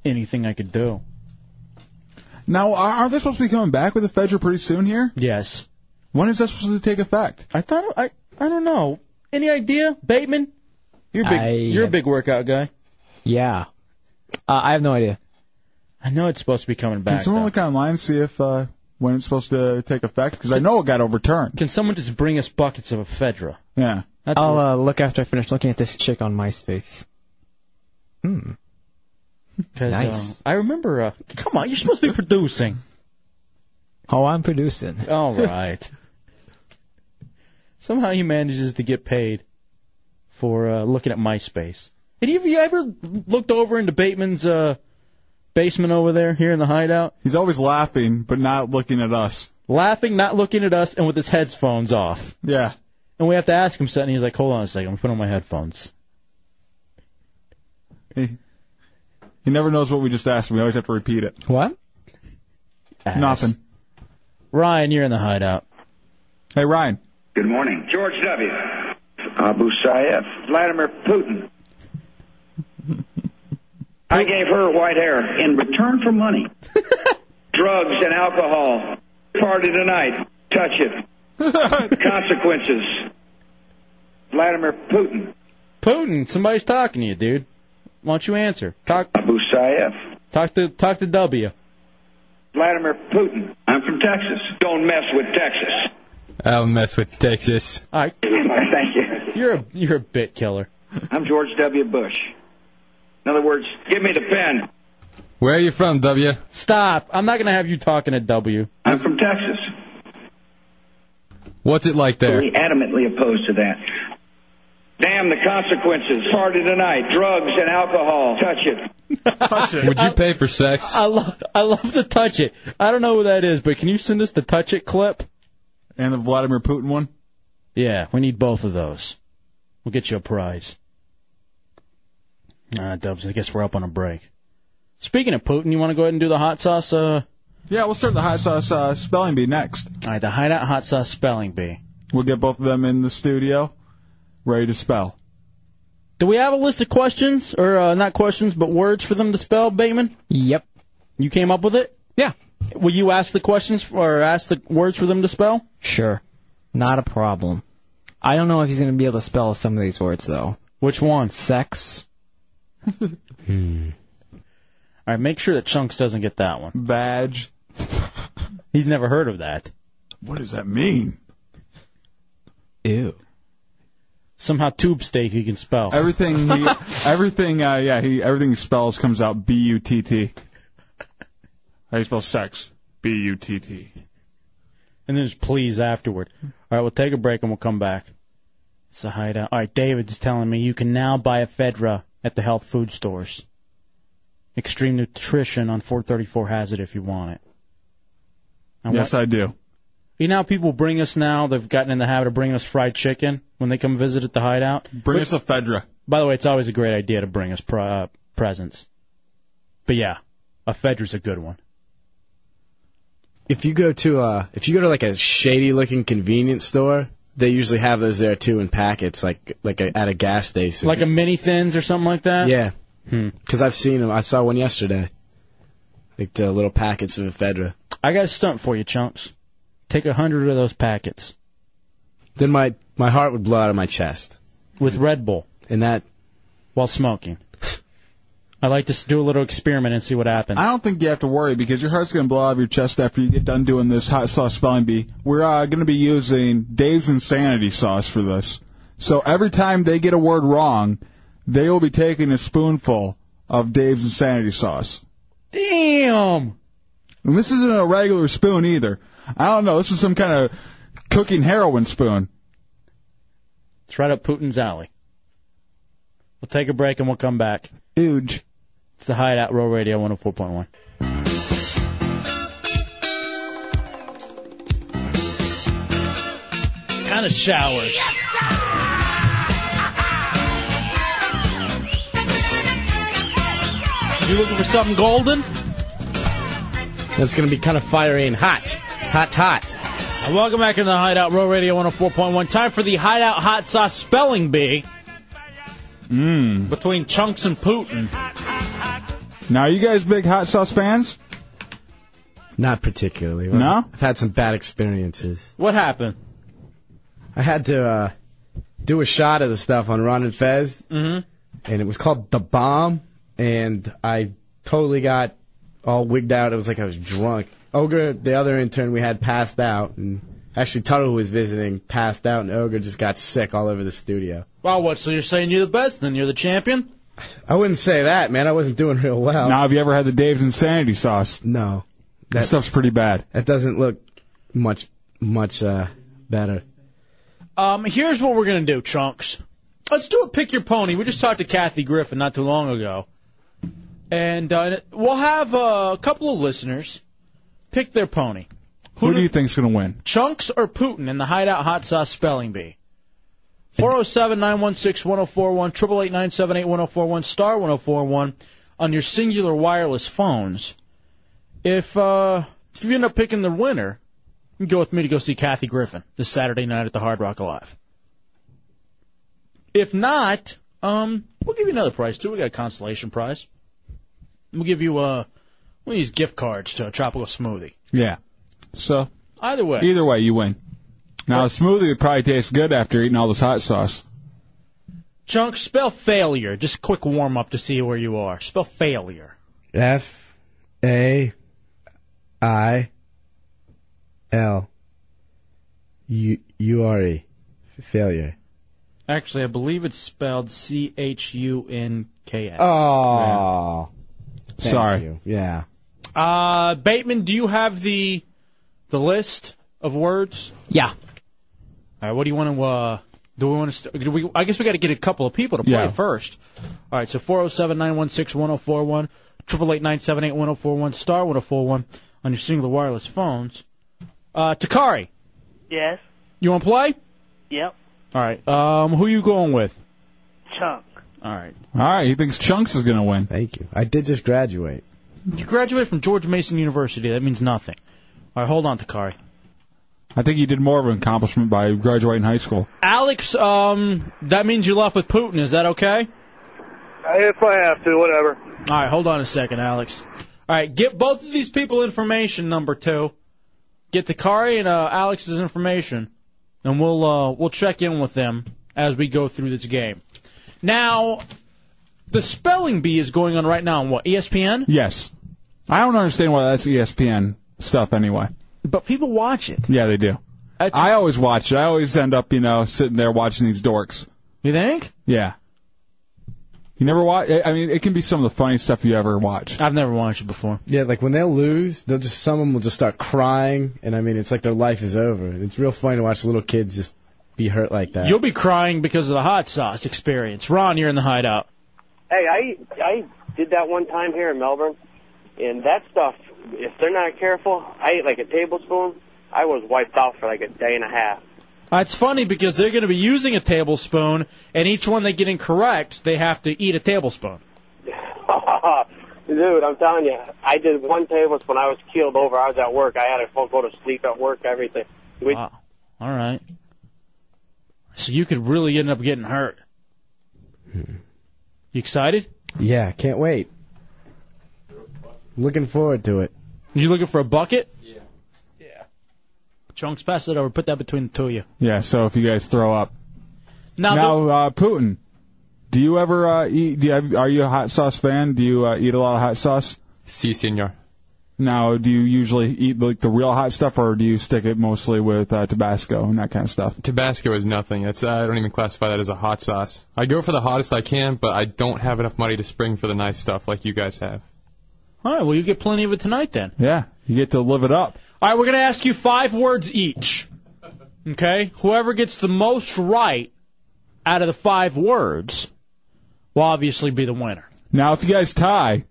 Speaker 3: Anything I could do.
Speaker 4: Now, are- aren't they supposed to be coming back with ephedra pretty soon here?
Speaker 3: Yes.
Speaker 4: When is that supposed to take effect?
Speaker 3: I thought I I don't know. Any idea, Bateman? You're a big.
Speaker 5: I-
Speaker 3: you're a big workout guy.
Speaker 5: Yeah. Uh, I have no idea.
Speaker 3: I know it's supposed to be coming
Speaker 4: Can
Speaker 3: back.
Speaker 4: someone look online and see if uh, when it's supposed to take effect? Because I know it got overturned.
Speaker 3: Can someone just bring us buckets of ephedra?
Speaker 4: Yeah.
Speaker 3: That's
Speaker 5: I'll uh, look after I finish looking at this chick on MySpace. Hmm.
Speaker 3: 'Cause, uh,
Speaker 5: Nice.
Speaker 3: I remember. Uh, come on, you're supposed to be producing.
Speaker 5: Oh, I'm producing.
Speaker 3: All right. Somehow he manages to get paid for uh, looking at MySpace. And have you ever looked over into Bateman's uh, basement over there, here in the hideout?
Speaker 4: He's always laughing, but not looking at us.
Speaker 3: Laughing, not looking at us, and with his headphones off.
Speaker 4: Yeah.
Speaker 3: And we have to ask him something. He's like, "Hold on a second, I'm putting on my headphones."
Speaker 4: He, he never knows what we just asked him. We always have to repeat it.
Speaker 5: What?
Speaker 3: Ass.
Speaker 4: Nothing.
Speaker 3: Ryan, you're in the hideout.
Speaker 4: Hey, Ryan.
Speaker 23: Good morning. George W. Abu Sayyaf. Vladimir Putin. I gave her white hair in return for money, drugs, and alcohol. Party tonight. Touch it. Consequences. Vladimir Putin.
Speaker 3: Putin, somebody's talking to you, dude. Why don't you answer? Talk.
Speaker 23: Abu Sayyaf.
Speaker 3: Talk to talk to W.
Speaker 23: Vladimir Putin. I'm from Texas. Don't mess with Texas.
Speaker 3: I'll mess with Texas. All right.
Speaker 23: Thank you.
Speaker 3: You're a you're a bit killer.
Speaker 23: I'm George W. Bush. In other words, give me the pen.
Speaker 3: Where are you from, W? Stop. I'm not gonna have you talking to W.
Speaker 23: I'm from Texas.
Speaker 3: What's it like
Speaker 23: Totally adamantly opposed to that. Damn the consequences. Party tonight. Drugs and alcohol. Touch it.
Speaker 3: Would you pay for sex? I love I love the touch it. I don't know who that is, but can you send us the touch it clip? And the Vladimir Putin one? Yeah, we need both of those. We'll get you a prize. Uh, Dubs, I guess we're up on a break. Speaking of Putin, you want to go ahead and do the hot sauce? Uh...
Speaker 4: Yeah, we'll start the hot sauce uh, spelling bee next.
Speaker 3: All right, the hideout hot sauce spelling bee.
Speaker 4: We'll get both of them in the studio, ready to spell.
Speaker 3: Do we have a list of questions, or uh, not questions, but words for them to spell, Bateman? Yep. You came up with it? Yeah. Will you ask the questions or ask the words for them to spell?
Speaker 5: Sure. Not a problem. I don't know if he's going to be able to spell some of these words, though.
Speaker 3: Which one?
Speaker 5: Sex.
Speaker 3: All right, make sure that Chunks doesn't get that one. Badge. He's never heard of that.
Speaker 4: What does that mean?
Speaker 3: Ew. Somehow tube steak he can spell.
Speaker 4: Everything he, everything, uh, yeah, he, everything he spells comes out B U T T. How you spell sex? B U T T.
Speaker 3: And then just please afterward. All right, we'll take a break and we'll come back. It's a hideout. All right, David's telling me you can now buy ephedra at the health food stores. Extreme Nutrition on 434 has it if you want it. I
Speaker 4: Yes, I do.
Speaker 3: You know, how people bring us now. They've gotten in the habit of bringing us fried chicken when they come visit at the hideout.
Speaker 4: Bring us ephedra.
Speaker 3: By the way, it's always a great idea to bring us pr- uh, presents. But yeah, ephedra's a good one.
Speaker 6: If you go to uh if you go to like a shady looking convenience store, they usually have those there too in packets, like like a, at a gas station.
Speaker 3: Like a mini thins or something like that.
Speaker 6: yeah,
Speaker 3: Hmm.
Speaker 6: because I've seen them. I saw one yesterday, like the little packets of ephedra.
Speaker 3: I got a stunt for you, chunks. Take a hundred of those packets.
Speaker 6: Then my my heart would blow out of my chest.
Speaker 3: With Red Bull.
Speaker 6: And that.
Speaker 3: While smoking. I like to s- do a little experiment and see what happens.
Speaker 4: I don't think you have to worry because your heart's going to blow out of your chest after you get done doing this hot sauce spelling bee. We're uh, going to be using Dave's Insanity Sauce for this. So every time they get a word wrong, they will be taking a spoonful of Dave's Insanity Sauce.
Speaker 3: Damn!
Speaker 4: And this isn't a regular spoon either. I don't know. This is some kind of cooking heroin spoon.
Speaker 3: It's right up Putin's alley. We'll take a break and we'll come back.
Speaker 4: Huge.
Speaker 3: It's the Hideout Row Radio 104.1. Kind of showers. You looking for something golden?
Speaker 6: That's gonna be kind of fiery and hot, hot, hot.
Speaker 3: And Welcome back into the Hideout Row Radio 104.1. Time for the Hideout Hot Sauce Spelling Bee.
Speaker 6: Hmm.
Speaker 4: Mmm.
Speaker 3: Between Chunks and Putin.
Speaker 4: Now, are you guys big hot sauce fans?
Speaker 6: Not particularly.
Speaker 4: No?
Speaker 6: I've had some bad experiences.
Speaker 3: What happened?
Speaker 6: I had to uh, do a shot of the stuff on Ron and Fez,
Speaker 3: Mm-hmm.
Speaker 6: and it was called the Bomb, and I totally got all wigged out. It was like I was drunk. Ogre, the other intern we had, passed out, and actually Tuttle who was visiting passed out, and Ogre just got sick all over the studio.
Speaker 3: Well, what? So you're saying you're the best, then you're the champion?
Speaker 6: I wouldn't say that, man. I wasn't doing real well.
Speaker 4: Now, have you ever had the Dave's Insanity Sauce?
Speaker 6: No.
Speaker 4: That stuff's pretty bad.
Speaker 6: That doesn't look much much uh, better.
Speaker 3: Um, here's what we're gonna do, Chunks. Let's do a pick your pony. We just talked to Kathy Griffin not too long ago, and uh, we'll have uh, a couple of listeners pick their pony.
Speaker 4: Who, do you think's going to win?
Speaker 3: Chunks or Putin in the Hideout Hot Sauce Spelling Bee. 407 916 1041, 888 978 1041, star 1041 on your singular wireless phones. If, uh, if you end up picking the winner, you can go with me to go see Kathy Griffin this Saturday night at the Hard Rock Alive. If not, um, we'll give you another prize too. We got a consolation prize. We'll give you, uh, one of these gift cards to a tropical smoothie.
Speaker 4: Yeah. So,
Speaker 3: Either way.
Speaker 4: either way, you win. Now, a smoothie would probably taste good after eating all this hot sauce.
Speaker 3: Chunk, spell failure. Just a quick warm up to see where you are. Spell failure.
Speaker 6: F A I L U U R E. Failure.
Speaker 3: Actually, I believe it's spelled C H U N K S.
Speaker 6: Oh. Thank
Speaker 3: Sorry.
Speaker 6: you. Yeah.
Speaker 3: Uh, Bateman, do you have the the list of words?
Speaker 5: Yeah.
Speaker 3: All right. What do you want to? Uh, do we want to? St- do we? I guess we got to get a couple of people to play
Speaker 4: Yeah.
Speaker 3: first. All right. So four zero seven nine one six one zero four one triple eight nine seven eight one zero four one star one zero four one on your singular wireless phones. Uh, Takari,
Speaker 14: Yes.
Speaker 3: you want to play?
Speaker 14: Yep.
Speaker 3: All right. Um, who you going with?
Speaker 14: Chunk.
Speaker 3: All right.
Speaker 4: All right, he thinks Chunks is going to win.
Speaker 6: Thank you. I did just graduate.
Speaker 3: You graduated from George Mason University. That means nothing. All right. Hold on, Takari.
Speaker 4: I think he did more of an accomplishment by graduating high school.
Speaker 3: Alex, um, that means you left with Putin. Is that okay?
Speaker 21: Uh, If I have to, whatever.
Speaker 3: All right, hold on a second, Alex. All right, get both of these people information. Number two, get the Kari and uh, Alex's information, and we'll uh, we'll check in with them as we go through this game. Now, the spelling bee is going on right now on what E ESPN,
Speaker 4: Yes. I don't understand why that's E ESPN stuff anyway.
Speaker 3: but people watch it.
Speaker 4: Yeah, they do.
Speaker 3: I,
Speaker 4: always watch it. I always end up, you know, sitting there watching these dorks.
Speaker 3: You think?
Speaker 4: Yeah. You never watch. I mean, it can be some of the funniest stuff you ever watch.
Speaker 3: I've never watched it before.
Speaker 6: Yeah, like when they'll lose, they'll just some of them will just start crying, and I mean it's like their life is over. It's real funny to watch little kids just be hurt like that.
Speaker 3: You'll be crying because of the hot sauce experience. Ron, you're in the hideout.
Speaker 8: Hey, I I did that one time here in Melbourne, and that stuff. If they're not careful, I ate like a tablespoon. I was wiped out for like a day and a half.
Speaker 3: Uh, It's funny because they're going to be using a tablespoon, and each one they get incorrect, they have to eat a tablespoon.
Speaker 8: Dude, I'm telling you, I did one tablespoon. I was keeled over. I was at work. I had to full go to sleep at work. Everything. We,
Speaker 3: Wow. All right. So you could really end up getting hurt. You excited?
Speaker 6: Yeah, can't wait. Looking forward to it.
Speaker 3: You looking for a bucket? Yeah. Yeah. Chunks, pass it over. Put that between the two of you.
Speaker 4: Yeah. So if you guys throw up.
Speaker 3: Now,
Speaker 4: now uh, Putin, do you ever uh, eat? Do you have, are you a hot sauce fan? Do you uh, eat a lot of hot sauce?
Speaker 12: Si, senor.
Speaker 4: Now, do you usually eat like the real hot stuff, or do you stick it mostly with uh, Tabasco and that kind of stuff?
Speaker 12: Tabasco is nothing. That's I don't even classify that as a hot sauce. I go for the hottest I can, but I don't have enough money to spring for the nice stuff like you guys have.
Speaker 3: All right. Well, you get plenty of it tonight then.
Speaker 4: Yeah, you get to live it up.
Speaker 3: All right. We're going to ask you five words each. Okay. Whoever gets the most right out of the five words will obviously be the winner.
Speaker 4: Now, if you guys tie,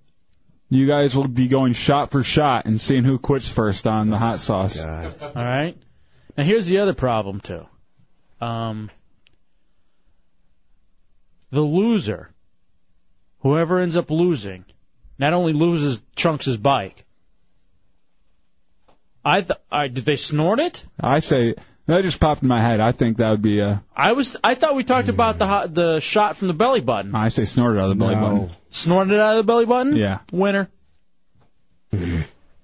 Speaker 4: you guys will be going shot for shot and seeing who quits first on the hot sauce.
Speaker 3: All right. Now here's the other problem too. Um, the loser, whoever ends up losing, not only loses Trunks' bike. I th- I did they snort it?
Speaker 4: I say that just popped in my head. I think that would be uh, a.
Speaker 3: I was I thought we talked about the hot, the shot from the belly button.
Speaker 4: I say snorted out of the belly button.
Speaker 3: Snorted it out of the belly button.
Speaker 4: Yeah.
Speaker 3: Winner.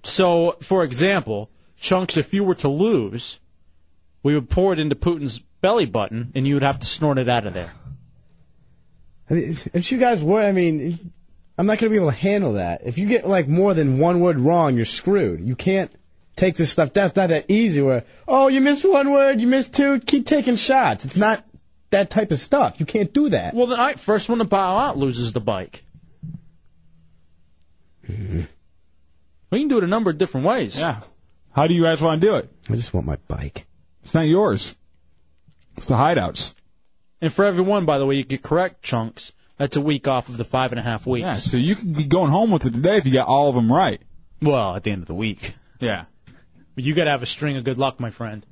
Speaker 3: so, for example, chunks. If you were to lose, we would pour it into Putin's belly button, and you would have to snort it out of there.
Speaker 6: I mean, If you guys were, I mean, I'm not going to be able to handle that. If you get like more than one word wrong, you're screwed. You can't take this stuff. That's not that easy. Where oh, you missed one word, you missed two, keep taking shots. It's not that type of stuff. You can't do that.
Speaker 3: Well, then, all right, first one to bow out loses the bike. We can do it a number of different ways.
Speaker 4: Yeah. How do you guys want to do it?
Speaker 6: I just want my bike.
Speaker 4: It's not yours. It's the hideouts.
Speaker 3: And for every one, by the way, you get correct chunks. That's a week off of the five and a half weeks.
Speaker 4: Yeah. So you could be going home with it today if you got all of them right.
Speaker 3: Well, at the end of the week.
Speaker 4: Yeah.
Speaker 3: But you got to have a string of good luck, my friend.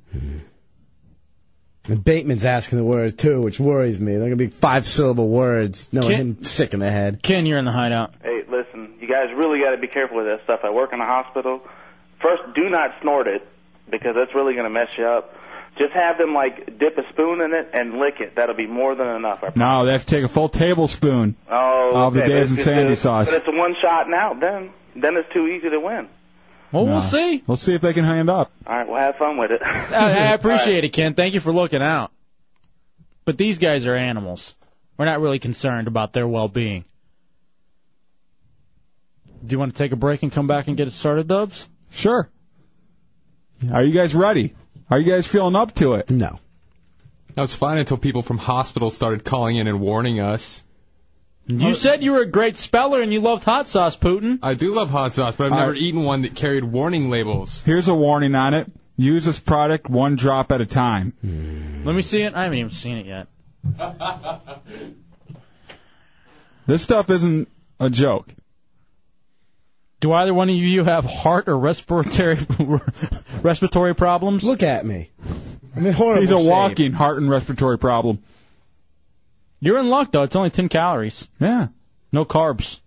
Speaker 6: And Bateman's asking the words too, which worries me. They're going to be five syllable words. No,
Speaker 3: Can-
Speaker 6: him sick in the head.
Speaker 3: Ken, you're in the hideout.
Speaker 10: Hey, listen, you guys really got to be careful with that stuff. I work in a hospital. First, do not snort it because that's really going to mess you up. Just have them like dip a spoon in it and lick it. That'll be more than enough. I
Speaker 4: No, they have to take a full tablespoon.
Speaker 10: Oh,
Speaker 4: Of the
Speaker 10: okay,
Speaker 4: Dave
Speaker 10: but
Speaker 4: and
Speaker 10: it's-
Speaker 4: Sandy
Speaker 10: it's-
Speaker 4: sauce.
Speaker 10: But it's a one shot and out. Then, then it's too easy to win.
Speaker 3: Well,
Speaker 4: No.
Speaker 3: we'll see.
Speaker 4: We'll see if they can hang up.
Speaker 10: All right, well, have fun with it.
Speaker 3: Uh, I, I appreciate it, Ken. Thank you for looking out. But these guys are animals. We're not really concerned about their well-being. Do you want to take a break and come back and get it started, Dubs?
Speaker 4: Sure. Are you guys ready? Are you guys feeling up to it?
Speaker 6: No.
Speaker 12: That was fine until people from hospitals started calling in and warning us.
Speaker 3: You said you were a great speller and you loved hot sauce, Putin.
Speaker 12: I do love hot sauce, but I've
Speaker 4: All
Speaker 12: never
Speaker 4: right.
Speaker 12: eaten one that carried warning labels.
Speaker 4: Here's a warning on it. Use this product one drop at a time.
Speaker 3: Let me see it. I haven't even seen it yet.
Speaker 4: This stuff isn't a joke.
Speaker 3: Do either one of you have heart or respiratory respiratory problems?
Speaker 6: Look at me. I'm in horrible
Speaker 4: He's a
Speaker 6: shape.
Speaker 4: walking heart and respiratory problem.
Speaker 3: You're in luck though. It's only 10 calories.
Speaker 4: Yeah.
Speaker 3: No carbs.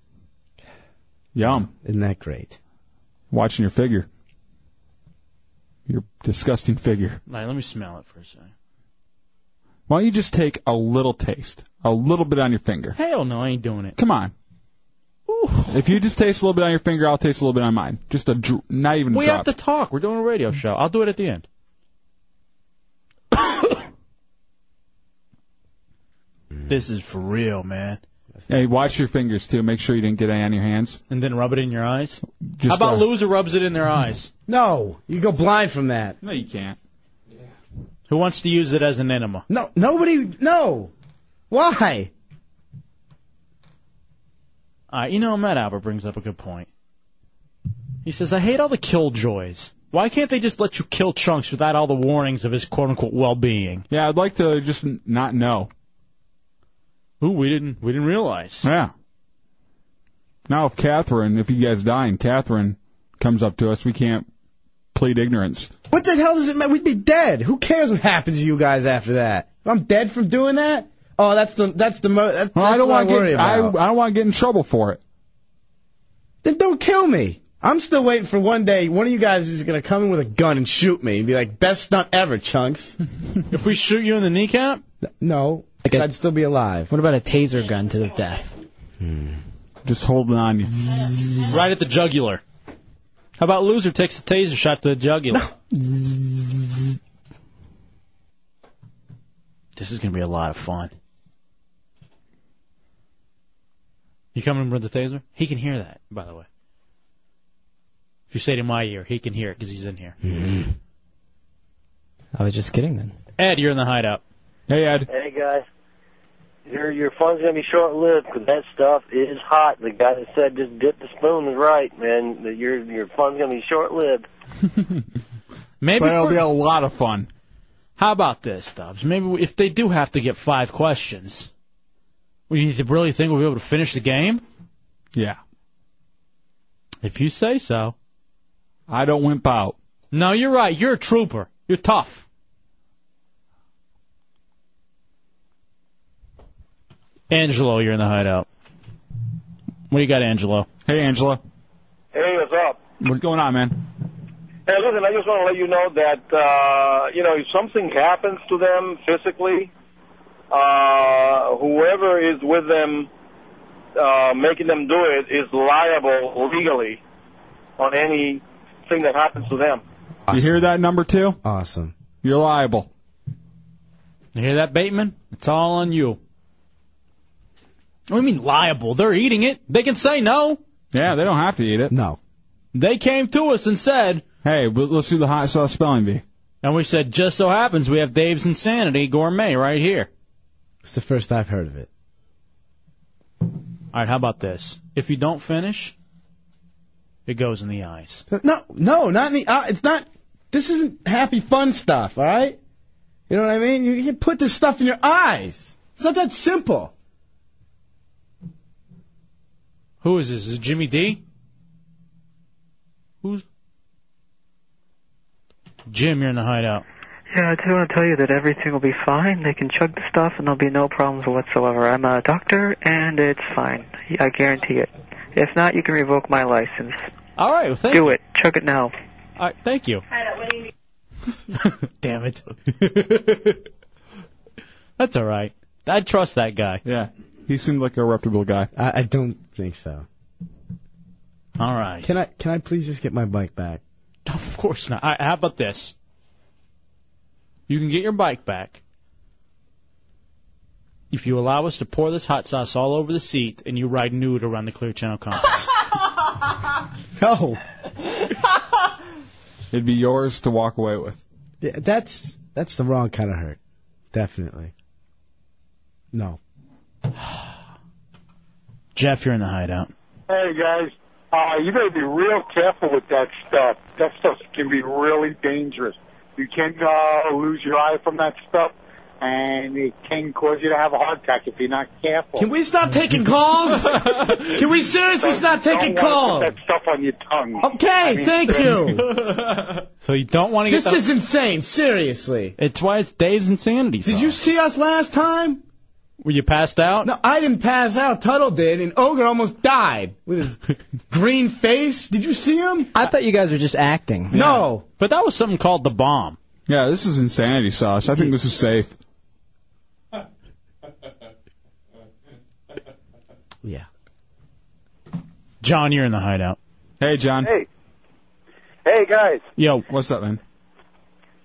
Speaker 4: Yum.
Speaker 6: Isn't that great?
Speaker 4: Watching your figure. Your disgusting figure.
Speaker 3: All right, let me smell it for a second.
Speaker 4: Why don't you just take a little taste? A little bit on your finger.
Speaker 3: Hell no, I ain't doing it.
Speaker 4: Come on. If you just taste a little bit on your finger, I'll taste a little bit on mine. Just a dr- not even a
Speaker 3: We
Speaker 4: drop.
Speaker 3: have to talk. We're doing a radio show. I'll do it at the end. this is for real, man.
Speaker 4: Hey, watch your fingers too. Make sure you didn't get any on your hands.
Speaker 3: And then rub it in your eyes.
Speaker 4: Just
Speaker 3: How about
Speaker 4: uh,
Speaker 3: loser rubs it in their eyes?
Speaker 6: No, you go blind from that.
Speaker 4: No, you can't.
Speaker 3: Who wants to use it as an enema?
Speaker 6: No, nobody. No. Why?
Speaker 3: Uh, you know, Matt Albert brings up a good point. He says, I hate all the killjoys. Why can't they just let you kill Chunks without all the warnings of his quote unquote well being?
Speaker 4: Yeah, I'd like to just n- not know.
Speaker 3: Ooh, we didn't we didn't realize.
Speaker 4: Yeah. Now, if Catherine, if you guys die and Catherine comes up to us, we can't plead ignorance.
Speaker 6: What the hell does it matter? We'd be dead. Who cares what happens to you guys after that? If I'm dead from doing that. Oh, that's the that's the mo. That,
Speaker 4: Well,
Speaker 6: that's
Speaker 4: I don't
Speaker 6: what I
Speaker 4: want to
Speaker 6: worry
Speaker 4: get I, I
Speaker 6: about.
Speaker 4: don't want to get in trouble for it.
Speaker 6: Then don't kill me. I'm still waiting for one day one of you guys is gonna come in with a gun and shoot me and be like, best stunt ever, chunks.
Speaker 3: if we shoot you in the kneecap?
Speaker 6: No, I'd still be alive.
Speaker 5: What about a taser gun to the death?
Speaker 4: Hmm. Just holding on. You.
Speaker 3: Right at the jugular. How about loser takes the taser shot to the jugular? this is gonna be a lot of fun. You coming with the taser? He can hear that, by the way. If you say it in my ear, he can hear it 'cause he's in here. Mm.
Speaker 5: I was just kidding then.
Speaker 3: Ed, you're in the hideout.
Speaker 4: Hey, Ed.
Speaker 11: Hey guys, your your fun's gonna be short lived 'cause that stuff is hot. The guy that said just dip the spoon is right, man. That Your your fun's gonna be short lived.
Speaker 3: Maybe
Speaker 4: But it'll
Speaker 3: for-
Speaker 4: be a lot of fun.
Speaker 3: How about this, Dubs? Maybe we- if they do have to get five questions, we need to really think we'll be able to finish the game.
Speaker 4: Yeah.
Speaker 3: If you say so.
Speaker 4: I don't wimp out.
Speaker 3: No, you're right. You're a trooper. You're tough. Angelo, you're in the hideout. What do you got, Angelo?
Speaker 4: Hey, Angela.
Speaker 11: Hey, what's up?
Speaker 4: What's going on, man?
Speaker 11: Hey, listen, I just want to let you know that, uh, you know, if something happens to them physically, uh, whoever is with them uh, making them do it is liable legally on anything that happens to them.
Speaker 4: You hear that number two?
Speaker 6: Awesome.
Speaker 4: You're liable.
Speaker 3: You hear that, Bateman? It's all on you. What do you mean liable? They're eating it. They can say no.
Speaker 4: Yeah, they don't have to eat it.
Speaker 6: No.
Speaker 3: They came to us and said,
Speaker 4: "Hey, but let's do the hot sauce spelling bee."
Speaker 3: And we said, just so happens we have Dave's Insanity Gourmet right here.
Speaker 6: It's the first I've heard of it.
Speaker 3: All right, how about this? If you don't finish, it goes in the eyes.
Speaker 6: Uh, No, no, not in the. Uh, it's not. This isn't happy fun stuff. All right. You know what I mean? You, you can put this stuff in your eyes. It's not that simple.
Speaker 3: Who is this? Is it Jimmy D? Who's Jim? You're in the hideout.
Speaker 14: Yeah, I just want to tell you that everything will be fine. They can chug the stuff and there'll be no problems whatsoever. I'm a doctor and it's fine. I guarantee it. If not, you can revoke my license.
Speaker 3: All right, well, thank
Speaker 14: Do it. Chug it now.
Speaker 3: All right, thank you. Damn it. That's all right. I trust that guy.
Speaker 4: Yeah, he seemed like a reputable guy.
Speaker 6: I, I don't think so.
Speaker 3: All right.
Speaker 6: Can I can I please just get my bike back?
Speaker 3: Of course not. All right, how about this? You can get your bike back, if you allow us to pour this hot sauce all over the seat and you ride nude around the Clear Channel Complex.
Speaker 4: No. It'd be yours to walk away with.
Speaker 6: Yeah, that's that's the wrong kind of hurt. Definitely. No.
Speaker 3: Jeff, you're in the hideout.
Speaker 19: Hey guys, uh, you gotta be real careful with that stuff. That stuff can be really dangerous. You can uh, lose your eye from that stuff, and it can cause you to have a heart attack if you're not careful.
Speaker 6: Can we stop taking calls? Can we seriously stop taking
Speaker 19: Don't wanna
Speaker 6: calls?
Speaker 19: Put that stuff on your tongue.
Speaker 6: Okay, thank
Speaker 19: you.
Speaker 3: So you don't want to get
Speaker 6: This
Speaker 3: that-
Speaker 6: is insane. Seriously.
Speaker 3: It's why it's Dave's insanity.
Speaker 6: Did you see us last time?
Speaker 3: Were you passed out?
Speaker 6: No, I didn't pass out. Tuttle did, and Ogre almost died with his green face. Did you see him?
Speaker 5: I thought you guys were just acting.
Speaker 6: No.
Speaker 3: But that was something called the bomb.
Speaker 4: Yeah, this is insanity sauce. I think this is safe.
Speaker 3: Yeah. John, you're in the hideout.
Speaker 4: Hey, John.
Speaker 17: Hey. Hey guys,
Speaker 3: Yo.
Speaker 4: What's up, man?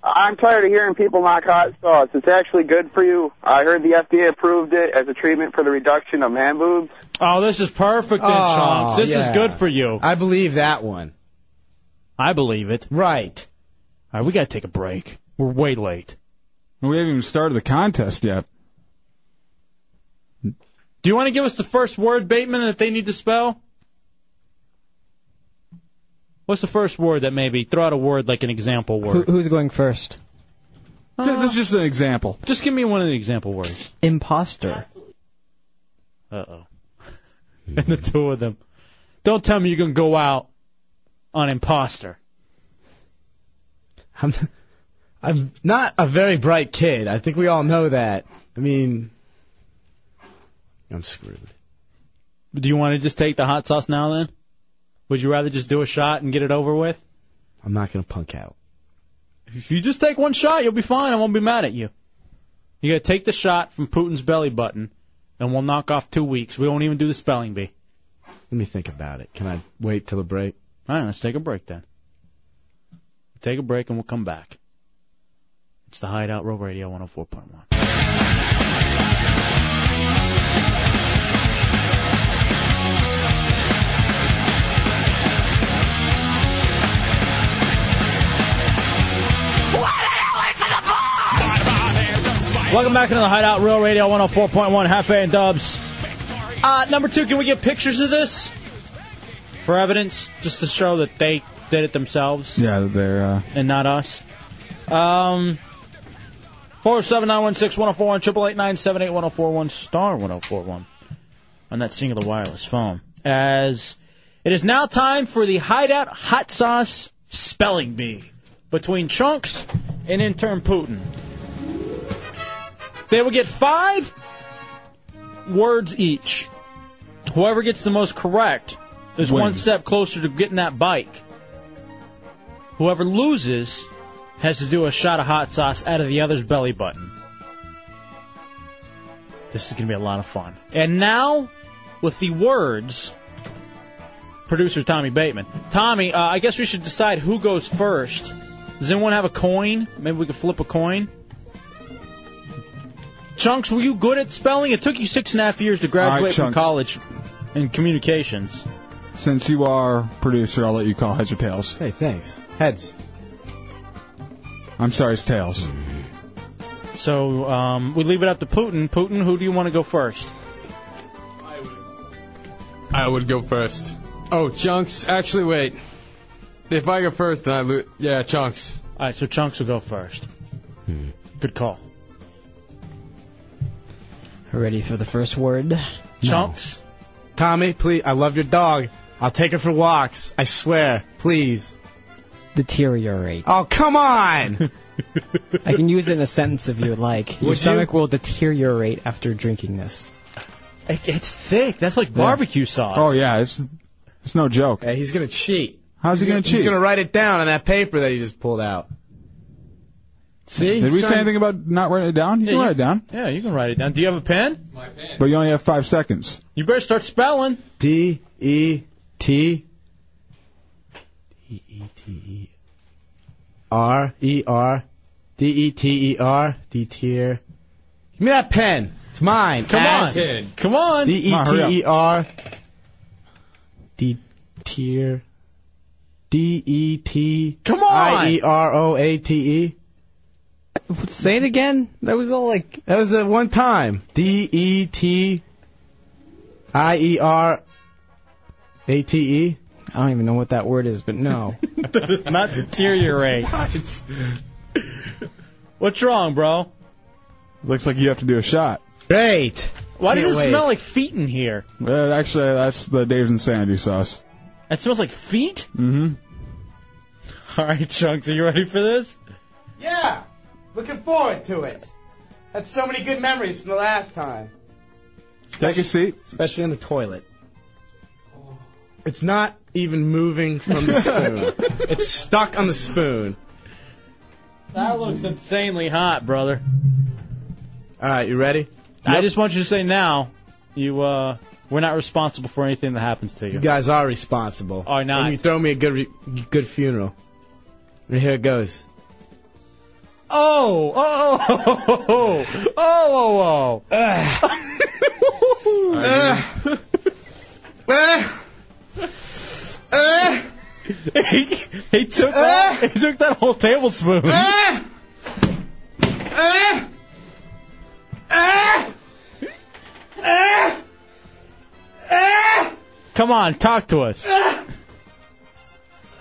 Speaker 17: I'm tired of hearing people knock hot sauce. It's actually good for you. I heard the FDA approved it as a treatment for the reduction of man boobs.
Speaker 3: Oh, this is perfect, then,
Speaker 17: Oh,
Speaker 3: Chunks. This
Speaker 17: yeah.
Speaker 3: is good for you.
Speaker 6: I believe that one.
Speaker 3: I believe it.
Speaker 6: Right.
Speaker 3: All right, we got to take a break. We're way late.
Speaker 4: We haven't even started the contest yet.
Speaker 3: Do you want to give us the first word, Bateman, that they need to spell? What's the first word that maybe throw out a word like an example
Speaker 5: Who,
Speaker 3: word?
Speaker 5: who's going first?
Speaker 4: Yeah, this is just an example.
Speaker 3: Just give me one of the example words.
Speaker 5: Imposter.
Speaker 3: Uh oh. and the two of them. Don't tell me you're gonna go out on imposter.
Speaker 6: I'm, I'm not a very bright kid. I think we all know that. I mean, I'm screwed.
Speaker 3: Do you want to just take the hot sauce now then? Would you rather just do a shot and get it over with?
Speaker 6: I'm not gonna punk out.
Speaker 3: If you just take one shot, you'll be fine. I won't be mad at you. You gotta take the shot from Putin's belly button, and we'll knock off two weeks. We won't even do the spelling bee.
Speaker 6: Let me think about it. Can I wait till the break?
Speaker 3: All right, let's take a break then. Take a break and we'll come back. It's the Hideout Row Radio 104.1. Welcome back into the Hideout Real Radio 104.1 Half A and Dubs. Uh, number two, can we get pictures of this for evidence, just to show that they did it themselves
Speaker 4: Yeah, they're. Uh...
Speaker 3: and not us? Um, four seven nine one six one zero four one triple eight nine seven eight one zero four one star one zero four one on that singular wireless phone. As it is now time for the Hideout Hot Sauce Spelling Bee between Chunks and intern Putin. They will get five words each. Whoever gets the most correct is one step closer to getting that bike. Whoever loses has to do a shot of hot sauce out of the other's belly button. This is going to be a lot of fun. And now, with the words, producer Tommy Bateman. Tommy, uh, I guess we should decide who goes first. Does anyone have a coin? Maybe we could flip a coin. Chunks, were you good at spelling? It took you six and a half years to graduate
Speaker 4: All right,
Speaker 3: from
Speaker 4: Chunks.
Speaker 3: college in communications.
Speaker 4: Since you are producer, I'll let you call heads or tails.
Speaker 6: Hey, thanks. Heads. Hmm.
Speaker 4: I'm sorry, it's tails.
Speaker 3: So um, we leave it up to Putin. Putin, who do you want to go first?
Speaker 12: I would go first. Oh, Chunks. Actually, wait. If I go first, then I lose. Yeah, Chunks.
Speaker 3: All right, so Chunks will go first. Good call.
Speaker 5: Ready for the first word?
Speaker 3: Chunks.
Speaker 6: Tommy, please. I love your dog. I'll take her for walks. I swear. Please.
Speaker 5: Deteriorate.
Speaker 6: Oh, come on!
Speaker 5: I can use it in a sentence if you would like. Your
Speaker 6: Would you?
Speaker 5: stomach will deteriorate after drinking this.
Speaker 3: It's thick. That's like barbecue sauce.
Speaker 4: Oh yeah, it's it's no joke.
Speaker 6: Hey, he's gonna cheat.
Speaker 4: How's he gonna
Speaker 6: He's
Speaker 4: cheat?
Speaker 6: gonna write it down on that paper that he just pulled out. See?
Speaker 4: Did
Speaker 6: He's
Speaker 4: we say
Speaker 6: trying-
Speaker 4: anything about not writing it down? You
Speaker 3: Yeah,
Speaker 4: can
Speaker 3: you-
Speaker 4: write it down,
Speaker 3: Yeah, you can write it down. Do you have a pen?
Speaker 4: but you only have five seconds.
Speaker 3: You better start spelling.
Speaker 6: D E T D E T E R E R D E T E R D tier. Give me that pen. It's mine.
Speaker 3: Come on. Come on. Come
Speaker 6: D E
Speaker 3: on,
Speaker 6: T
Speaker 3: hurry
Speaker 6: E R. D tier. D E T.
Speaker 3: Come
Speaker 6: I E R O A T E. Say it again. That was all like. That was the one time. D E T. I E R. A T E. I don't even know what that word is, but no.
Speaker 3: Does not deteriorate. What's wrong, bro?
Speaker 4: Looks like you have to do a shot.
Speaker 6: Great.
Speaker 3: Why does it smell like feet in here?
Speaker 4: Uh, actually, that's the Dave's Insanity sauce.
Speaker 3: It smells like feet?
Speaker 4: Mm-hmm.
Speaker 3: All right, Chunks, are you ready for this?
Speaker 6: Yeah. Looking forward to it. That's so many good memories from the last time.
Speaker 4: Take a seat.
Speaker 6: Especially in the toilet. It's not even moving from the spoon. it's stuck on the spoon.
Speaker 3: That looks insanely hot, brother.
Speaker 6: All right, you ready?
Speaker 3: I just want you to say now, you uh, we're not responsible for anything that happens to you.
Speaker 6: You guys are responsible.
Speaker 3: Are not.
Speaker 6: And you throw me a good re- good funeral. And here it goes.
Speaker 3: Oh, oh, oh, oh, oh, oh, oh.
Speaker 6: Ugh. Ugh. Ugh.
Speaker 3: he, he took that,
Speaker 6: Eh!
Speaker 3: he took that whole tablespoon.
Speaker 6: Ah! Ah! Ah! Ah! Ah!
Speaker 3: Come on, talk to us.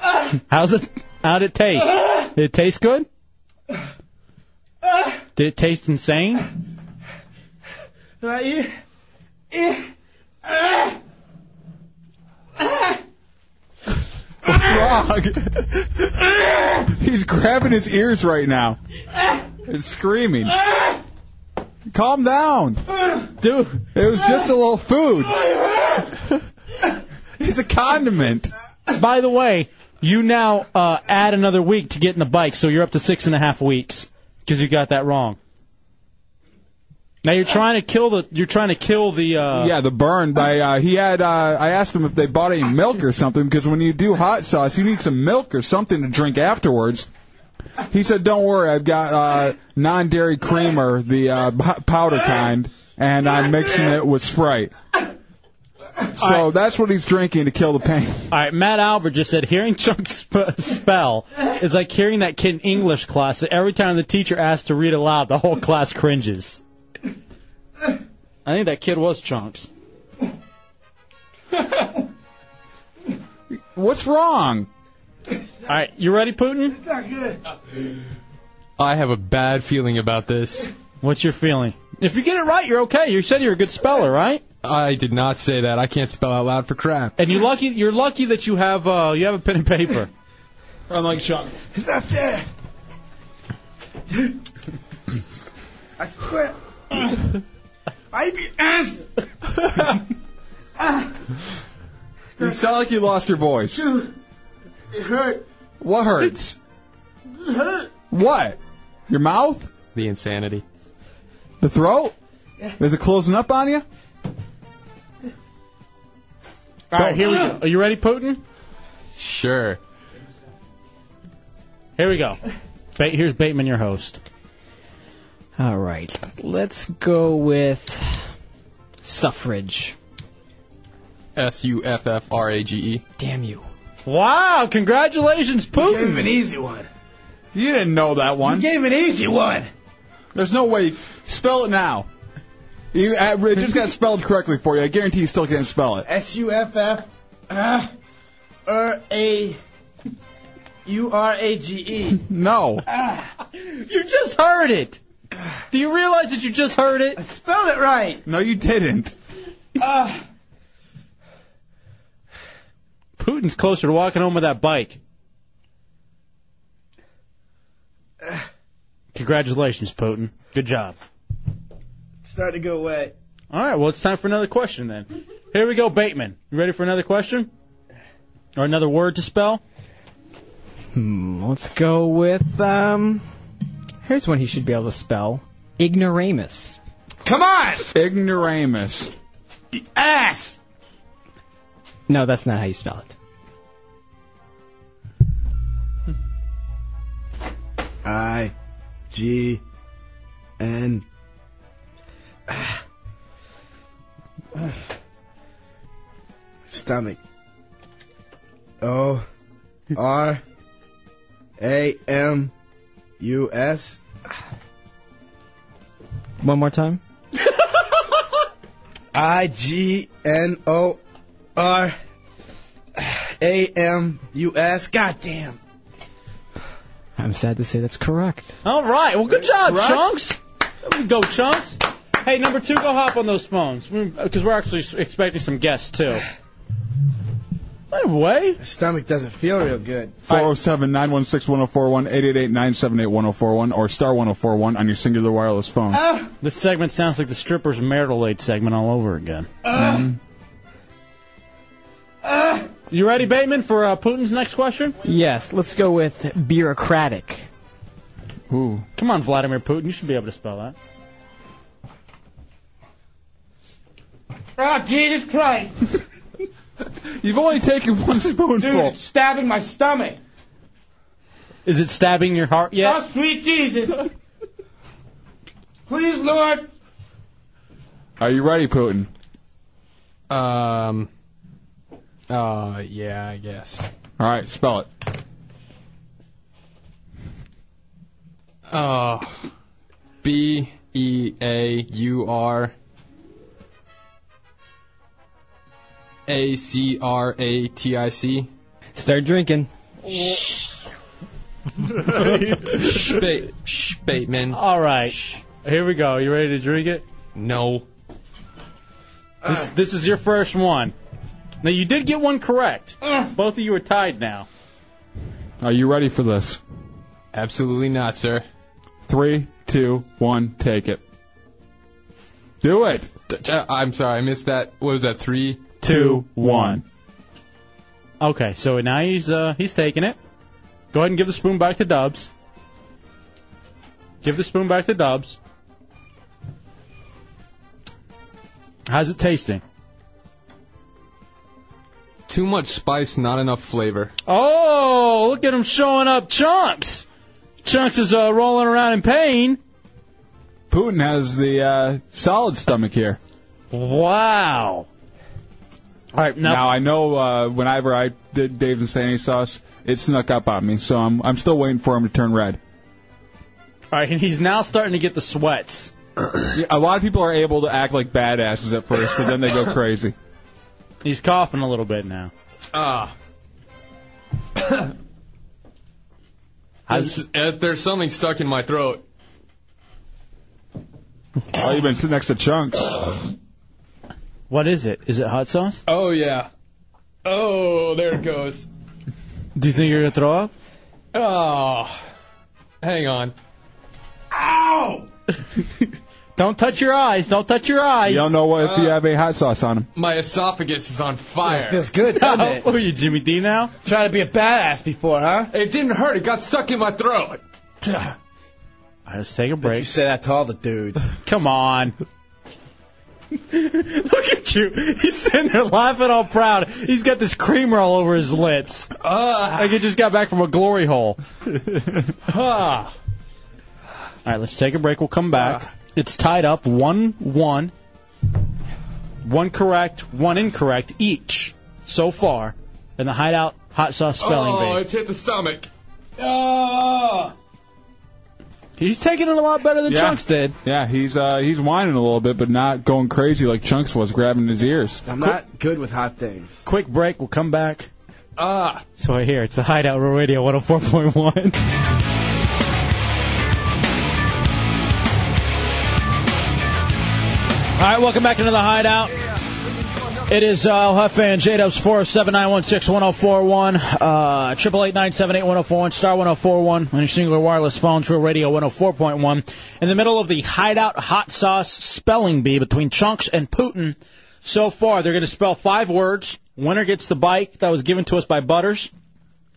Speaker 6: Ah!
Speaker 3: How's it? How'd it taste?
Speaker 6: Eh!
Speaker 3: Did it taste good?
Speaker 6: Ah!
Speaker 3: Did it taste insane?
Speaker 6: Did I eat? Eh. Ah! Ah!
Speaker 4: What's wrong? He's grabbing his ears right now. It's screaming.
Speaker 6: Ah!
Speaker 4: Calm down.
Speaker 3: Dude,
Speaker 4: it was just a little food. He's a condiment.
Speaker 3: By the way, you now uh, add another week to get in the bike, so you're up to six and a half weeks because you got that wrong. Now you're trying to kill the you're trying to kill the uh,
Speaker 4: yeah, the burn by uh, he had. Uh, I asked him if they bought any milk or something because when you do hot sauce, you need some milk or something to drink afterwards. He said, "Don't worry, I've got uh, non-dairy creamer, the uh, p- powder kind, and I'm mixing it with Sprite." So that's what he's drinking to kill the pain.
Speaker 3: All right, Matt Albert just said hearing Chuck sp- spell is like hearing that kid in English class that every time the teacher asks to read aloud, the whole class cringes. I think that kid was Chunks.
Speaker 4: What's wrong?
Speaker 3: All right, you ready, Putin?
Speaker 6: It's not good.
Speaker 12: I have a bad feeling about this.
Speaker 3: What's your feeling? If you get it right, you're okay. You said you're a good speller, right?
Speaker 12: I did not say that. I can't spell out loud for crap.
Speaker 3: And you're lucky. You're lucky that you have uh, you have a pen and paper.
Speaker 4: Unlike Chuck.
Speaker 6: It's not fair. I swear. I be asked.
Speaker 4: You sound like you lost your voice.
Speaker 6: It hurt.
Speaker 4: What hurts?
Speaker 6: It hurt.
Speaker 4: What? Your mouth?
Speaker 12: The insanity.
Speaker 4: The throat? Is it closing up on you?
Speaker 3: All right, here we go. Are you ready, Putin?
Speaker 12: Sure.
Speaker 3: Here we go. Ba- here's Bateman, your host.
Speaker 5: All right. Let's go with suffrage.
Speaker 12: S U F F R A G E.
Speaker 5: Damn you.
Speaker 3: Wow! Congratulations, Putin.
Speaker 6: Gave him an easy one.
Speaker 4: You didn't know that one.
Speaker 6: You gave an easy one.
Speaker 4: There's no way. Spell it now. You, uh, it just got spelled correctly for you. I guarantee you still can't spell it.
Speaker 6: S U F F uh, R A U R A G E. Ah,
Speaker 4: No.
Speaker 3: You just heard it. Do you realize that you just heard it? I
Speaker 6: spelled it right.
Speaker 4: No, you didn't.
Speaker 6: Uh,
Speaker 3: Putin's closer to walking home with that bike. Congratulations, Putin. Good job.
Speaker 6: starting to go away.
Speaker 3: All right, well, it's time for another question then. Here we go, Bateman. You ready for another question? Or another word to spell?
Speaker 5: Hmm, let's go with um. Here's one he should be able to spell: ignoramus.
Speaker 6: Come on.
Speaker 4: Ignoramus.
Speaker 6: Ass.
Speaker 5: No, that's not how you spell it.
Speaker 6: I G N. Ah.
Speaker 18: stomach. O R A M U S.
Speaker 5: One more time.
Speaker 18: I G N O R A M U S. Goddamn.
Speaker 5: I'm sad to say that's correct.
Speaker 3: All right. Well, good job,
Speaker 5: Right.
Speaker 3: Chunks. Go, Chunks. Hey, number two, go hop on those phones because we're actually expecting some guests too. By the way,
Speaker 18: stomach doesn't feel real good.
Speaker 4: 407 916 1041, 888 978 1041, or star 1041 on your singular wireless phone.
Speaker 3: This segment sounds like the stripper's marital aid segment all over again.
Speaker 4: Mhm.
Speaker 3: You ready, Bateman, for uh, Putin's next question?
Speaker 5: Yes, let's go with bureaucratic.
Speaker 4: Ooh.
Speaker 3: Come on, Vladimir Putin. You should be able to spell that.
Speaker 16: Oh, Jesus Christ.
Speaker 4: You've only taken one spoonful.
Speaker 16: Dude, it's stabbing my stomach.
Speaker 3: Is it stabbing your heart yet?
Speaker 16: Oh, sweet Jesus. Please, Lord.
Speaker 4: Are you ready, Putin?
Speaker 12: Um. Uh, yeah, I guess.
Speaker 4: All right, spell it.
Speaker 12: Uh, B E A U R A C R A T I C.
Speaker 5: Start drinking.
Speaker 12: Spate, Bateman.
Speaker 3: All right. Here we go. You ready to drink it?
Speaker 12: No.
Speaker 3: This, this is your first one. Now, you did get one correct. Both of you are tied now.
Speaker 4: Are you ready for this?
Speaker 12: Absolutely not, sir.
Speaker 4: Three, two, one, take it. Do it.
Speaker 12: D- uh, I'm sorry, I missed that. What was that? Three,
Speaker 4: Two, one.
Speaker 3: Okay, so now he's uh, he's taking it. Go ahead and give the spoon back to Dubs. Give the spoon back to Dubs. How's it tasting?
Speaker 12: Too much spice, not enough flavor.
Speaker 3: Oh, look at him showing up, Chunks. Chunks is uh, rolling around in pain.
Speaker 4: Putin has the uh, solid stomach here.
Speaker 3: Wow. All right, now,
Speaker 4: I know uh, whenever I did Dave and Sandy sauce, it snuck up on me, so I'm I'm still waiting for him to turn red.
Speaker 3: All right, and he's now starting to get the sweats.
Speaker 4: Yeah, a lot of people are able to act like badasses at first, but then they go crazy.
Speaker 3: He's coughing a little bit now.
Speaker 12: Ah. there's, uh, there's something stuck in my throat.
Speaker 4: Oh, you've been sitting next to Chunks.
Speaker 3: What is it? Is it hot sauce?
Speaker 12: Oh yeah. Oh, there it goes.
Speaker 3: Do you think you're gonna throw up?
Speaker 12: Oh. Hang on.
Speaker 16: Ow!
Speaker 3: Don't touch your eyes. Don't touch your eyes.
Speaker 4: You don't know what if you have a hot sauce on him.
Speaker 12: My esophagus is on fire.
Speaker 4: feels good, doesn't it?
Speaker 3: What are you, Jimmy D now?
Speaker 12: Trying to be a badass before, huh? It didn't hurt. It got stuck in my throat.
Speaker 3: let's take a break.
Speaker 18: You say that to all the dudes.
Speaker 3: Come on. Look at you. He's sitting there laughing all proud. He's got this creamer all over his lips. like he just got back from a glory hole. Ah. All right, let's take a break. We'll come back. It's tied up 1 1. One correct, one incorrect each so far in the Hideout Hot Sauce Spelling
Speaker 12: oh,
Speaker 3: Bee.
Speaker 12: it's hit the stomach. Ah.
Speaker 3: He's taking it a lot better than
Speaker 4: Yeah.
Speaker 3: Chunks did.
Speaker 4: Yeah, he's uh, he's whining a little bit, but not going crazy like Chunks was, grabbing his ears.
Speaker 18: I'm not good with hot things.
Speaker 3: Quick break. We'll come back.
Speaker 12: Ah.
Speaker 3: So I hear it's the Hideout Radio 104.1. All right, welcome back into the Hideout. It is uh, El Jefe and J-Dubs 407-916-1041, uh, 888-978-1041, star 1041 on your singular wireless phone, True Radio 104.1. In the middle of the Hideout Hot Sauce Spelling Bee between Chunks and Putin, so far they're going to spell five words. Winner gets the bike that was given to us by Butters.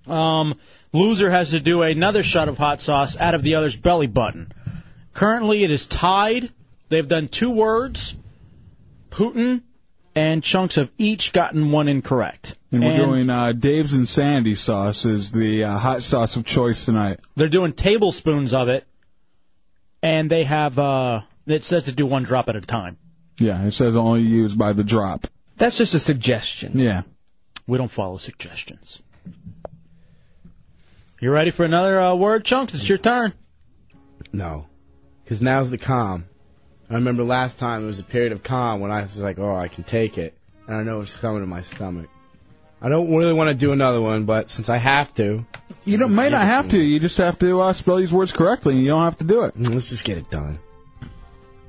Speaker 3: Um, loser has to do another shot of hot sauce out of the other's belly button. Currently, it is tied. They've done two words. Putin and Chunks have each gotten one incorrect.
Speaker 4: And we're
Speaker 3: And-
Speaker 4: doing uh, Dave's and Sandy sauce is the uh, hot sauce of choice tonight.
Speaker 3: They're doing tablespoons of it, and they have uh, it says to do one drop at a time.
Speaker 4: Yeah, it says only used by the drop.
Speaker 5: That's just a suggestion.
Speaker 4: Yeah.
Speaker 3: We don't follow suggestions. You ready for another uh, word, Chunks? It's your turn.
Speaker 6: No. Because now's the calm. I remember last time it was a period of calm when I was like, oh, I can take it. And I know it's coming to my stomach. I don't really want to do another one, but since I have to.
Speaker 4: You don't, may not have to. You just have to uh, spell these words correctly, and you don't have to do it.
Speaker 6: Mm, Let's just get it done.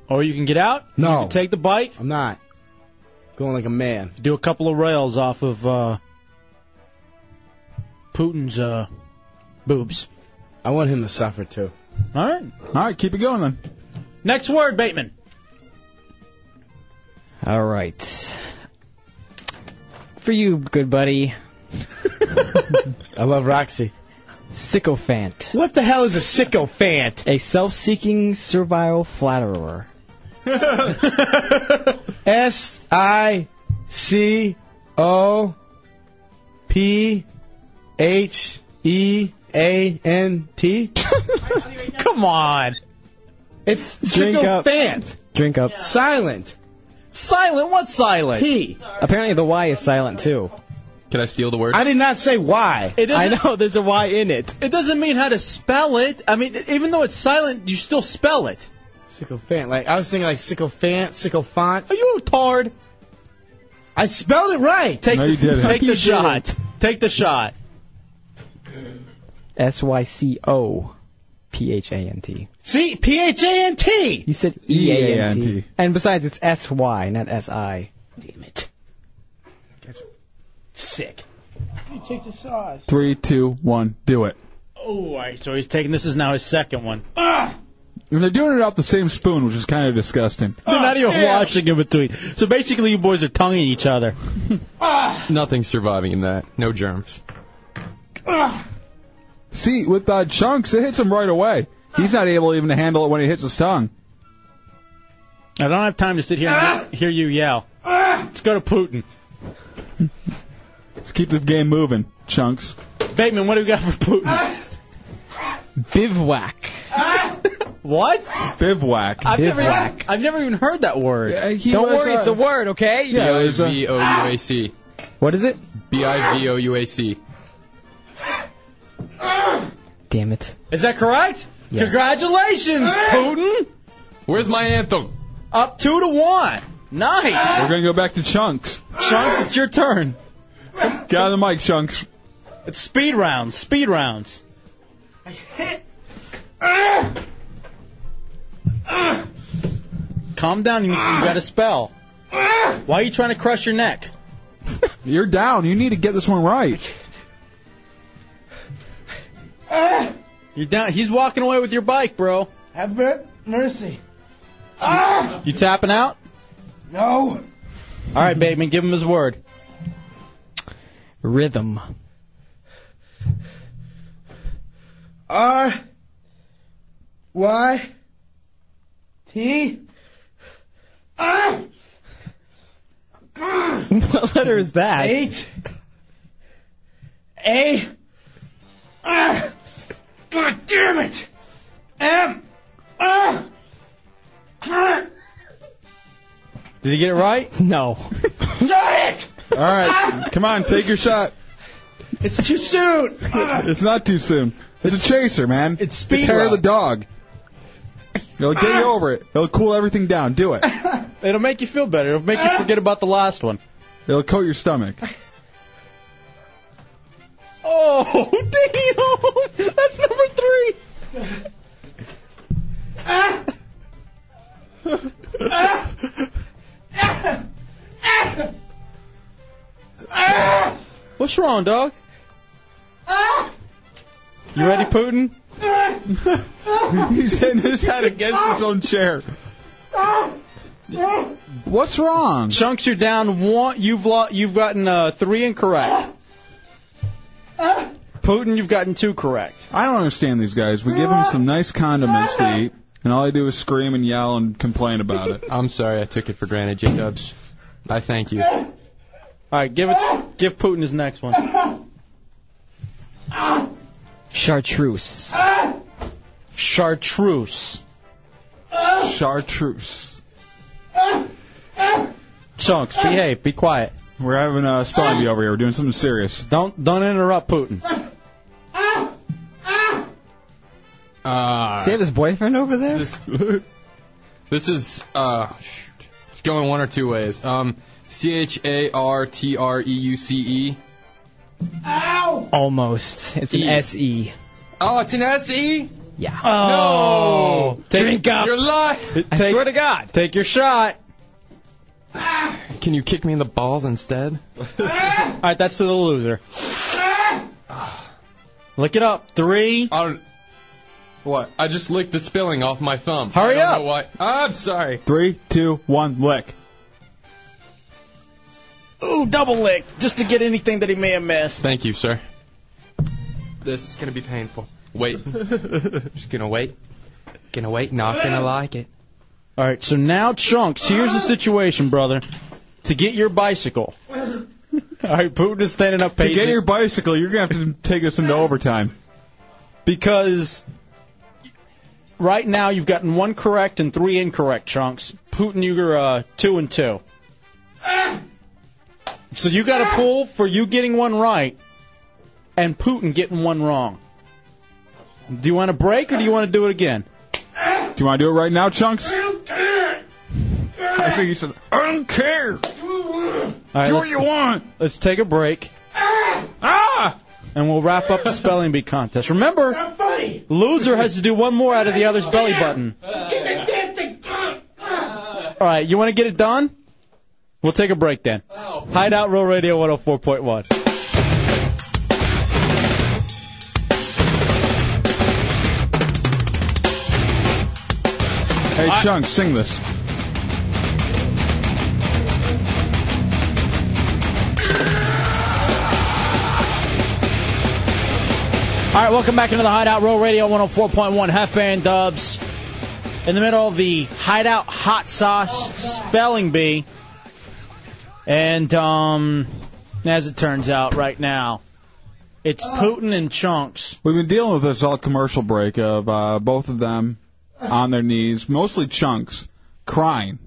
Speaker 3: Or you can get out.
Speaker 6: No.
Speaker 3: You can take the bike.
Speaker 6: I'm not. Going like a man.
Speaker 3: Do a couple of rails off of uh, Putin's uh, boobs.
Speaker 6: I want him to suffer too.
Speaker 3: All right.
Speaker 4: All right, keep it going then.
Speaker 3: Next word, Bateman.
Speaker 5: All right. For you, good buddy.
Speaker 6: I love Roxy.
Speaker 5: Sycophant.
Speaker 6: What the hell is a sycophant?
Speaker 5: A self-seeking servile flatterer.
Speaker 6: S I C O P H E A N T.
Speaker 3: Come on.
Speaker 6: It's
Speaker 5: Drink up.
Speaker 6: sycophant.
Speaker 5: Drink up.
Speaker 6: Silent.
Speaker 3: Silent? What silent?
Speaker 6: P.
Speaker 5: Apparently the Y is silent too.
Speaker 12: Can I steal the word?
Speaker 6: I did not say why.
Speaker 3: It
Speaker 5: I
Speaker 3: doesn't-
Speaker 5: know there's a Y in it.
Speaker 3: It doesn't mean how to spell it. I mean, even though it's silent, you still spell it.
Speaker 6: Sycophant. Like I was thinking like sycophant, sycophant.
Speaker 3: Are you a tard?
Speaker 6: I spelled it right.
Speaker 3: Take,
Speaker 4: No, you didn't.
Speaker 3: take the
Speaker 4: You didn't.
Speaker 3: shot. Take the shot.
Speaker 5: S Y C O P H A N T.
Speaker 6: See, P H A N T.
Speaker 5: You said E A N T. And besides, it's S Y, not S I. Damn it.
Speaker 6: Sick.
Speaker 16: You take the sauce.
Speaker 4: Three, two, one, do it.
Speaker 3: Oh, all right. So he's taking this is now his second one.
Speaker 6: Ah!
Speaker 4: And they're doing it off the same spoon, which is kind of disgusting.
Speaker 3: They're not even washing in between. So basically, you boys are tonguing each other.
Speaker 12: Nothing surviving in that. No germs.
Speaker 4: See, with uh, chunks, it hits him right away. He's not able even to handle it when it hits his tongue.
Speaker 3: I don't have time to sit here
Speaker 16: Ah!
Speaker 3: and hear you yell. Let's go to Putin.
Speaker 4: Let's keep the game moving, chunks.
Speaker 3: Bateman, what do we got for Putin?
Speaker 16: Ah!
Speaker 5: Bivouac.
Speaker 3: What?
Speaker 4: Bivouac.
Speaker 3: I've never,
Speaker 5: Bivouac.
Speaker 3: I've never even heard that word.
Speaker 4: Uh, he
Speaker 5: Don't
Speaker 4: was,
Speaker 5: worry,
Speaker 4: uh,
Speaker 5: it's a word, okay? E
Speaker 4: Yeah, it was, uh,
Speaker 12: B I V O U A C.
Speaker 5: What is it?
Speaker 12: B I V O U A C.
Speaker 5: Damn it.
Speaker 3: Is that correct? Congratulations, Putin.
Speaker 12: Where's my anthem?
Speaker 3: Up two to one. Nice.
Speaker 4: We're gonna go back to chunks.
Speaker 3: Chunks, it's your turn.
Speaker 4: Get out of the mic, chunks.
Speaker 3: It's speed rounds. Speed rounds.
Speaker 16: uh,
Speaker 3: Calm down. You, you got to spell.
Speaker 16: Ah!
Speaker 3: Why are you trying to crush your neck?
Speaker 4: You're down. You need to get this one right.
Speaker 3: You're down. He's walking away with your bike, bro.
Speaker 16: Have mer- mercy. Ah.
Speaker 3: You tapping out?
Speaker 16: No.
Speaker 3: All right, Bateman, give him his word.
Speaker 5: Rhythm.
Speaker 16: R Y T
Speaker 5: what letter is that?
Speaker 16: H A R. God damn it! M R. Got
Speaker 3: Did he get it right?
Speaker 5: No.
Speaker 16: it!
Speaker 4: All right, come on, take your shot.
Speaker 16: It's too soon.
Speaker 4: It's not too soon. It's, a chaser, man.
Speaker 3: it's speed
Speaker 4: hair of
Speaker 3: rock.
Speaker 4: the dog. It'll get you over it. It'll cool everything down. Do it.
Speaker 3: It'll make you feel better. It'll make you forget about the last one.
Speaker 4: It'll coat your stomach.
Speaker 3: Oh, damn! That's number three. What's wrong, dog? You ready, Putin?
Speaker 4: He's hitting his head against his own chair. What's wrong?
Speaker 3: Chunks, you're down one. You've lo- you've gotten uh, three incorrect. Putin, you've gotten two correct.
Speaker 4: I don't understand these guys. We give them some nice condiments to eat, and all they do is scream and yell and complain about it.
Speaker 12: I'm sorry I took it for granted, J Dubs. I thank you.
Speaker 3: All right, give it. Give Putin his next one.
Speaker 5: Chartreuse.
Speaker 3: Chartreuse.
Speaker 4: Chartreuse.
Speaker 3: Chunks, behave. Be quiet.
Speaker 4: We're having a spelling bee over here. We're doing something serious.
Speaker 3: Don't don't interrupt Putin.
Speaker 12: Uh,
Speaker 5: Does he have his boyfriend over there?
Speaker 12: This is uh, shoot. it's going one or two ways. Um, C H A R T R E U C E.
Speaker 5: Almost. It's an
Speaker 12: E.
Speaker 5: SE.
Speaker 12: Oh, it's an S E.
Speaker 5: Yeah.
Speaker 12: No.
Speaker 5: Oh. Drink up.
Speaker 12: You're lying.
Speaker 5: I swear to God.
Speaker 3: Take your shot.
Speaker 12: Can you kick me in the balls instead?
Speaker 3: All right, that's to the loser. Look it up. Three.
Speaker 12: I don't, what? I just licked the spilling off my thumb.
Speaker 4: Hurry
Speaker 12: I don't
Speaker 4: up.
Speaker 12: Know why. I'm sorry.
Speaker 4: Three, two, one, lick.
Speaker 16: Ooh, double lick, just to get anything that he may have missed.
Speaker 12: Thank you, sir. This is gonna be painful. Wait. just gonna wait. Gonna wait. Not gonna like it.
Speaker 3: All right, so now chunks. Here's the situation, brother. To get your bicycle. All right, Putin is standing up.
Speaker 4: To get
Speaker 3: pacing.
Speaker 4: your bicycle, you're gonna have to take us into overtime.
Speaker 3: because right now you've gotten one correct and three incorrect chunks. Putin, you're uh, two and two. So you got a pull for you getting one right and Putin getting one wrong. Do you want a break or do you want to do it again?
Speaker 4: Do you want to do it right now, Chunks? I think he said, I don't care.
Speaker 3: Alright,
Speaker 4: do
Speaker 3: let-
Speaker 4: what you want.
Speaker 3: Let's take a break.
Speaker 4: Ah!
Speaker 3: And we'll wrap up the spelling bee contest. Remember,
Speaker 16: Buddy,
Speaker 3: loser has to do one more out of the other's belly button.
Speaker 16: get that damn thing.
Speaker 3: All right, you want to get it done? We'll take a break then. Hideout Roll Radio 104.1.
Speaker 4: Hey, Chunks, sing this.
Speaker 3: All right, welcome back into the Hideout Roll Radio 104.1 Half Fan Dubs. In the middle of the Hideout Hot Sauce Spelling Bee. And um, as it turns out right now, it's Putin and Chunks.
Speaker 4: We've been dealing with this all commercial break of uh, both of them on their knees, mostly Chunks, crying,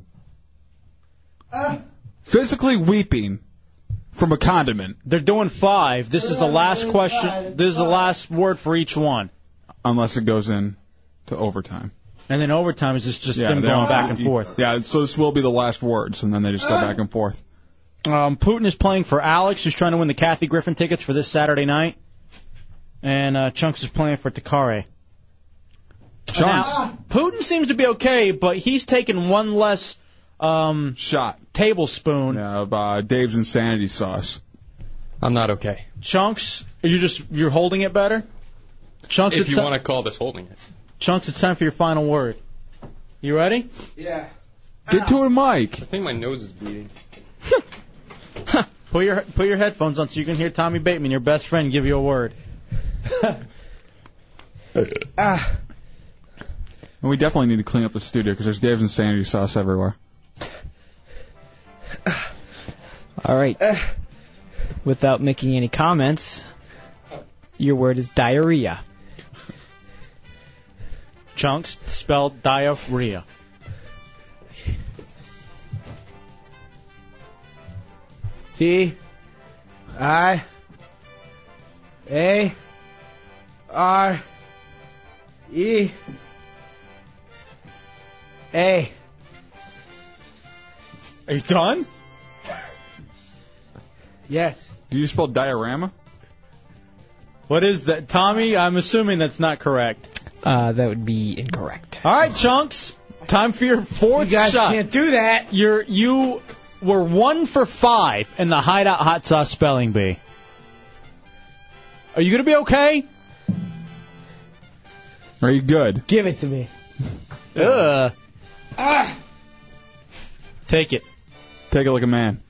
Speaker 4: physically weeping from a condiment.
Speaker 3: They're doing five. This is the last question. This is the last word for each one.
Speaker 4: Unless it goes in to overtime.
Speaker 3: And then overtime is just, just
Speaker 4: Yeah,
Speaker 3: them
Speaker 4: they
Speaker 3: going
Speaker 4: don't-
Speaker 3: back and
Speaker 4: you-
Speaker 3: forth.
Speaker 4: Yeah, so this will be the last words, and then they just go back and forth.
Speaker 3: Um, Putin is playing for Alex, who's trying to win the Kathy Griffin tickets for this Saturday night. And uh, Chunks is playing for Takare.
Speaker 4: Chunks.
Speaker 3: Now, Putin seems to be okay, but he's taken one less um,
Speaker 4: shot
Speaker 3: tablespoon.
Speaker 4: Of uh, Dave's insanity sauce.
Speaker 12: I'm not okay.
Speaker 3: Chunks, you're just you're holding it better. Chunks,
Speaker 12: if
Speaker 3: it's
Speaker 12: you
Speaker 3: ti-
Speaker 12: want to call this holding it.
Speaker 3: Chunks, it's time for your final word. You ready?
Speaker 18: Yeah.
Speaker 4: Get to it, Mike.
Speaker 12: I think my nose is bleeding.
Speaker 3: Put your put your headphones on so you can hear Tommy Bateman, your best friend, give you a word.
Speaker 18: Ah,
Speaker 4: And we definitely need to clean up the studio because there's Dave's insanity sauce everywhere.
Speaker 5: All right. Without making any comments, your word is diarrhea.
Speaker 3: Chunks spelled diarrhea.
Speaker 6: T I A R E A.
Speaker 3: Are you done?
Speaker 6: Yes.
Speaker 4: Do you spell diorama?
Speaker 3: What is that, Tommy? I'm assuming that's not correct.
Speaker 5: Uh, that would be incorrect.
Speaker 3: All right, chunks. Time for your fourth
Speaker 5: You guys
Speaker 3: shot.
Speaker 5: can't
Speaker 6: do that.
Speaker 3: You're you were one for five in the hideout hot sauce spelling bee. Are you gonna be okay?
Speaker 4: Are you good?
Speaker 6: Give it to me.
Speaker 3: Ugh.
Speaker 5: Ah.
Speaker 3: Take it.
Speaker 4: Take it like a man.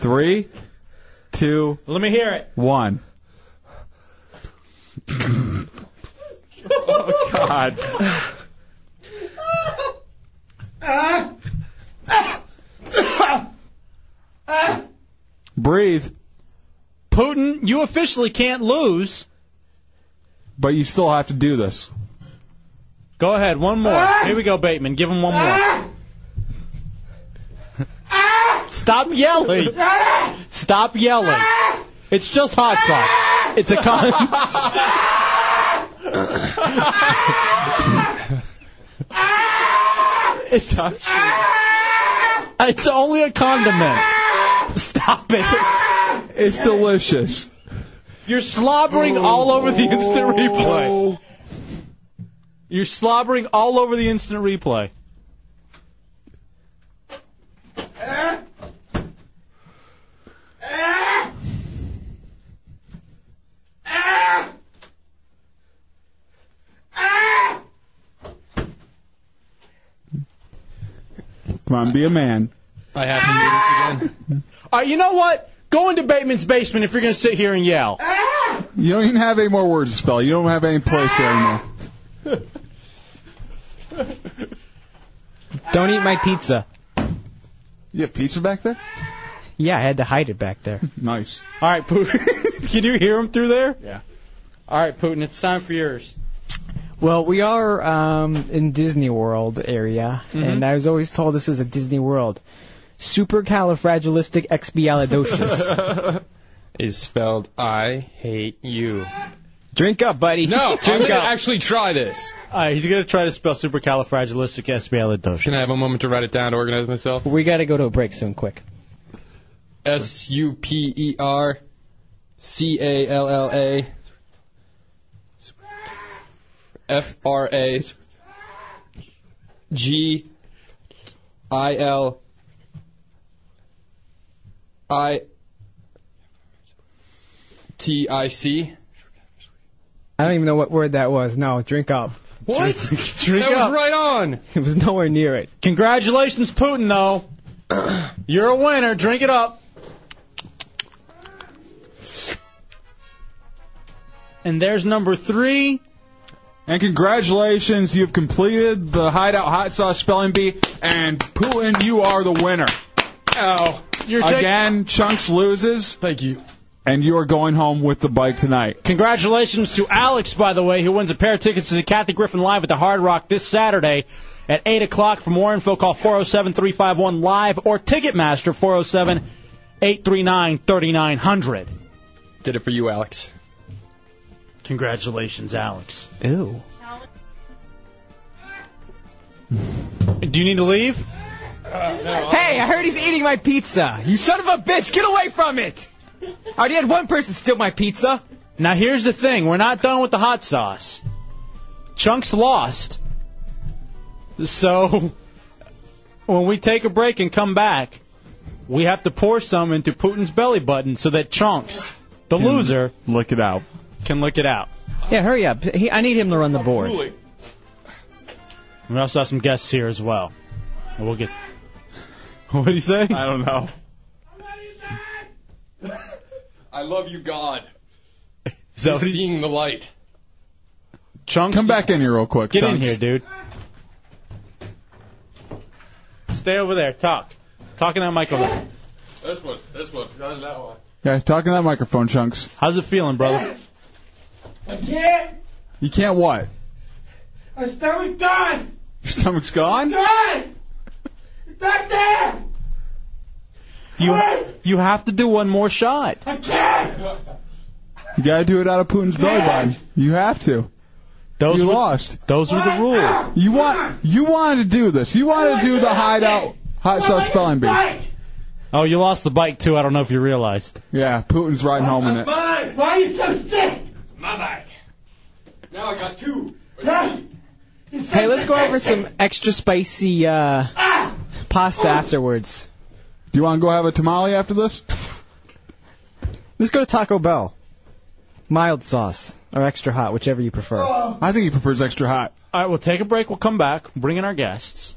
Speaker 4: Three, two,
Speaker 3: Let me hear it.
Speaker 4: one.
Speaker 16: oh
Speaker 4: God.
Speaker 16: Ah. Ah. Ah.
Speaker 4: Breathe,
Speaker 3: Putin, you officially can't lose.
Speaker 4: but you still have to do this.
Speaker 3: Go ahead, one more. Here we go, Bateman. Give him one more. Stop yelling. Stop yelling. It's just hot sauce. It's a con. It's
Speaker 16: Oh.
Speaker 3: It's only a condiment. Stop it.
Speaker 4: It's delicious.
Speaker 3: You're slobbering all over the instant replay. You're slobbering all over the instant replay.
Speaker 4: Come on, be a man.
Speaker 3: I have to do this again. All right, you know what? Go into Bateman's basement if you're going to sit here and yell.
Speaker 4: You don't even have any more words to spell. You don't have any place here anymore.
Speaker 5: Don't eat my pizza.
Speaker 4: You have pizza back there?
Speaker 5: Yeah, I had to hide it back there.
Speaker 4: nice.
Speaker 3: All right, Putin. Can you hear him through there?
Speaker 4: Yeah.
Speaker 3: All right, Putin, it's time for yours.
Speaker 5: Well, we are um, in Disney World area,
Speaker 3: Mm-hmm.
Speaker 5: and I was always told this was a Disney World. Supercalifragilisticexpialidocious.
Speaker 12: Is spelled I hate you.
Speaker 5: Drink up, buddy.
Speaker 12: No,
Speaker 3: Drink
Speaker 12: I'm gonna
Speaker 3: up.
Speaker 12: actually try this.
Speaker 3: All right, he's going to try to spell supercalifragilisticexpialidocious.
Speaker 12: Can I have a moment to write it down to organize myself?
Speaker 5: we got to go to a break soon, quick.
Speaker 12: S U P E R C A L L A F R A G I L I T I C.
Speaker 5: I don't even know what word that was. No, drink up.
Speaker 3: What?
Speaker 5: drink
Speaker 3: That was
Speaker 5: up.
Speaker 12: right on.
Speaker 5: It was nowhere near it.
Speaker 3: Congratulations, Putin, though. You're a winner. Drink it up. And there's number three.
Speaker 4: And congratulations, you've completed the Hideout Hot Sauce Spelling Bee, and Putin, you are the winner.
Speaker 12: Oh,
Speaker 3: you're taking-
Speaker 4: again. Chunks loses.
Speaker 12: Thank you.
Speaker 4: And you are going home with the bike tonight.
Speaker 3: Congratulations to Alex, by the way, who wins a pair of tickets to the Kathy Griffin Live at the Hard Rock this Saturday at 8 o'clock. For more info, call 407 351 Live or Ticketmaster 407 839 3900.
Speaker 12: Did it for you, Alex.
Speaker 3: Congratulations, Alex.
Speaker 5: Ew.
Speaker 3: Do you need to leave?
Speaker 5: Hey, I heard he's eating my pizza. You son of a bitch, get away from it! I already had one person steal my pizza.
Speaker 3: Now here's the thing, we're not done with the hot sauce. Chunks lost. So when we take a break and come back, we have to pour some into Putin's belly button so that Chunks, the loser,
Speaker 4: lick it out.
Speaker 3: Can lick it out.
Speaker 5: Yeah, hurry up. He, I need him to run the board.
Speaker 3: We also have some guests here as well. And we'll get What do you say? I
Speaker 4: don't know.
Speaker 12: I love you, God.
Speaker 3: Is that
Speaker 12: He's seeing the light.
Speaker 3: Chunks.
Speaker 4: Come back in here real quick.
Speaker 3: Get in
Speaker 4: Chunks.
Speaker 3: here, dude. Stay over there, talk. Talking to that mic over there.
Speaker 12: This one, this one, not that one.
Speaker 4: Yeah, talking to that microphone, Chunks.
Speaker 3: How's it feeling, brother?
Speaker 16: I can't.
Speaker 4: You can't what?
Speaker 16: My stomach died.
Speaker 4: Your stomach's gone?
Speaker 16: Died. It's not there.
Speaker 3: You you have to do one more shot.
Speaker 16: I can't.
Speaker 4: You gotta do it out of Putin's belly button. You have to.
Speaker 3: Those
Speaker 4: you lost.
Speaker 3: Those were the rules.
Speaker 4: You want you wanted to do this. You wanted to do the hideout hot sauce spelling bee.
Speaker 3: Oh, you lost the bike too. I don't know if you realized.
Speaker 4: Yeah, Putin's riding home in it.
Speaker 16: Mine. Why are you so sick?
Speaker 12: My bike. Now I got two.
Speaker 5: Hey, let's go over some extra spicy uh, pasta afterwards.
Speaker 4: Do you want to go have a tamale after this?
Speaker 5: Let's go to Taco Bell. Mild sauce or extra hot, whichever you prefer.
Speaker 4: I think he prefers extra hot.
Speaker 3: All right, we'll take a break. We'll come back. Bring in our guests.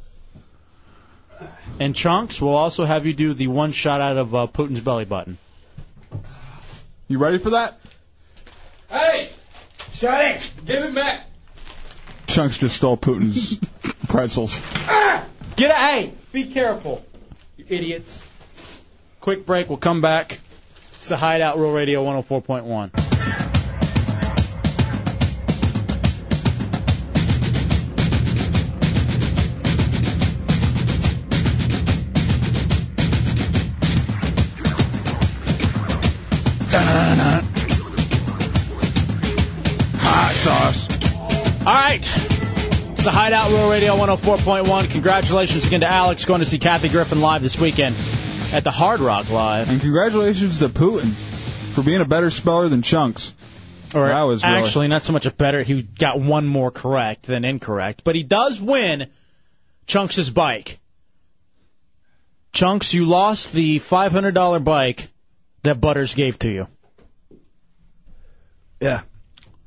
Speaker 3: And Chunks, we'll also have you do the one shot out of uh, Putin's belly button.
Speaker 4: You ready for that?
Speaker 12: Hey!
Speaker 16: Shut it.
Speaker 12: Give it back!
Speaker 4: Chunks just stole Putin's pretzels.
Speaker 3: Get
Speaker 12: Ah.
Speaker 3: a hey! Be careful, you idiots. Quick break. We'll come back. It's the Hideout Rural Radio 104.1. All right. It's the Hideout Row Radio 104.1. Congratulations again to Alex going to see Kathy Griffin live this weekend at the Hard Rock Live.
Speaker 4: And congratulations to Putin for being a better speller than Chunks.
Speaker 3: Or
Speaker 4: I was really-
Speaker 3: actually not so much a better. He got one more correct than incorrect, but he does win Chunks' bike. Chunks, you lost the $500 bike that Butters gave to you.
Speaker 4: Yeah.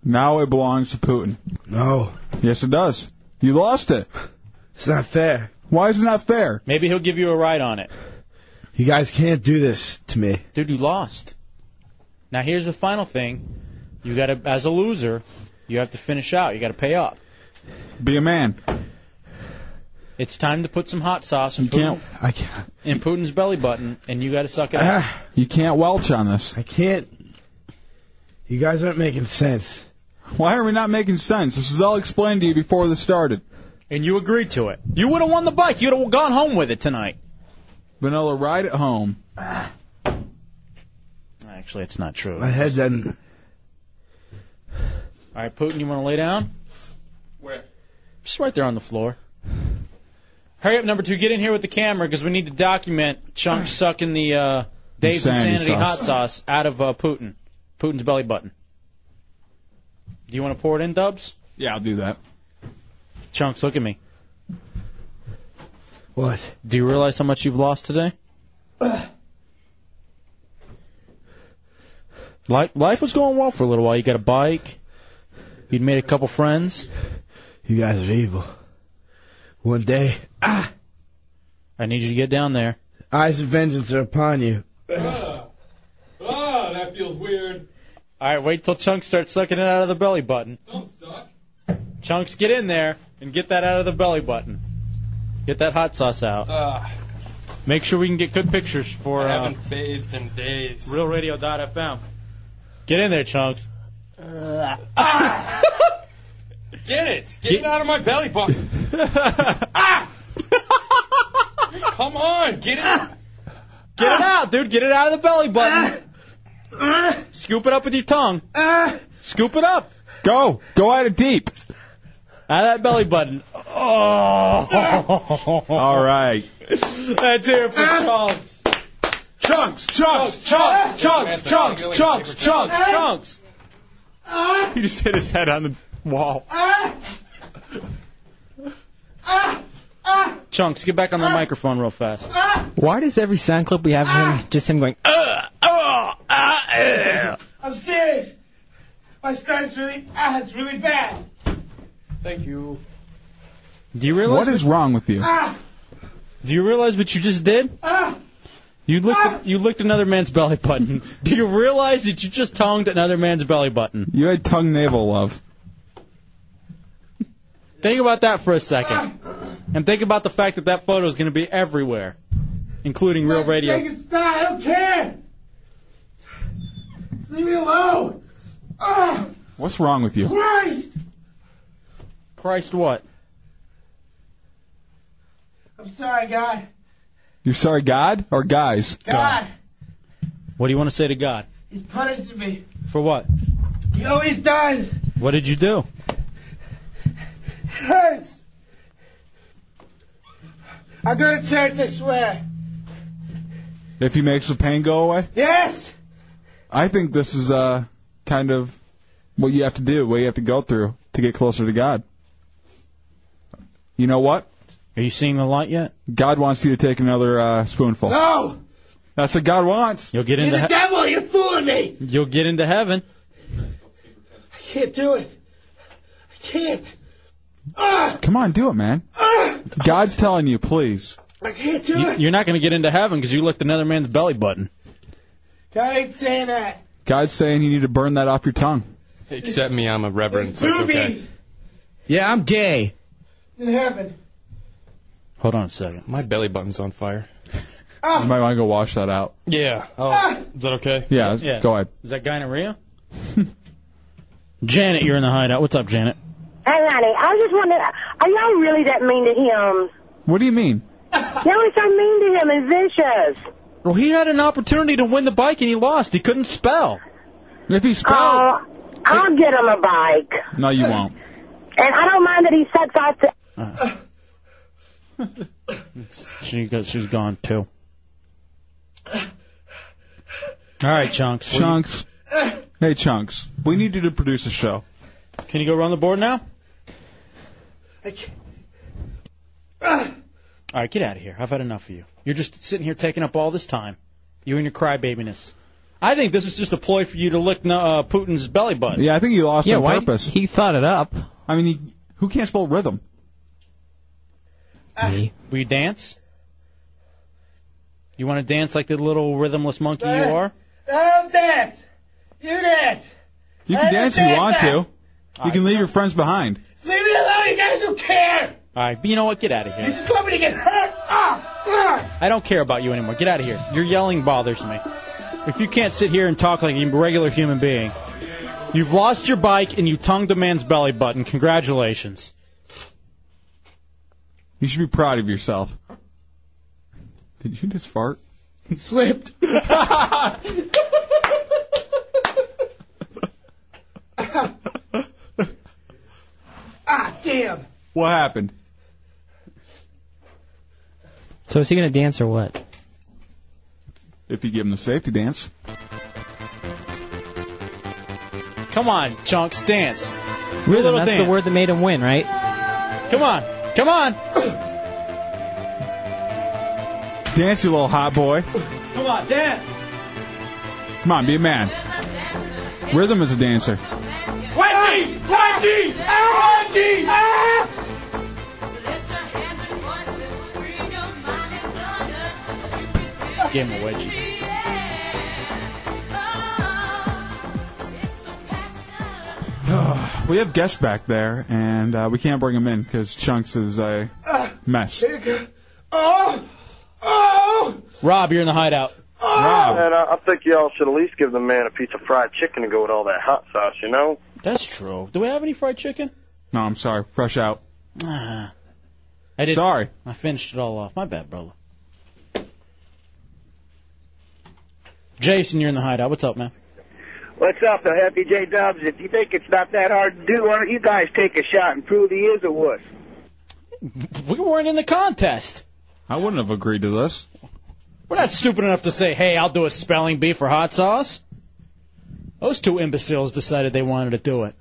Speaker 4: Now it belongs to Putin. No. Yes, it does. You lost it. It's not fair. Why is it not fair?
Speaker 3: Maybe he'll give you a ride on it.
Speaker 6: You guys can't do this to me.
Speaker 3: Dude, you lost. Now here's the final thing. You got to as a loser, you have to finish out. You got to pay up.
Speaker 4: Be a man.
Speaker 3: It's time to put some hot sauce in, Putin,
Speaker 4: can't- I can't.
Speaker 3: in Putin's belly button, and you got to suck it up.
Speaker 4: You can't welch on this. I
Speaker 6: can't. You guys aren't making sense.
Speaker 4: Why are we not making sense? This was all explained to you before this started.
Speaker 3: And you agreed to it. You would have won the bike. You'd have gone home with it tonight.
Speaker 4: Vanilla, ride it home.
Speaker 3: Actually, it's not true.
Speaker 6: My head doesn't.
Speaker 3: All right, Putin, you want to lay down?
Speaker 4: Where?
Speaker 3: Just right there on the floor. Hurry up, number two. Get in here with the camera because we need to document Chunk sucking the uh, Dave's
Speaker 4: Insanity
Speaker 3: Insanity,
Speaker 4: sauce.
Speaker 3: hot sauce out of uh, Putin. Putin's belly button. Do you want to pour it in, Dubs?
Speaker 4: Yeah, I'll do that.
Speaker 3: Chunks, look at me.
Speaker 6: What?
Speaker 3: Do you realize how much you've lost today? Life, life was going well for a little while. You got a bike. You'd made a couple friends.
Speaker 6: You guys are evil. One day.
Speaker 3: Ah! I need you to get down there.
Speaker 6: Eyes of vengeance are upon you.
Speaker 12: Ah,
Speaker 4: Oh, that feels weird.
Speaker 3: All right, wait till Chunks starts sucking it out of the belly button. Don't suck. Chunks, get in there and get that out of the belly button. Get that hot sauce
Speaker 12: Oh.
Speaker 3: out. Make sure we can get good pictures for
Speaker 12: I
Speaker 3: uh,
Speaker 12: Ah, haven't bathed in days.
Speaker 3: RealRadio.fm. Get in there, Chunks.
Speaker 16: Ah.
Speaker 12: Get it! Get, it out of my belly button! ah! Come on, get it!
Speaker 3: Get it out, dude. Get it out of the belly button. Scoop it up with your tongue. Scoop it up.
Speaker 4: Go. Go out of deep.
Speaker 3: Out of that belly button.
Speaker 12: Ah.
Speaker 3: Oh.
Speaker 4: All right.
Speaker 3: That's it for Chunks.
Speaker 4: Chunks, chunks, chunks, chunks, chunks, chunks, chunks,
Speaker 3: chunks.
Speaker 12: He just hit his head on the wall.
Speaker 3: Chunks, get back on the microphone real fast.
Speaker 5: Why does every sound clip we have
Speaker 3: Ah!
Speaker 5: of him just him going?
Speaker 16: I'm serious. My stomach's really, ah, it's really bad.
Speaker 12: Thank you.
Speaker 3: Do you realize
Speaker 4: What is wrong with you?
Speaker 16: Ah,
Speaker 3: Do you realize what you just did?
Speaker 16: ah.
Speaker 3: You licked you licked another man's belly button. Do you realize that you just tongued another man's belly button?
Speaker 4: You had tongue navel love.
Speaker 3: Think about that for a second, and think about the fact that that photo is going to be everywhere, including real
Speaker 16: Take
Speaker 3: radio.
Speaker 16: it, stop. I don't care. Leave me alone. Ah,
Speaker 4: What's wrong with you?
Speaker 16: Christ.
Speaker 3: Christ, what?
Speaker 16: I'm sorry, guy.
Speaker 4: You're sorry, God or guys?
Speaker 16: God,
Speaker 3: What do you want to say to God?
Speaker 16: he's punishing me.
Speaker 3: For what?
Speaker 16: He always does.
Speaker 3: What did you do?
Speaker 16: It hurts. I go to church, I swear.
Speaker 4: If he makes the pain go away,
Speaker 16: Yes.
Speaker 4: I think this is uh kind of what you have to do, what you have to go through to get closer to God. You know what?
Speaker 3: Are you seeing the light yet?
Speaker 4: God wants you to take another uh, spoonful.
Speaker 16: No.
Speaker 4: That's what God wants.
Speaker 3: You'll get
Speaker 16: You're
Speaker 3: into
Speaker 16: the
Speaker 3: he-
Speaker 16: devil. You're fooling me.
Speaker 3: you'll get into heaven.
Speaker 16: I can't do it. I can't. Ah,
Speaker 4: Come on, do it, man. God's telling you, please.
Speaker 16: I can't do
Speaker 3: You,
Speaker 16: it.
Speaker 3: you're not going to get into heaven because you licked another man's belly button.
Speaker 16: God ain't saying that.
Speaker 4: God's saying you need to burn that off your tongue.
Speaker 12: Accept me, I'm a reverend, so it's okay.
Speaker 16: Boobies
Speaker 6: Yeah, I'm gay.
Speaker 16: in heaven.
Speaker 3: Hold on a second.
Speaker 12: My belly button's on fire.
Speaker 4: You might want to go wash that out.
Speaker 12: Yeah. Oh, is that okay?
Speaker 4: Yeah, go ahead.
Speaker 3: Is that gonorrhea? Janet, you're in the hideout. What's up, Janet?
Speaker 15: Hey, honey, I just want to. Are y'all really that mean to him?
Speaker 4: What do you mean?
Speaker 15: Y'all are so mean to him and vicious.
Speaker 3: Well, he had an opportunity to win the bike and he lost. He couldn't spell.
Speaker 4: If he
Speaker 15: Oh, I'll get him a bike.
Speaker 4: No, you won't.
Speaker 15: And I don't mind that he sucks off to
Speaker 3: She got, she's gone too. All right, chunks.
Speaker 4: Chunks. Hey, Chunks. We need you to produce a show.
Speaker 3: Can you go run the board now? All right, get out of here. I've had enough of you. You're just sitting here taking up all this time. You and your crybabiness. I think this was just a ploy for you to lick uh, Putin's belly button.
Speaker 4: Yeah, I think he lost
Speaker 3: Yeah,
Speaker 4: on
Speaker 3: why-
Speaker 4: purpose. He thought it up. I mean, he, who can't spell rhythm?
Speaker 3: Ah. Will you dance? You want to dance like the little rhythmless monkey you are?
Speaker 16: Don't dance. You dance.
Speaker 4: You can
Speaker 16: I
Speaker 4: dance if you
Speaker 16: understand that.
Speaker 4: want to. You can leave your friends behind.
Speaker 16: Leave me alone. You guys don't care.
Speaker 3: All right, but you know what? Get out of
Speaker 16: You
Speaker 3: here.
Speaker 16: just want me to get hurt. Ah, ah.
Speaker 3: I don't care about you anymore. Get out of here. Your yelling bothers me. If you can't sit here and talk like a regular human being, you've lost your bike and you tongued a man's belly button. Congratulations.
Speaker 4: You should be proud of yourself. Did you just fart?
Speaker 16: Slipped. ah, damn.
Speaker 4: What happened?
Speaker 5: So is he gonna dance or what?
Speaker 4: If you give him the safety dance.
Speaker 3: Come on, chunks, dance.
Speaker 5: Rhythm,
Speaker 3: little
Speaker 5: that's
Speaker 3: dance.
Speaker 5: the word that made him win, right?
Speaker 3: Come on, come on.
Speaker 4: Dance, you little hot boy.
Speaker 3: Come on, dance.
Speaker 4: Come on, be a man. Rhythm is a dancer.
Speaker 16: Wendy! Wendy! Wendy! Ah!
Speaker 3: Just gave him a wedgie.
Speaker 4: we have guests back there, and uh, we can't bring them in because Chunks is a mess.
Speaker 16: Oh! Oh!
Speaker 3: Rob, you're in the hideout.
Speaker 7: And I, I think y'all should at least give the man a piece of fried chicken to go with all that hot sauce, you know?
Speaker 3: That's true. Do we have any fried chicken?
Speaker 4: No, I'm sorry. Fresh out.
Speaker 3: Ah. I did,
Speaker 4: Sorry.
Speaker 3: I finished it all off. My bad, brother. Jason, you're in the hideout. What's up, man?
Speaker 20: What's up, the Happy J Dubs? If you think it's not that hard to do, why don't you guys take a shot and prove he is a wuss?
Speaker 3: We weren't in the contest.
Speaker 4: I wouldn't have agreed to this.
Speaker 3: We're not stupid enough to say, hey, I'll do a spelling bee for hot sauce. Those two imbeciles decided they wanted to do it.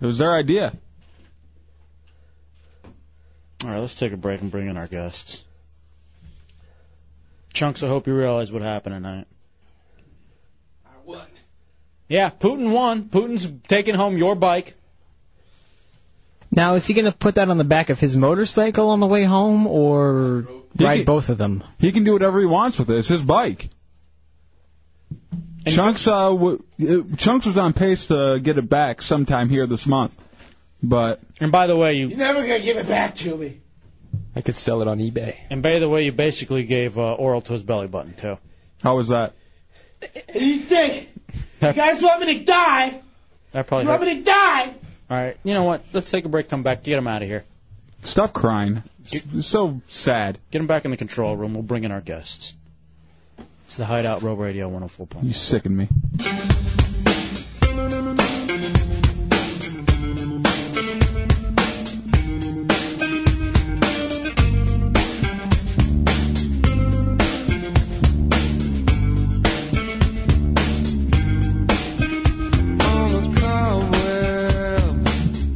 Speaker 4: It was their idea.
Speaker 3: All right, let's take a break and bring in our guests. Chunks, I hope you realize what happened tonight. Yeah, Putin won. Putin's taking home your bike.
Speaker 5: Now is he gonna put that on the back of his motorcycle on the way home or ride both of them?
Speaker 4: He can do whatever he wants with it. It's his bike. Chunks, uh, w- uh, Chunks was on pace to get it back sometime here this month, but
Speaker 3: And by the way, you
Speaker 16: You're never gonna give it back to me.
Speaker 3: I could sell it on eBay. And by the way, you basically gave uh, oral to his belly button too.
Speaker 4: How was that?
Speaker 16: And you think you guys want me to die?
Speaker 3: That probably.
Speaker 16: You want
Speaker 3: Hurt.
Speaker 16: me to die?
Speaker 3: All right, you know what? Let's take a break. Come back. Get him out of here.
Speaker 4: stop crying. It's so sad.
Speaker 3: Get him back in the control room. We'll bring in our guests. It's the Hideout Row Radio 104.
Speaker 4: You sicken me.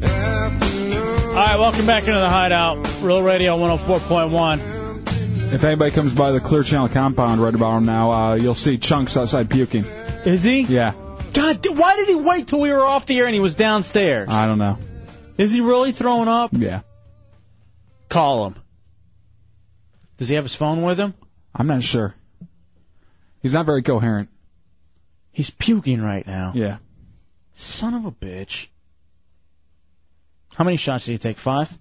Speaker 3: All right, welcome back into the Hideout Real Radio 104.1.
Speaker 4: If anybody comes by the Clear Channel compound right about now, uh, you'll see Chunks outside puking.
Speaker 3: Is he?
Speaker 4: Yeah,
Speaker 3: God, d- why did he wait till we were off the air and he was downstairs?
Speaker 4: I don't know.
Speaker 3: Is he really throwing up?
Speaker 4: Yeah,
Speaker 3: Call him. Does he have his phone with him?
Speaker 4: I'm not sure. He's not very coherent.
Speaker 3: He's puking right now.
Speaker 4: Yeah.
Speaker 3: Son of a bitch. How many shots did he take? Five?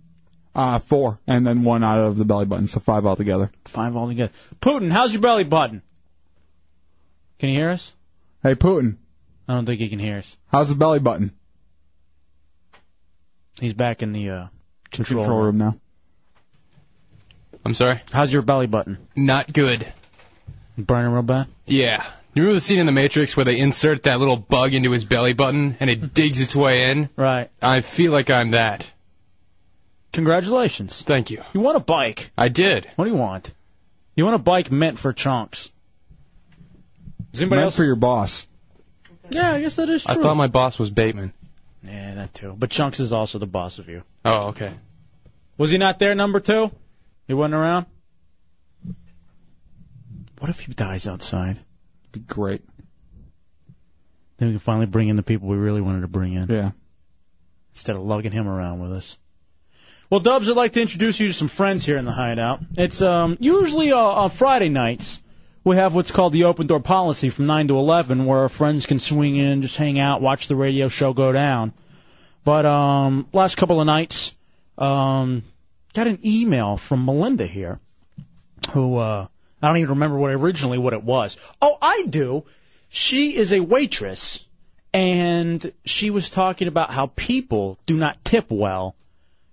Speaker 4: Uh, four, and then one out of the belly button, so five altogether.
Speaker 3: Five altogether. Putin, how's your belly button? Can you hear us?
Speaker 4: Hey, Putin,
Speaker 3: I don't think he can hear us.
Speaker 4: how's the belly button?
Speaker 3: He's back in the uh, control,
Speaker 4: Control room now.
Speaker 3: I'm sorry. How's your belly button?
Speaker 22: Not good.
Speaker 3: Burning real bad.
Speaker 22: Yeah,
Speaker 12: You remember the scene in The Matrix where they insert that little bug into his belly button and it digs its way in?
Speaker 3: Right.
Speaker 12: I feel like I'm that.
Speaker 3: Congratulations.
Speaker 12: Thank you.
Speaker 3: You want a bike.
Speaker 12: I did.
Speaker 3: What do you want? You want a bike meant for chunks. Does anybody
Speaker 4: Meant
Speaker 3: else?
Speaker 4: for your boss.
Speaker 3: Yeah, I guess that is true.
Speaker 12: I thought my boss was Bateman.
Speaker 3: Yeah, that too. But Chunks is also the boss of you.
Speaker 12: Oh, okay.
Speaker 3: Was he not there, number two? He wasn't around? What if he dies outside?
Speaker 4: Be great.
Speaker 3: Then we can finally bring in the people we really wanted to bring in.
Speaker 4: Yeah.
Speaker 3: Instead of lugging him around with us. Well, Dubs, I'd like to introduce you to some friends here in the Hideout. It's um, usually uh, on Friday nights we have what's called the open door policy from nine to eleven, where our friends can swing in, just hang out, watch the radio show go down. But um, last couple of nights, um, got an email from Melinda here, who uh, I don't even remember what originally what it was. Oh, I do. She is a waitress, and she was talking about how people do not tip well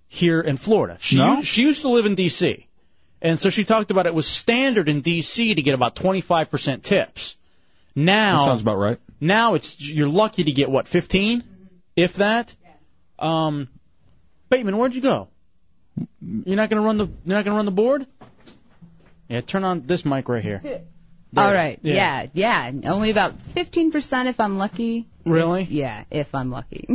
Speaker 3: here in Florida. She
Speaker 4: No?
Speaker 3: she used to live in D.C. And so she talked about it was standard in D.C. to get about 25% tips. Now
Speaker 4: That sounds about right.
Speaker 3: now it's you're lucky to get what 15,
Speaker 1: Mm-hmm.
Speaker 3: if that. Um, Bateman, where'd you go? You're not gonna run the you're not gonna run the board. Yeah, turn on this mic right here.
Speaker 1: All right.
Speaker 3: Yeah.
Speaker 1: Yeah. yeah, Only about 15% if I'm lucky.
Speaker 3: Really?
Speaker 1: Yeah, if I'm lucky.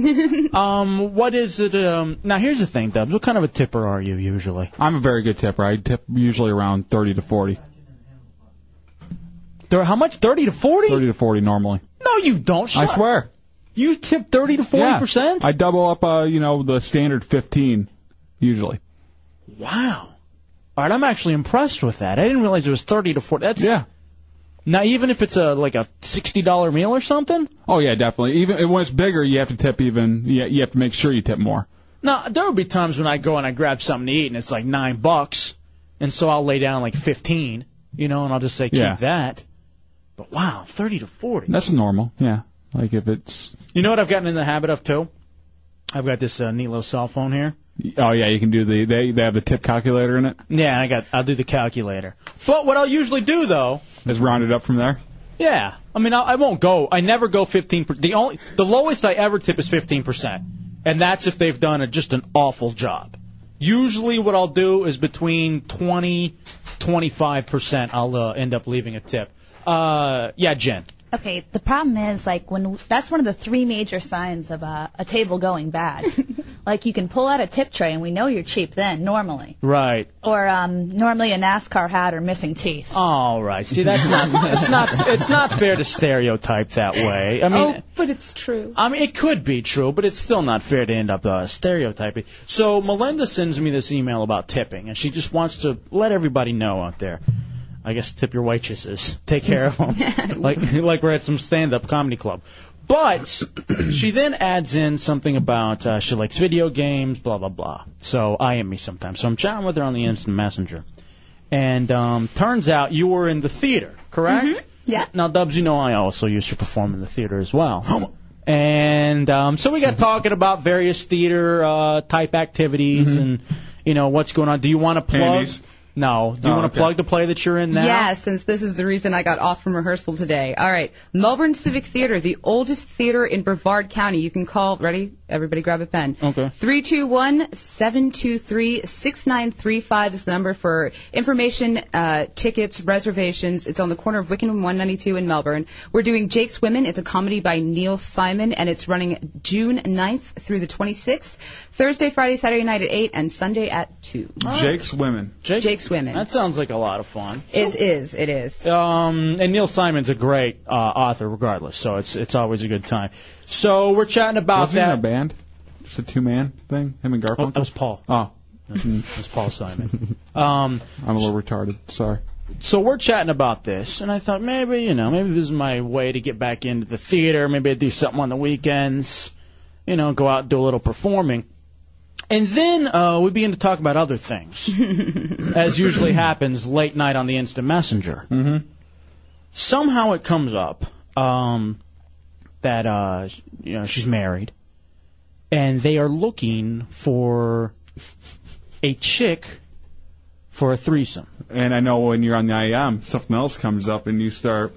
Speaker 3: um, what is it? Um, now here's the thing, Dubs. What kind of a tipper are you usually?
Speaker 4: I'm a very good tipper. I tip usually around 30 to 40.
Speaker 3: There, how much? 30 to 40?
Speaker 4: 30 to 40 normally.
Speaker 3: No, you don't.
Speaker 4: I
Speaker 3: Shut-
Speaker 4: swear.
Speaker 3: You tip 30 to 40 percent?
Speaker 4: I double up, uh, you know, the standard 15 usually.
Speaker 3: Wow. All right, I'm actually impressed with that. I didn't realize it was 30 to 40. That's
Speaker 4: yeah.
Speaker 3: Now even if it's a like a $60 meal or something.
Speaker 4: Oh yeah, definitely. Even and when it's bigger, you have to tip even. You, you have to make sure you tip more.
Speaker 3: Now there will be times when I go and I grab something to eat and it's like nine bucks, and so I'll lay down like 15, you know, and I'll just say keep
Speaker 4: Yeah.
Speaker 3: that. But wow, 30 to 40.
Speaker 4: That's normal. Yeah. Like if it's.
Speaker 3: You know what I've gotten in the habit of too? I've got this uh, neat little cell phone here.
Speaker 4: Oh yeah, you can do the. They they have the tip calculator in it.
Speaker 3: Yeah, I got. I'll do the calculator. But what I'll usually do though
Speaker 4: It's rounded up from there.
Speaker 3: Yeah, I mean, I, I won't go. I never go 15. Per, the only, the lowest I ever tip is 15 percent, and that's if they've done a, just an awful job. Usually, what I'll do is between 20, 25 percent. I'll uh, end up leaving a tip. Uh, yeah, Jen.
Speaker 13: Okay, the problem is like when that's one of the three major signs of uh, a table going bad. like you can pull out a tip tray and we know you're cheap then normally,
Speaker 3: Right.
Speaker 13: or um, normally a NASCAR hat or missing teeth.
Speaker 3: All right. See, that's not. It's not. It's not fair to stereotype that way. I mean,
Speaker 13: oh, but it's true.
Speaker 3: I mean, it could be true, but it's still not fair to end up uh, stereotyping. So Melinda sends me this email about tipping, and she just wants to let everybody know out there. I guess tip your waitresses, take care of them, like like we're at some stand-up comedy club. But she then adds in something about uh, she likes video games, blah blah blah. So I am me sometimes. So I'm chatting with her on the instant messenger, and um, turns out you were in the theater, correct?
Speaker 13: Yeah.
Speaker 3: Now, Dubs, you know I also used to perform in the theater as well. And um, so we got talking about various theater uh, type activities and you know what's going on. Do you want to plug?
Speaker 1: Andy's.
Speaker 3: No. Do you
Speaker 1: Oh,
Speaker 3: want to
Speaker 1: okay.
Speaker 3: plug the play that you're in now?
Speaker 1: Yeah, since this is the reason I got off from rehearsal today. All right, Melbourne Civic Theater, the oldest theater in Brevard County. You can call. Ready? Everybody, grab a pen.
Speaker 3: Okay.
Speaker 1: Three two one seven two three six nine three five is the number for information, uh, tickets, reservations. It's on the corner of Wiccan and 192 in Melbourne. We're doing Jake's Women. It's a comedy by Neil Simon, and it's running June 9th through the 26th. Thursday, Friday, Saturday night at 8, and Sunday at 2.
Speaker 4: Jake's women.
Speaker 1: Jake's Women.
Speaker 3: That sounds like a lot of fun.
Speaker 1: It is. It is.
Speaker 3: Um, and Neil Simon's a great uh, author, regardless. So it's it's always a good time. So we're chatting about
Speaker 4: Wasn't he
Speaker 3: that.
Speaker 4: in a band? Just a two man thing. Him and
Speaker 3: Oh,
Speaker 4: Garfunkel.
Speaker 3: that was Paul.
Speaker 4: Oh.
Speaker 3: That's Paul Simon. Um,
Speaker 4: I'm a little retarded. Sorry.
Speaker 3: so we're chatting about this, and I thought maybe you know maybe this is my way to get back into the theater. Maybe I do something on the weekends, you know, go out and do a little performing. And then uh, we begin to talk about other things, as usually happens late night on the instant messenger. Mm-hmm. Somehow it comes up um, that uh, you know she's married, and they are looking for a chick for a threesome.
Speaker 4: And I know when you're on the IM, something else comes up and you start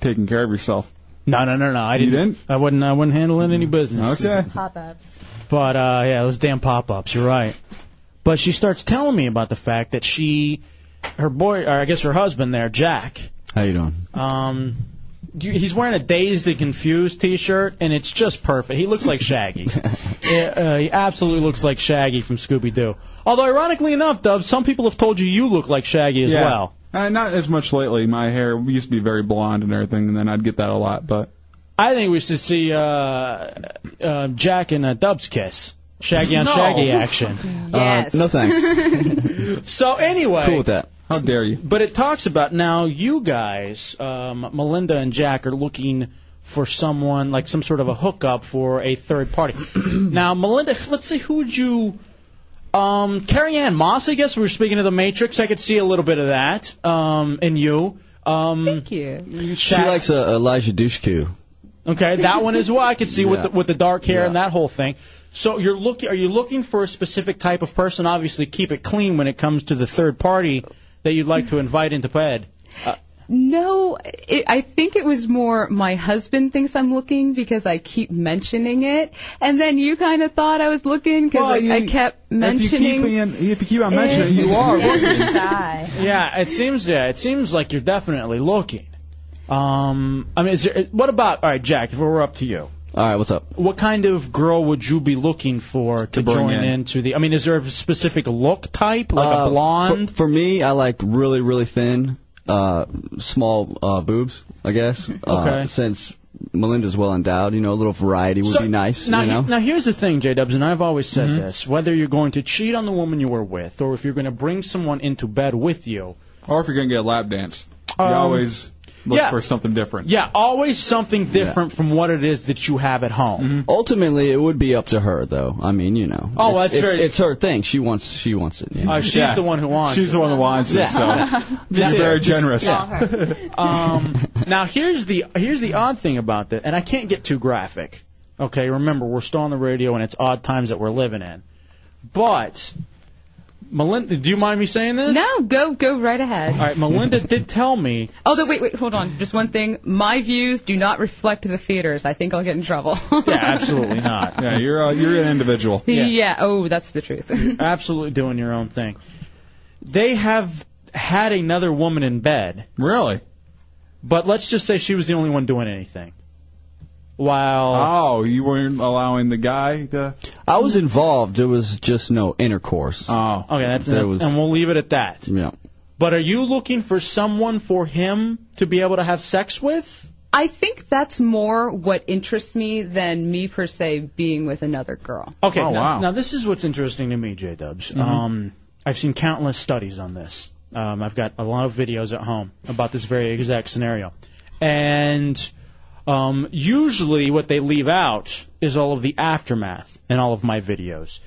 Speaker 4: taking care of yourself.
Speaker 3: No, no, no, no. I didn't. I wouldn't. I wouldn't handle it any business.
Speaker 4: Okay.
Speaker 13: Pop-ups.
Speaker 3: But uh, yeah, those damn pop-ups. You're right. But she starts telling me about the fact that she, her boy, or I guess her husband there, Jack.
Speaker 2: How you doing?
Speaker 3: Um, you, he's wearing a dazed and confused T-shirt, and it's just perfect. He looks like Shaggy. Yeah, uh, he absolutely looks like Shaggy from Scooby Doo. Although, ironically enough, Dub, some people have told you you look like Shaggy as
Speaker 4: yeah.
Speaker 3: well.
Speaker 4: Uh, not as much lately. My hair used to be very blonde and everything, and then I'd get that a lot. But
Speaker 3: I think we should see uh, uh, Jack and uh, Dub's kiss. Shaggy on
Speaker 4: No.
Speaker 3: Shaggy action.
Speaker 2: Uh, no thanks.
Speaker 3: So anyway,
Speaker 2: cool with that.
Speaker 4: How dare you?
Speaker 3: But it talks about now you guys, um, Melinda and Jack, are looking for someone like some sort of a hookup for a third party. now, Melinda, let's see who would you. Um, Carrie Ann Moss, I guess we were speaking of the Matrix. I could see a little bit of that um, in you. Um, Thank
Speaker 1: you.
Speaker 2: She likes uh, Elijah Dushku.
Speaker 3: Okay, that one as well. I could see with
Speaker 2: Yeah.
Speaker 3: the, with the dark hair and that whole thing. So you're looking? Are you looking for a specific type of person? Obviously, keep it clean when it comes to the third party that you'd like to invite into bed. Uh,
Speaker 1: No, it, I think it was more my husband thinks I'm looking because I keep mentioning it, and then you kind of thought I was looking because
Speaker 4: Well,
Speaker 1: I, I
Speaker 4: you-
Speaker 1: kept mentioning.
Speaker 4: if you keep, being, if you keep on mentioning, it, you are. looking.
Speaker 3: yeah, it seems. Yeah, it seems like you're definitely looking. Um, I mean, is there, what about? All right, Jack. If we're up to you,
Speaker 2: All right, what's up?
Speaker 3: what kind of girl would you be looking for to,
Speaker 2: bring
Speaker 3: join
Speaker 2: in.
Speaker 3: into the? I mean, is there a specific look type, like
Speaker 2: Uh,
Speaker 3: a blonde?
Speaker 2: For, for me, I like really, really thin, uh, small uh, boobs, I guess. Uh,
Speaker 3: Okay.
Speaker 2: since Melinda's well endowed, you know, a little variety would
Speaker 3: So,
Speaker 2: be nice.
Speaker 3: Now,
Speaker 2: you know.
Speaker 3: now here's the thing, J Dubs, and I've always said
Speaker 4: Mm-hmm.
Speaker 3: this: whether you're going to cheat on the woman you were with, or if you're going to bring someone into bed with you,
Speaker 4: or if you're gonna get a lap dance, you
Speaker 3: Um,
Speaker 4: always look
Speaker 3: yeah.
Speaker 4: for something different.
Speaker 3: yeah, always something different from what it is that you have at home.
Speaker 4: Mm-hmm.
Speaker 2: Ultimately, it would be up to her, though. I mean, you know.
Speaker 3: Oh,
Speaker 2: it's,
Speaker 3: well, that's
Speaker 2: it's,
Speaker 3: very-
Speaker 2: It's her thing. She wants. She wants it. you know.
Speaker 3: Uh, she's the one who wants.
Speaker 4: She's
Speaker 3: it.
Speaker 4: the one that wants it. So
Speaker 3: Just-
Speaker 4: she's very
Speaker 3: just-
Speaker 4: generous.
Speaker 3: yeah. um, now here's the here's the odd thing about that, and I can't get too graphic. Okay, remember we're still on the radio, and it's odd times that we're living in. But Melinda, do you mind me saying this?
Speaker 1: No, go go right ahead.
Speaker 3: All right, Melinda did tell me
Speaker 1: Although wait wait hold on, just one thing. My views do not reflect the theaters. I think I'll get in trouble.
Speaker 3: Yeah, absolutely not.
Speaker 4: Yeah, you're uh, you're an individual.
Speaker 1: yeah. Oh, that's the truth.
Speaker 3: You're absolutely doing your own thing. They have had another woman in bed.
Speaker 4: Really?
Speaker 3: But let's just say she was the only one doing anything. Wow.
Speaker 4: Oh, you weren't allowing the guy to.
Speaker 2: I was involved. There was just no intercourse.
Speaker 4: Oh.
Speaker 3: Okay, that's
Speaker 2: There
Speaker 3: it.
Speaker 2: was-
Speaker 3: And we'll leave it at that.
Speaker 2: Yeah.
Speaker 3: But are you looking for someone for him to be able to have sex with?
Speaker 1: I think that's more what interests me than me per se being with another girl.
Speaker 3: Okay.
Speaker 4: Oh,
Speaker 3: now, now this is what's interesting to me, J Dubs.
Speaker 4: Mm-hmm.
Speaker 3: Um, I've seen countless studies on this. Um, I've got a lot of videos at home about this very exact scenario, and um, usually what they leave out is all of the aftermath in all of my videos.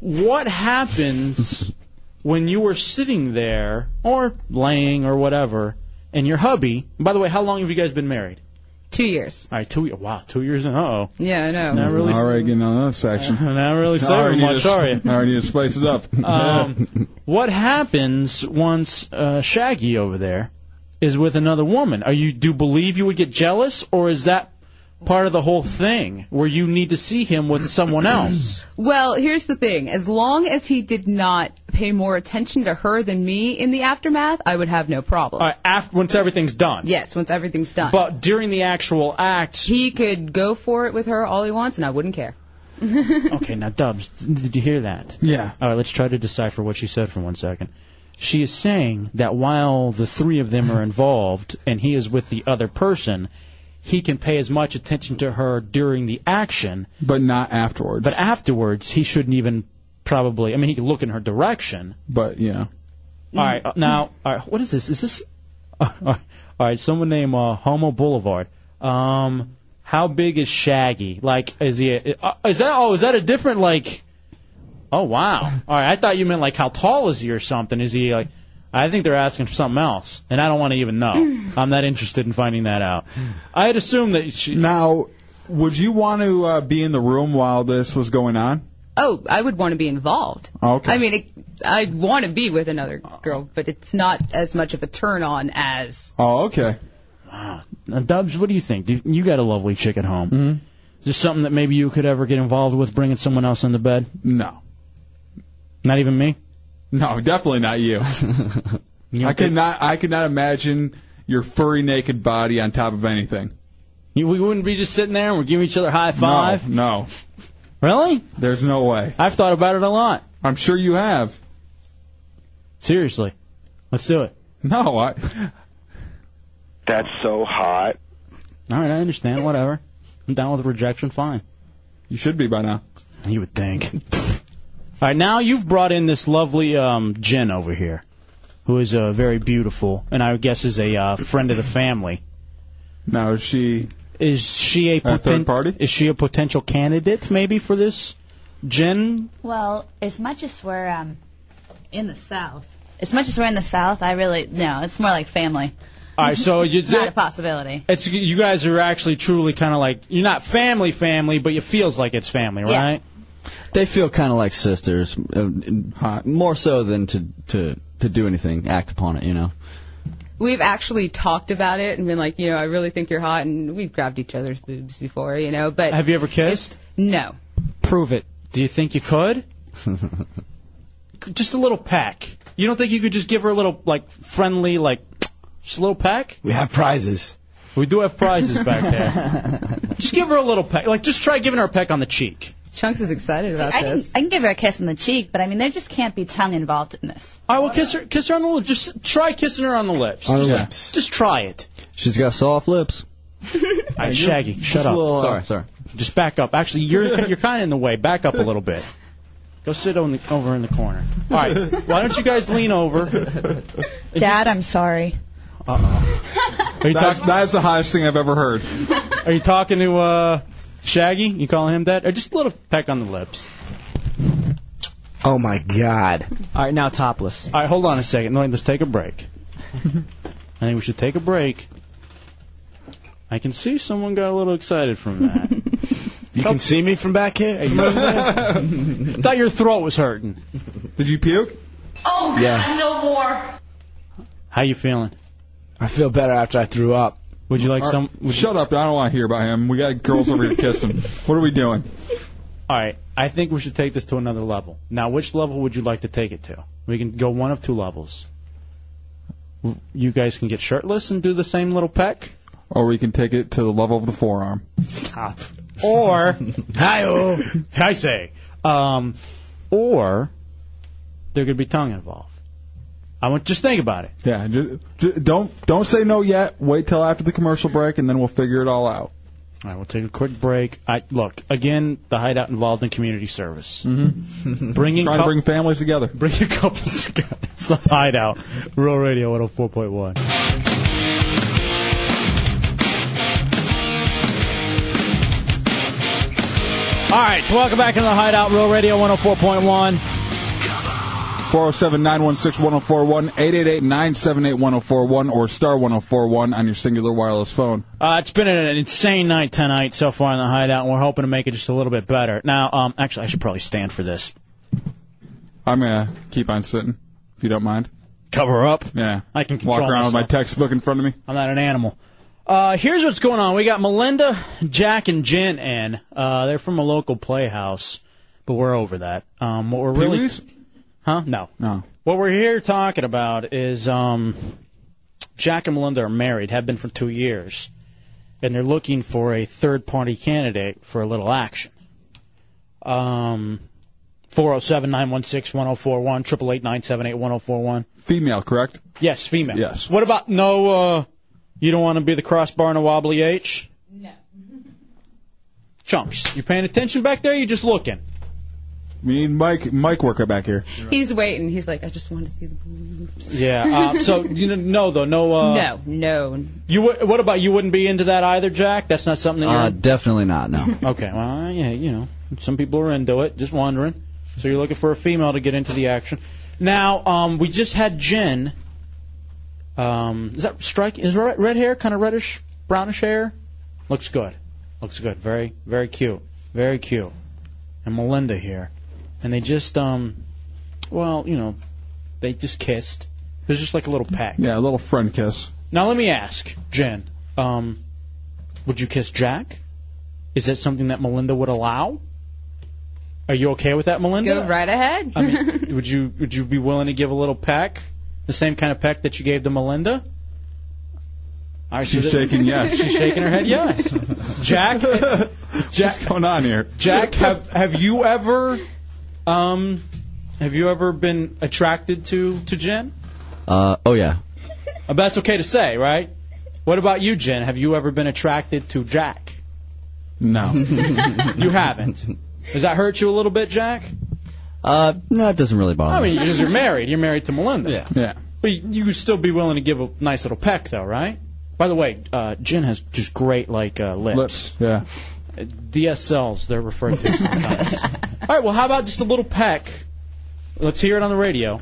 Speaker 3: what happens when you were sitting there or laying or whatever, and your hubby? By the way, how long have you guys been married?
Speaker 1: Two years.
Speaker 3: All right, two. ye- Wow, two years. Uh oh.
Speaker 1: Yeah, I know.
Speaker 3: Not really-
Speaker 4: All right, getting on that section.
Speaker 3: Not really
Speaker 4: Sorry,
Speaker 3: saving much, are you?
Speaker 4: I already need to spice it up.
Speaker 3: Um, what happens once uh, Shaggy over there is with another woman? Are you do you believe you would get jealous, or is that part of the whole thing where you need to see him with someone else?
Speaker 1: Well, here's the thing. As long as he did not pay more attention to her than me in the aftermath, I would have no problem.
Speaker 3: All right, after once everything's done.
Speaker 1: Yes, once everything's done.
Speaker 3: But during the actual act,
Speaker 1: he could go for it with her all he wants, and I wouldn't care.
Speaker 3: okay, now Dubs, did you hear that?
Speaker 4: Yeah.
Speaker 3: All right, let's try to decipher what she said for one second. She is saying that while the three of them are involved and he is with the other person, he can pay as much attention to her during the action,
Speaker 4: but not afterwards.
Speaker 3: but afterwards he shouldn't even probably. I mean, he could look in her direction.
Speaker 4: But you know,
Speaker 3: All right, uh, now, all right, what is this? Is this? all right, someone named uh, Homo Boulevard. Um, how big is Shaggy? Like, is he? A, uh, is that? Oh, is that a different like? Oh wow! All right, I thought you meant like how tall is he or something? Is he like? I think they're asking for something else, and I don't want to even know. I'm not interested in finding that out. I'd assume that she.
Speaker 4: now would you want to uh, be in the room while this was going on?
Speaker 1: Oh, I would want to be involved.
Speaker 4: Okay.
Speaker 1: I mean, it, I'd want to be with another girl, but it's not as much of a turn on as
Speaker 4: oh, okay.
Speaker 3: Now, Dubs, what do you think? Do, you got a lovely chick at home. Mm-hmm. Is this something that maybe you could ever get involved with, bringing someone else into bed?
Speaker 4: No.
Speaker 3: Not even me?
Speaker 4: No, Oh, definitely not you. I could not. I could not imagine your furry naked body on top of anything.
Speaker 3: You, we wouldn't be just sitting there and we're giving each other high five?
Speaker 4: No.
Speaker 3: Really?
Speaker 4: There's no way.
Speaker 3: I've thought about it a lot.
Speaker 4: I'm sure you have.
Speaker 3: Seriously. Let's do it.
Speaker 4: No, I.
Speaker 9: That's so hot.
Speaker 3: All right, I understand. Whatever. I'm down with rejection. Fine.
Speaker 4: You should be by now.
Speaker 3: You would think. All right, now you've brought in this lovely um, Jen over here, who is uh, very beautiful, and I guess is a uh, friend of the family.
Speaker 4: Now is she
Speaker 3: is she a,
Speaker 4: A third
Speaker 3: poten-
Speaker 4: party?
Speaker 3: Is she a potential candidate maybe for this Jen?
Speaker 13: Well, as much as we're um, in the South, as much as we're in the South, I really no. It's more like family.
Speaker 3: All right, so you
Speaker 13: It's not a possibility.
Speaker 3: it's you guys are actually truly kind of like you're not family family, but it feels like it's family,
Speaker 13: Yeah.
Speaker 3: right?
Speaker 2: They feel kind of like sisters, uh, more so than to to to do anything, act upon it. You know.
Speaker 1: We've actually talked about it and been like, you know, I really think you're hot, and we've grabbed each other's boobs before, you know. But
Speaker 3: Have you ever kissed?
Speaker 1: no,
Speaker 3: Prove it. Do you think you could? just a little peck. You don't think you could just give her a little like friendly like just a little peck?
Speaker 6: We have prizes.
Speaker 3: We do have prizes back there. just give her a little peck. Like just try giving her a peck on the cheek.
Speaker 1: Chunks is excited about
Speaker 13: I can
Speaker 1: this.
Speaker 13: I can give her a kiss on the cheek, but I mean there just can't be tongue involved in this.
Speaker 3: I will kiss her kiss her on the lips. Just try kissing her on the lips.
Speaker 2: On the
Speaker 3: just,
Speaker 2: lips.
Speaker 3: Just try it.
Speaker 2: She's got soft lips.
Speaker 3: All right, Shaggy, shut
Speaker 2: Just a
Speaker 3: up.
Speaker 2: little, uh, Sorry, sorry.
Speaker 3: Just back up. Actually, you're you're kind of in the way. Back up a little bit. Go sit on the, over in the corner. All right. Why don't you guys lean over?
Speaker 13: Dad, I'm sorry.
Speaker 3: Are you
Speaker 4: That's,
Speaker 3: talking?
Speaker 4: that's the hottest thing I've ever heard.
Speaker 3: Are you talking to uh, Shaggy? You calling him that? Or just a little peck on the lips?
Speaker 6: Oh my God.
Speaker 3: All right, now topless. All right, hold on a second. No, let's take a break. I think we should take a break. I can see someone got a little excited from that.
Speaker 6: You can see me from back here.
Speaker 3: Thought your throat was hurting.
Speaker 4: Did you puke?
Speaker 16: Oh,
Speaker 6: God, Yeah.
Speaker 16: no more.
Speaker 3: How you feeling?
Speaker 6: I feel better after I threw up.
Speaker 3: Would you like
Speaker 4: All
Speaker 3: some?
Speaker 4: right, shut up! I don't want to hear about him. We got girls over here to kiss him. What are we doing?
Speaker 3: All right, I think we should take this to another level. Now, which level would you like to take it to? We can go one of two levels. You guys can get shirtless and do the same little peck,
Speaker 4: Or we can take it to the level of the forearm.
Speaker 3: Stop. or
Speaker 6: hi
Speaker 3: I say, um, or there could be tongue involved. I want just think about it.
Speaker 4: Yeah. Just, don't don't say no yet. Wait till after the commercial break, and then we'll figure it all out.
Speaker 3: All right, we'll take a quick break. I look again. The hideout involved in community service,
Speaker 4: Mm-hmm.
Speaker 3: Bringing
Speaker 4: trying
Speaker 3: cou-
Speaker 4: to bring families together.
Speaker 3: Bringing couples together. It's the hideout. Rural Radio 104.1. All right, so welcome back into the Hideout, Real Radio 104.1.
Speaker 4: 407 916 1041, 888 978 1041, or star 1041 on your singular wireless phone.
Speaker 3: Uh, it's been an insane night tonight so far in the hideout, and we're hoping to make it just a little bit better. Now, um, actually, I should probably stand for this.
Speaker 4: I'm going to keep on sitting, if you don't mind.
Speaker 3: Cover up.
Speaker 4: Yeah.
Speaker 3: I can
Speaker 4: Walk
Speaker 3: control
Speaker 4: around with my
Speaker 3: myself.
Speaker 4: textbook in front of me.
Speaker 3: I'm not an animal. Uh, here's what's going on. We got Melinda, Jack, and Jen in. Uh, they're from a local playhouse, but we're over that. Um, what we're really,
Speaker 4: Pee-wees?
Speaker 3: huh? No.
Speaker 4: No.
Speaker 3: What we're here talking about is um, Jack and Melinda are married, have been for two years, and they're looking for a third-party candidate for a little action. Um, four zero seven nine one six one zero four one triple eight nine seven eight one zero four one.
Speaker 4: Female, correct?
Speaker 3: Yes, female.
Speaker 4: Yes.
Speaker 3: What about no? Uh, you don't want to be the crossbar and a wobbly H. No. Chunks, you paying attention back there? You just looking?
Speaker 4: We need Mike, Mike Worker back here.
Speaker 1: he's waiting. He's like, I just want to see the boobs.
Speaker 3: Yeah. Uh, so you know, no though. No. Uh,
Speaker 1: no, no.
Speaker 3: You wou- what about you? Wouldn't be into that either, Jack. That's not something that you're.
Speaker 2: Uh, definitely not. No.
Speaker 3: Okay. Well, yeah. You know, some people are into it. Just wondering. So you're looking for a female to get into the action. Now, um, we just had Jen. Um, is that strike? Is red red hair kind of reddish, brownish hair? Looks good. Looks good. Very, very cute. Very cute. And Melinda here, and they just um, well, you know, they just kissed. There's just like a little pack.
Speaker 4: Yeah, a little friend kiss.
Speaker 3: Now let me ask, Jen, Um, would you kiss Jack? Is that something that Melinda would allow? Are you okay with that, Melinda?
Speaker 1: Go right ahead.
Speaker 3: I mean, would you would you be willing to give a little peck, the same kind of peck that you gave to Melinda? All right,
Speaker 4: She's
Speaker 3: so that-
Speaker 4: shaking yes.
Speaker 3: She's shaking her head yes. Jack, Jack,
Speaker 4: What's going on here?
Speaker 3: Jack, have have you ever, um, have you ever been attracted to to Jen?
Speaker 2: Uh, oh yeah.
Speaker 3: Uh, That's okay to say, right? What about you, Jen? Have you ever been attracted to Jack?
Speaker 4: No.
Speaker 3: you haven't. Does that hurt you a little bit, Jack?
Speaker 2: Uh, no, it doesn't really bother
Speaker 3: I mean,
Speaker 2: me.
Speaker 3: because you're married. You're married to Melinda. Yeah.
Speaker 4: Yeah.
Speaker 3: But you you would still be willing to give a nice little peck, though, right? By the way, uh, Jen has just great like uh, lips.
Speaker 4: Lips. Yeah.
Speaker 3: Uh, DSLs, they're referred to sometimes. All right. Well, how about just a little peck? Let's hear it on the radio.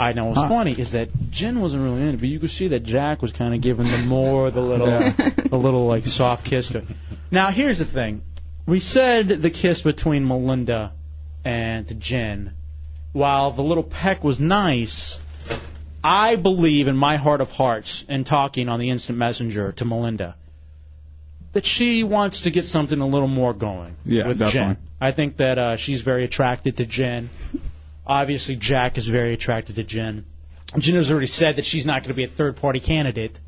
Speaker 3: I know what's
Speaker 4: Huh.
Speaker 3: funny is that Jen wasn't really in it, but you could see that Jack was kind of giving the more the little
Speaker 4: Yeah.
Speaker 3: the little like soft kiss to it. Now here's the thing: we said the kiss between Melinda and Jen, while the little peck was nice. I believe in my heart of hearts, in talking on the instant messenger to Melinda, that she wants to get something a little more going
Speaker 4: Yeah,
Speaker 3: with
Speaker 4: definitely.
Speaker 3: Jen. I think that uh, she's very attracted to Jen. Obviously, Jack is very attracted to Jen. Jen has already said that she's not going to be a third party candidate,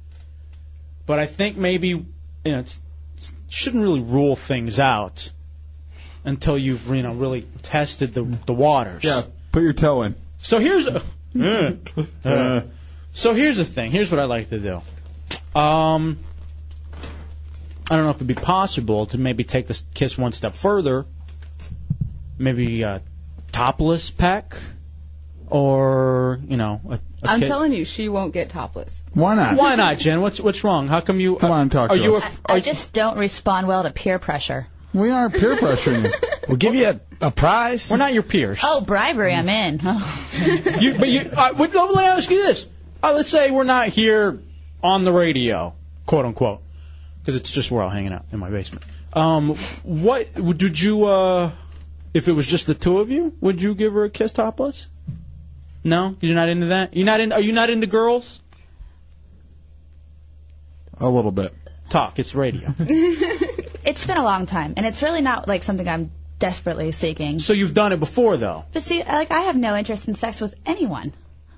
Speaker 3: but I think maybe you know it's, it's shouldn't really rule things out until you've you know really tested the the waters.
Speaker 4: Yeah. Put your toe in.
Speaker 3: So here's uh, so here's the thing. Here's what I like to do. Um, I don't know if it'd be possible to maybe take this kiss one step further. Maybe a topless peck, or you know, a, a
Speaker 1: I'm
Speaker 3: ki-
Speaker 1: telling you, she won't get topless.
Speaker 4: Why not?
Speaker 3: Why not, Jen? What's what's wrong? How come you? Come
Speaker 4: on, talk
Speaker 3: Are
Speaker 4: to
Speaker 3: you
Speaker 4: us.
Speaker 3: af-
Speaker 13: I just don't respond well to peer pressure.
Speaker 4: We are peer pressuring you.
Speaker 6: We'll give you a, a prize.
Speaker 3: We're not your peers.
Speaker 13: Oh, bribery! I'm in. Oh.
Speaker 3: you, but you, uh, wait, let me ask you this. Uh, let's say we're not here on the radio, quote unquote, because it's just we're all hanging out in my basement. Um, what did you? Uh, if it was just the two of you, would you give her a kiss topless? No, you're not into that. You're not in. Are you not into girls?
Speaker 4: A little bit.
Speaker 3: Talk. It's radio.
Speaker 13: it's been a long time, and it's really not like something I'm desperately seeking.
Speaker 3: so you've done it before, though.
Speaker 13: But see, like I have no interest in sex with anyone,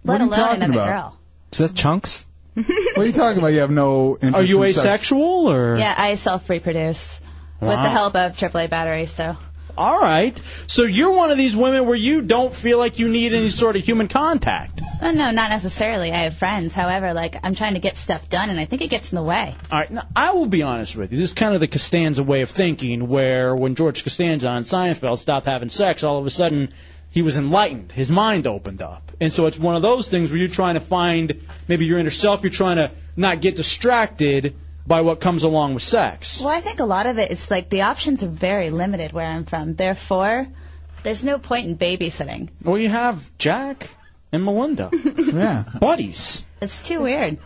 Speaker 13: let
Speaker 4: What are you
Speaker 13: alone
Speaker 4: talking
Speaker 13: another
Speaker 4: about?
Speaker 13: girl.
Speaker 5: Is that chunks?
Speaker 4: What are you talking about? You have no interest
Speaker 3: Are you
Speaker 4: in sex.
Speaker 3: asexual or?
Speaker 13: Yeah, I self-reproduce with
Speaker 3: Wow.
Speaker 13: the help of AAA batteries. So
Speaker 3: All right. So you're one of these women where you don't feel like you need any sort of human contact.
Speaker 13: Oh, no, not necessarily. I have friends. However, like I'm trying to get stuff done, and I think it gets in the way.
Speaker 3: All right, now I will be honest with you. This is kind of the Costanza way of thinking, where when George Costanza on Seinfeld stopped having sex, all of a sudden he was enlightened. His mind opened up. And so it's one of those things where you're trying to find maybe your inner self, you're trying to not get distracted by what comes along with sex.
Speaker 13: Well, I think a lot of it is like the options are very limited where I'm from. Therefore, there's no point in babysitting.
Speaker 3: Well, you have Jack and Melinda,
Speaker 4: Yeah.
Speaker 3: buddies.
Speaker 13: It's too weird.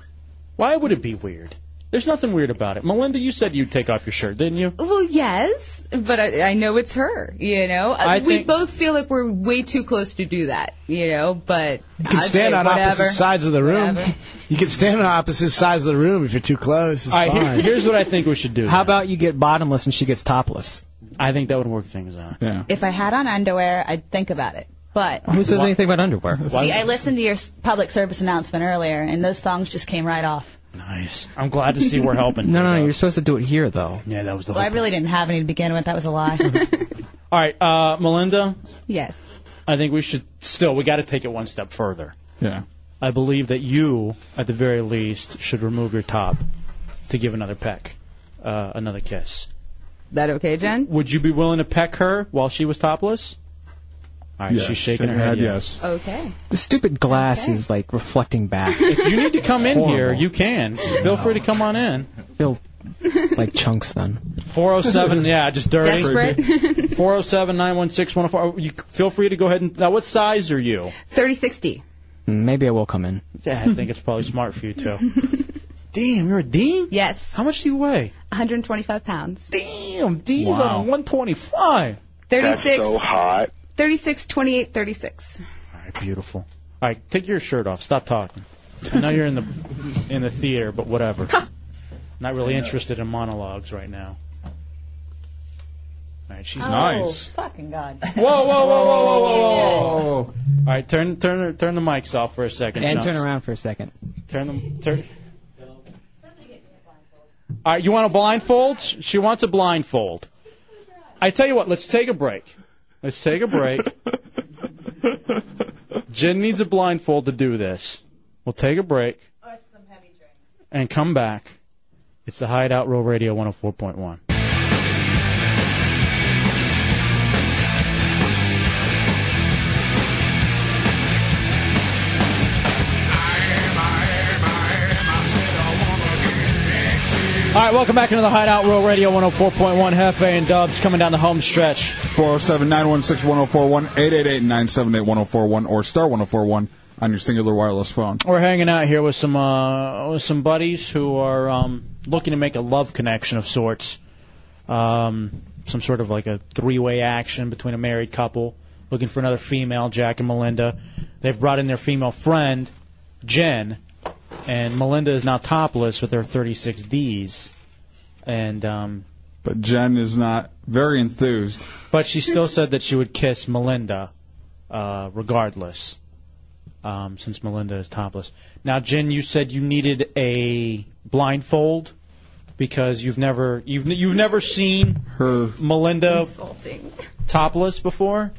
Speaker 3: Why would it be weird? There's nothing weird about it. Melinda, you said you'd take off your shirt, didn't you?
Speaker 1: Well, yes, but I, I know it's her. You know,
Speaker 3: I
Speaker 1: we
Speaker 3: think-
Speaker 1: both feel like we're way too close to do that. You know, but
Speaker 6: You can
Speaker 1: I'd
Speaker 6: stand
Speaker 1: say
Speaker 6: on
Speaker 1: whatever.
Speaker 6: opposite sides of the room.
Speaker 1: Whatever.
Speaker 6: You can stand on opposite sides of the room if you're too close. It's
Speaker 3: All right,
Speaker 6: fine.
Speaker 3: here- here's what I think we should do.
Speaker 5: How about you get bottomless and she gets topless?
Speaker 3: I think that would work things out.
Speaker 4: Yeah.
Speaker 13: If I had on underwear, I'd think about it. But
Speaker 5: Who says anything about underwear?
Speaker 13: see, I listened to your s- public service announcement earlier, and those thongs just came right off.
Speaker 3: Nice. I'm glad to see we're helping.
Speaker 5: No, no, no, you're supposed to do it here though.
Speaker 3: Yeah, that was the
Speaker 13: Well, I
Speaker 3: whole.
Speaker 13: really didn't have any to begin with. That was a lie.
Speaker 3: All right, uh, Melinda,
Speaker 1: Yes.
Speaker 3: I think we should still we got to take it one step further.
Speaker 4: Yeah.
Speaker 3: I believe that you, at the very least, should remove your top to give another peck, uh, another kiss.
Speaker 1: That okay, Jen?
Speaker 3: Would you be willing to peck her while she was topless? All right,
Speaker 4: Yes.
Speaker 3: she's shaking her
Speaker 4: Shaking her
Speaker 3: head.
Speaker 4: head,
Speaker 1: Okay.
Speaker 5: The stupid glass is like reflecting back.
Speaker 3: If you need to come in here,
Speaker 5: Horrible.
Speaker 3: you can. Feel free to come on in.
Speaker 5: Feel like chunks then.
Speaker 3: 407, yeah, just dirty.
Speaker 1: Desperate.
Speaker 3: 407 916 104. You feel free to go ahead and. Now, what size are you?
Speaker 1: Thirty sixty.
Speaker 5: Maybe I will come in.
Speaker 3: Yeah, I think it's probably smart for you too. Damn, you're a dean.
Speaker 1: Yes.
Speaker 3: How much do you weigh?
Speaker 1: 125 pounds.
Speaker 3: Damn, D's
Speaker 4: Wow.
Speaker 3: on 125.
Speaker 1: 36.
Speaker 9: That's so hot.
Speaker 1: 36, 28, 36.
Speaker 3: All right, beautiful. All right, take your shirt off. Stop talking. I know you're in the in the theater, but whatever. Not really interested in monologues right now. All right, she's
Speaker 13: Oh, Fucking God.
Speaker 3: Whoa, whoa, whoa, whoa, whoa, whoa, whoa! All right, turn turn turn the mics off for a second.
Speaker 5: And
Speaker 3: No.
Speaker 5: turn around for a second.
Speaker 3: Turn them. Turn. All right, you want a blindfold? Sh- She wants a blindfold. I tell you what, let's take a break. Let's take a break. Jen needs a blindfold to do this. We'll take a break. And come back. It's the Hideout Roll Radio 104.1. All right, welcome back into the Hideout Row Radio 104.1 Hefe and Dubs coming down the home stretch.
Speaker 4: 407 916 1041, 888 978 1041, or star 1041 on your singular wireless phone.
Speaker 3: We're hanging out here with some uh, with some buddies who are um, looking to make a love connection of sorts, um, some sort of like a three-way action between a married couple looking for another female, Jack and Melinda. They've brought in their female friend, Jen, and Melinda is now topless with her 36 Ds, and um,
Speaker 4: But Jen is not very enthused.
Speaker 3: but she still said that she would kiss Melinda, uh, regardless, um, since Melinda is topless. Now, Jen, you said you needed a blindfold because you've never you've you've never seen
Speaker 4: her
Speaker 3: Melinda
Speaker 13: Insulting.
Speaker 3: topless before.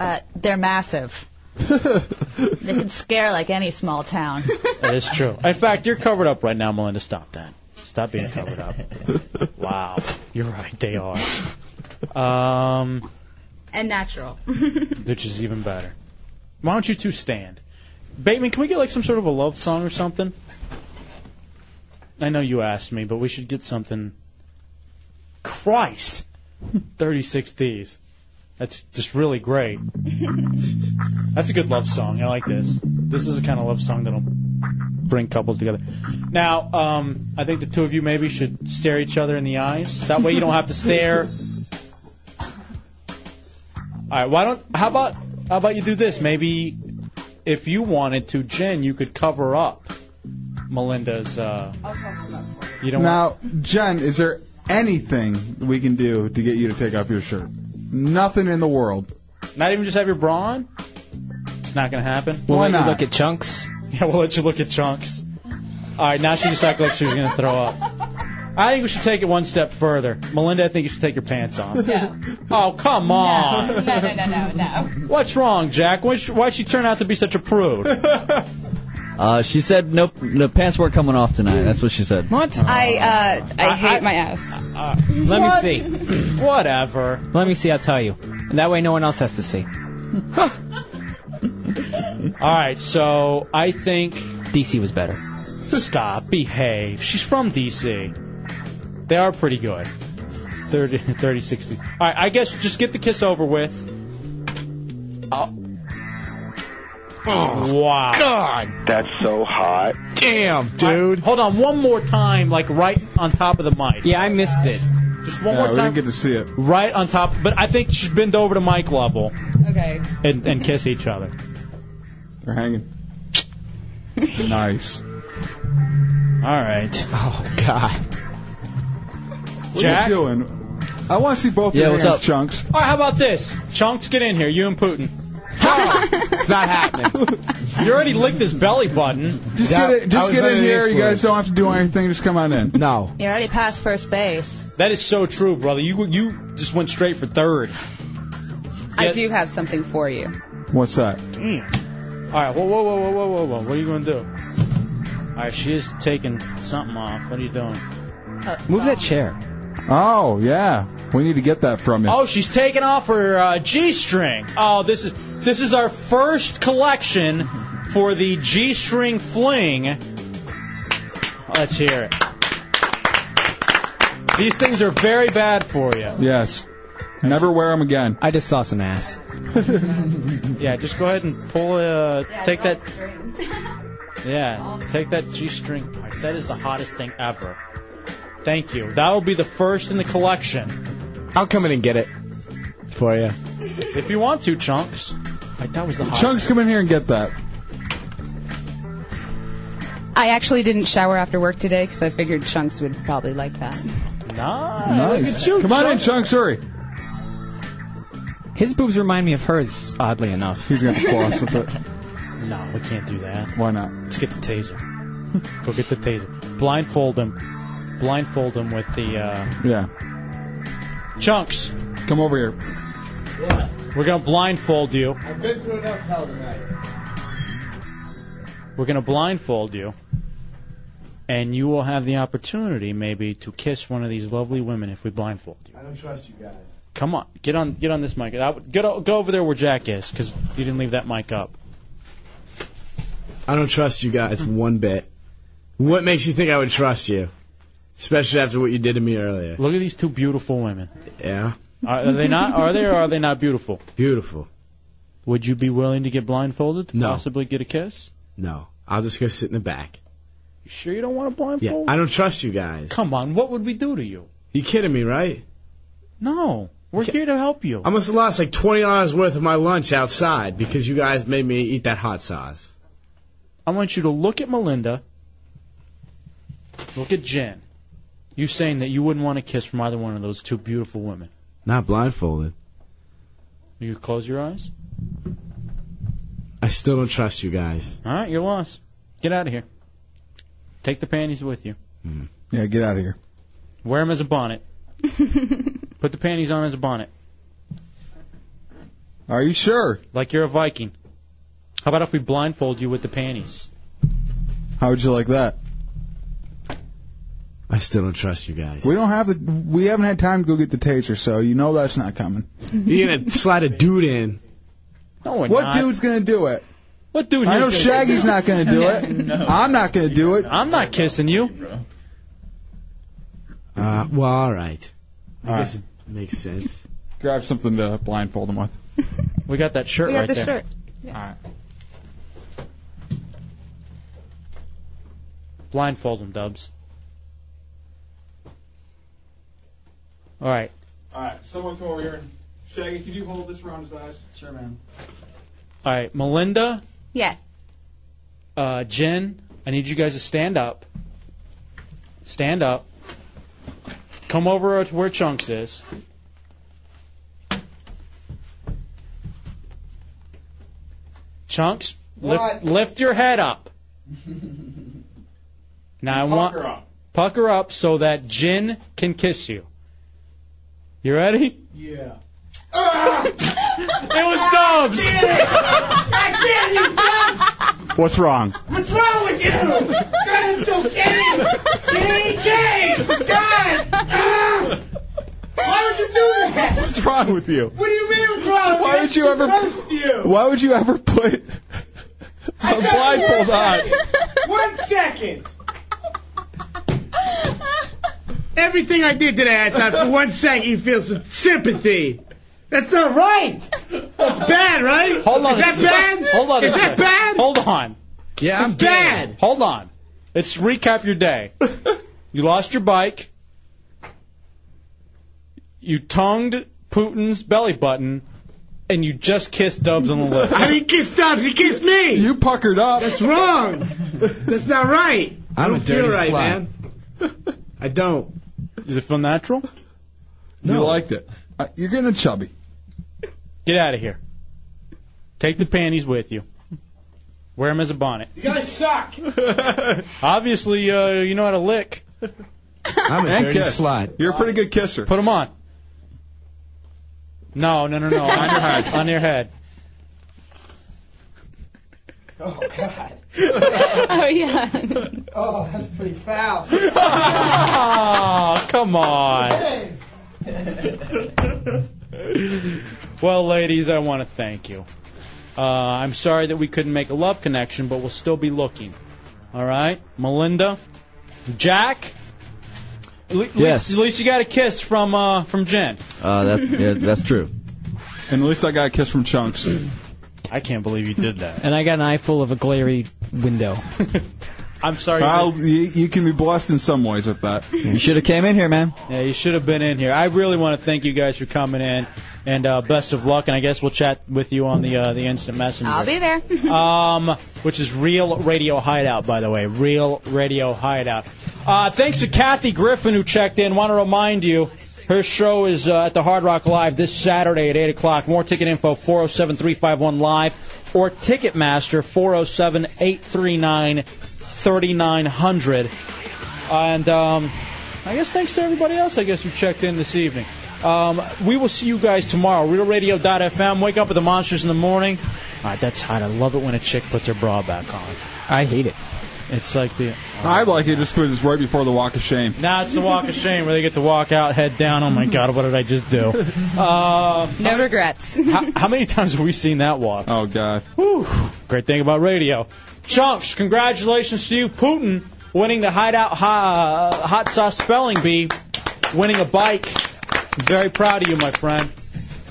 Speaker 13: Uh, they're massive. they can scare like any small town.
Speaker 3: That is true. In fact, you're covered up right now, Melinda. Stop that. Stop being covered up. wow, you're right. They are. Um,
Speaker 1: And natural.
Speaker 3: which is even better. Why don't you two stand? Bateman, can we get like some sort of a love song or something? I know you asked me, but we should get something. Christ, 36 Ds. That's just really great. That's a good love song. I like this. This is the kind of love song that'll bring couples together. Now, um, I think the two of you maybe should stare each other in the eyes. That way you don't have to stare. All right. Why don't? How about? How about you do this? Maybe if you wanted to, Jen, you could cover up Melinda's. Uh, you don't. want,
Speaker 4: Now, Jen, is there anything we can do to get you to take off your shirt? Nothing in the world.
Speaker 3: not even just have your bra on. It's not gonna happen.
Speaker 4: We'll Why let you not? look
Speaker 3: at chunks. Yeah, we'll let you look at chunks. All right. Now she just acted like she was gonna throw up. I think we should take it one step further. Melinda, I think you should take your pants off.
Speaker 13: No.
Speaker 3: Oh, come on.
Speaker 13: No, no, no, no, no, no.
Speaker 3: What's wrong, Jack? Why'd she, why'd she turn out to be such a prude?
Speaker 2: Uh, she said nope, the pants weren't coming off tonight. That's what she said.
Speaker 3: What?
Speaker 1: I uh, I,
Speaker 3: I-
Speaker 1: hate
Speaker 3: I-
Speaker 1: my ass.
Speaker 3: Uh, let
Speaker 1: What?
Speaker 3: me see. Whatever.
Speaker 5: Let me see. I'll tell you. And that way, no one else has to see.
Speaker 3: All right, so I think DC was better. Stop, behave. She's from DC. They are pretty good. 30, 30 60. All right, I guess just get the kiss over with. Oh. wow. God.
Speaker 9: That's so hot.
Speaker 3: Damn, dude. hold on one more time, like right on top of the mic. Yeah, I missed it. Just one
Speaker 4: Yeah,
Speaker 3: more
Speaker 4: we
Speaker 3: time.
Speaker 4: didn't get to see it.
Speaker 3: right on top. But I think you should bend over to mic level
Speaker 1: Okay.
Speaker 3: and, and kiss each other.
Speaker 4: They're hanging. nice. All
Speaker 3: right.
Speaker 4: Oh God. What
Speaker 3: Jack?
Speaker 4: are you doing? I want to see both
Speaker 3: Yeah,
Speaker 4: your
Speaker 3: what's
Speaker 4: hands,
Speaker 3: up?
Speaker 4: chunks.
Speaker 3: All right, how about this? Chunks, get in here. You and Putin. it's not happening. You already licked his belly button.
Speaker 4: Just get in, just get in here. You guys don't have to do anything. Just come on in.
Speaker 5: No.
Speaker 13: You're already past first base.
Speaker 3: That is so true, brother. You you just went straight for third.
Speaker 1: I do have something for you.
Speaker 4: What's that?
Speaker 3: Damn. All right. Whoa, whoa, whoa, whoa, whoa, whoa, whoa. What are you gonna do? All right, she is taking something off. What are you doing?
Speaker 4: Move that chair. Oh yeah, we need to get that from you.
Speaker 3: Oh, she's taking off her uh, G-string. Oh, this is this is our first collection for the G-string fling. Let's hear it. These things are very bad for you.
Speaker 4: Yes. Never wear them again.
Speaker 5: I just saw some ass.
Speaker 3: Yeah, just go ahead and pull. Uh, take that. Yeah, take that G-string. part. That is the hottest thing ever. Thank you. That will be the first in the collection
Speaker 6: I'll come in and get it for you.
Speaker 3: if you want to, chunks. Like, that was the hottest.
Speaker 4: Chunks, come in here and get that.
Speaker 1: I actually didn't shower after work today because I figured Chunks would probably like that.
Speaker 4: Nice. Come on in, Chunks, hurry.
Speaker 5: His boobs remind me of hers, oddly enough.
Speaker 4: He's gonna floss with it.
Speaker 3: No, we can't do that.
Speaker 4: Why not?
Speaker 3: Let's get the taser. Go get the taser. Blindfold him. Blindfold him with the. Uh...
Speaker 4: Yeah.
Speaker 3: Chunks.
Speaker 4: Come over here.
Speaker 3: We're gonna blindfold you.
Speaker 16: I've been through enough hell tonight.
Speaker 3: We're gonna blindfold you, and you will have the opportunity maybe to kiss one of these lovely women if we blindfold you.
Speaker 16: I don't trust you guys.
Speaker 3: Come on, get on, get on this mic. I- Get o- go over there where Jack is, 'cause you didn't leave that mic up.
Speaker 6: I don't trust you guys one bit. What makes you think I would trust you? Especially after what you did to me earlier.
Speaker 3: Look at these two beautiful women.
Speaker 6: Yeah.
Speaker 3: Are, are they not? Are they? or Are they not beautiful?
Speaker 6: Beautiful.
Speaker 3: Would you be willing to get blindfolded to
Speaker 6: No.
Speaker 3: possibly get a kiss?
Speaker 6: No. I'll just go sit in the back.
Speaker 3: You sure you don't want to blindfold?
Speaker 6: Yeah. I don't trust you guys.
Speaker 3: Come on, what would we do to you?
Speaker 6: You kidding me, right?
Speaker 3: No. We're here to help you.
Speaker 6: I must have lost like twenty dollars worth of my lunch outside because you guys made me eat that hot sauce.
Speaker 3: I want you to look at Melinda. Look at Jen. You saying that you wouldn't want a kiss from either one of those two beautiful women.
Speaker 6: Not blindfolded.
Speaker 3: You close your eyes.
Speaker 6: I still don't trust you guys.
Speaker 3: All right, you're lost. Get out of here. Take the panties with you.
Speaker 4: Yeah, get out of here.
Speaker 3: Wear them as a bonnet. Put the panties on as a bonnet,
Speaker 4: Are you sure?
Speaker 3: like you're a Viking. How about if we blindfold you with the panties?
Speaker 4: How would you like that?
Speaker 6: I still don't trust you guys.
Speaker 4: We don't have the. We haven't had time to go get the taser, so you know that's not coming.
Speaker 6: You're gonna slide a dude in.
Speaker 3: No, we're
Speaker 4: what
Speaker 3: not.
Speaker 4: dude's gonna do it?
Speaker 3: What dude?
Speaker 4: I know
Speaker 3: here's
Speaker 4: Shaggy's not gonna do it. I'm not gonna do it.
Speaker 3: I'm not kissing you.
Speaker 6: Uh, well, all right.
Speaker 4: All
Speaker 6: I guess it makes sense.
Speaker 4: Grab something to blindfold him with.
Speaker 3: We got that shirt
Speaker 13: we got
Speaker 3: right
Speaker 13: the
Speaker 3: there.
Speaker 13: shirt.
Speaker 3: Blindfold him, Dubs. All right.
Speaker 4: All right, someone come over here. and Shaggy, can you hold this around his eyes? Sure, man.
Speaker 3: All right, Melinda,
Speaker 1: Yes.
Speaker 3: uh, Jen, I need you guys to stand up. Stand up. Come over to where Chunks is. Chunks, lift,
Speaker 16: What?
Speaker 3: lift your head up. Now I want
Speaker 16: Pucker up.
Speaker 3: pucker up so that Jen can kiss you. You ready?
Speaker 16: Yeah. Ah! it
Speaker 3: was Dubs.
Speaker 16: I
Speaker 4: What's wrong?
Speaker 16: can't, you Dubs. What's wrong with you? God, it's so gay. You ain't gay. God. Ah! Why would you do that?
Speaker 4: What's wrong with you?
Speaker 16: What do you mean what's wrong?
Speaker 4: Why would you ever-
Speaker 16: Roast you.
Speaker 4: Why would you ever put a blindfold on?
Speaker 16: One second. Everything I did today, I thought for one second you feel some sympathy. That's not right. That's bad, right?
Speaker 3: Hold on.
Speaker 16: Is
Speaker 3: a
Speaker 16: that
Speaker 3: sec.
Speaker 16: bad?
Speaker 3: Hold on. a
Speaker 16: Is that
Speaker 3: sec.
Speaker 16: bad?
Speaker 3: Hold on.
Speaker 6: Yeah,
Speaker 16: I'm bad.
Speaker 3: Hold on. Let's recap your day. you lost your bike. You tongued Putin's belly button, and you just kissed Dubs on the lips.
Speaker 16: I didn't kiss Stubbs. He kissed me.
Speaker 4: You puckered up.
Speaker 16: That's wrong. That's not right.
Speaker 6: I'm
Speaker 16: I
Speaker 6: a
Speaker 16: don't feel right,
Speaker 6: dirty slut.
Speaker 16: man.
Speaker 6: I don't.
Speaker 3: Does it feel natural?
Speaker 4: You liked it. Uh, You're getting chubby.
Speaker 3: Get out of here. Take the panties with you. Wear them as a bonnet.
Speaker 16: You guys suck.
Speaker 3: Obviously, uh, you know how to lick.
Speaker 6: I'm a
Speaker 4: And
Speaker 6: dirty
Speaker 4: kiss.
Speaker 6: slut.
Speaker 4: You're a pretty good kisser.
Speaker 3: Put them on. No, no, no, no. on your head. On your head.
Speaker 16: Oh, God.
Speaker 1: Oh yeah.
Speaker 16: Oh, that's pretty foul.
Speaker 3: Oh, come on. Well, ladies, I want to thank you. Uh, I'm sorry that we couldn't make a love connection, but we'll still be looking. All right, Melinda, Jack. At le- at
Speaker 2: Yes.
Speaker 3: least- At least you got a kiss from uh, from Jen.
Speaker 2: Uh, that, yeah, that's true.
Speaker 4: And at least I got a kiss from Chunks.
Speaker 3: I can't believe you did that.
Speaker 5: And I got an eye full of a glary window.
Speaker 3: I'm sorry.
Speaker 4: I'll, you, you can be blessed in some ways with that. You
Speaker 2: should have came in here, man.
Speaker 3: Yeah, you should have been in here. I really want to thank you guys for coming in, and uh, best of luck. And I guess we'll chat with you on the uh, the instant messenger.
Speaker 16: I'll be there.
Speaker 3: um, which is Real Radio Hideout, by the way. Real Radio Hideout. Uh, thanks to Kathy Griffin who checked in. Want to remind you, her show is uh, at the Hard Rock Live this Saturday at 8 o'clock. More ticket info, 407-351-LIVE or Ticketmaster, 407-839-3900. And um, I guess thanks to everybody else, I guess, who checked in this evening. Um, we will see you guys tomorrow. RealRadio.fm. Wake up with the monsters in the morning. All right, that's hot. I love it when a chick puts her bra back on.
Speaker 5: I hate it.
Speaker 3: It's like the oh.
Speaker 4: I like it just because it's right before the walk of shame.
Speaker 3: Now it's the walk of shame where they get to walk out, head down. Oh my God, what did I just do? Uh,
Speaker 1: no regrets.
Speaker 3: how, how many times have we seen that walk?
Speaker 4: Oh God.
Speaker 3: Whew. Great thing about radio. Chunks, congratulations to you, Putin, winning the Hideout Hot, hot Sauce Spelling Bee, winning a bike. Very proud of you, my friend.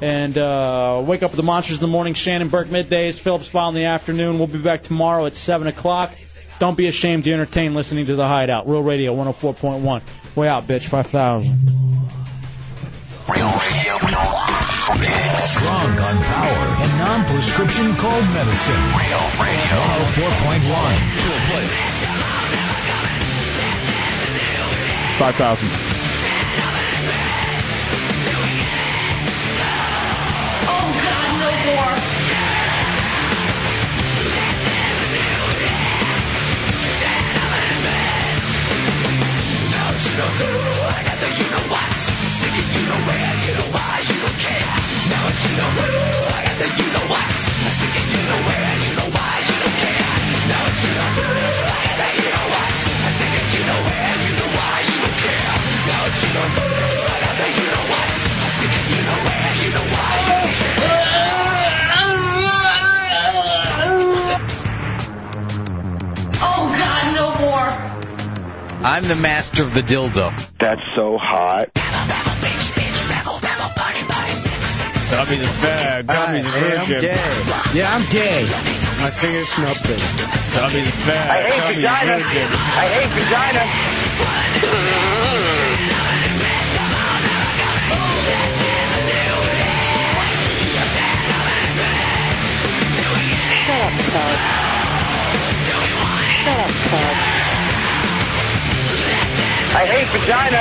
Speaker 3: And uh, wake up with the monsters in the morning. Shannon Burke middays, Phillips File in the afternoon. We'll be back tomorrow at seven o'clock. Don't be ashamed to entertain listening to the Hideout. Real Radio 104.1. Way out, bitch. Five thousand.
Speaker 16: Strong on power and non-prescription cold medicine. Real Radio 104.1.
Speaker 4: Five thousand.
Speaker 16: Oh God, no more.
Speaker 12: I'm the master of the dildo. That's so hot.
Speaker 16: Gummies are bad. Gummies are virgin.
Speaker 6: Yeah, I'm gay. My fingers smell big.
Speaker 16: Gummies are bad. I hate Gummies vagina. Virgin. I hate vagina. Shut up, Todd. Shut up, Todd. I hate vagina.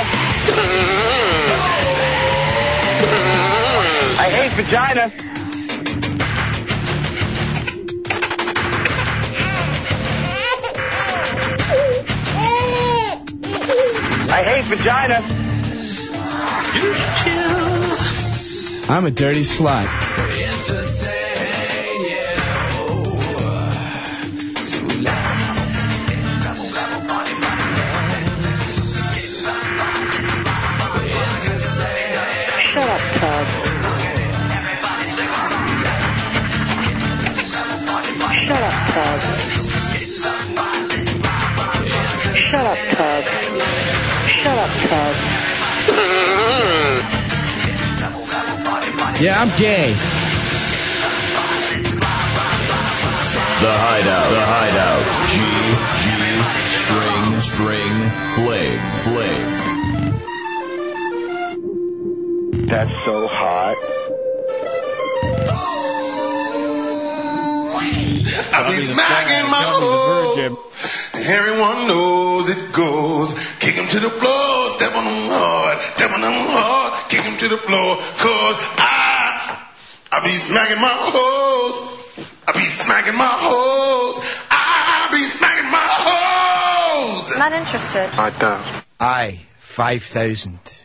Speaker 16: I hate vagina. I hate vagina.
Speaker 6: I'm a dirty slut.
Speaker 16: Shut up, Todd. Shut up, Todd. Shut up, Todd. Shut up, Todd.
Speaker 6: Yeah, I'm gay.
Speaker 12: The Hideout. The Hideout. G, G, string, string, fling, fling.
Speaker 9: That's so hot.
Speaker 16: I be smacking my hoe. Everyone knows it goes. Kick him to the floor, step on him hard, step on him hard, kick him to the floor, cause I, I be smacking my hoes. I be smacking my hoes. I be smacking my hoes.
Speaker 15: Not interested.
Speaker 16: I don't.
Speaker 12: I, 5,000.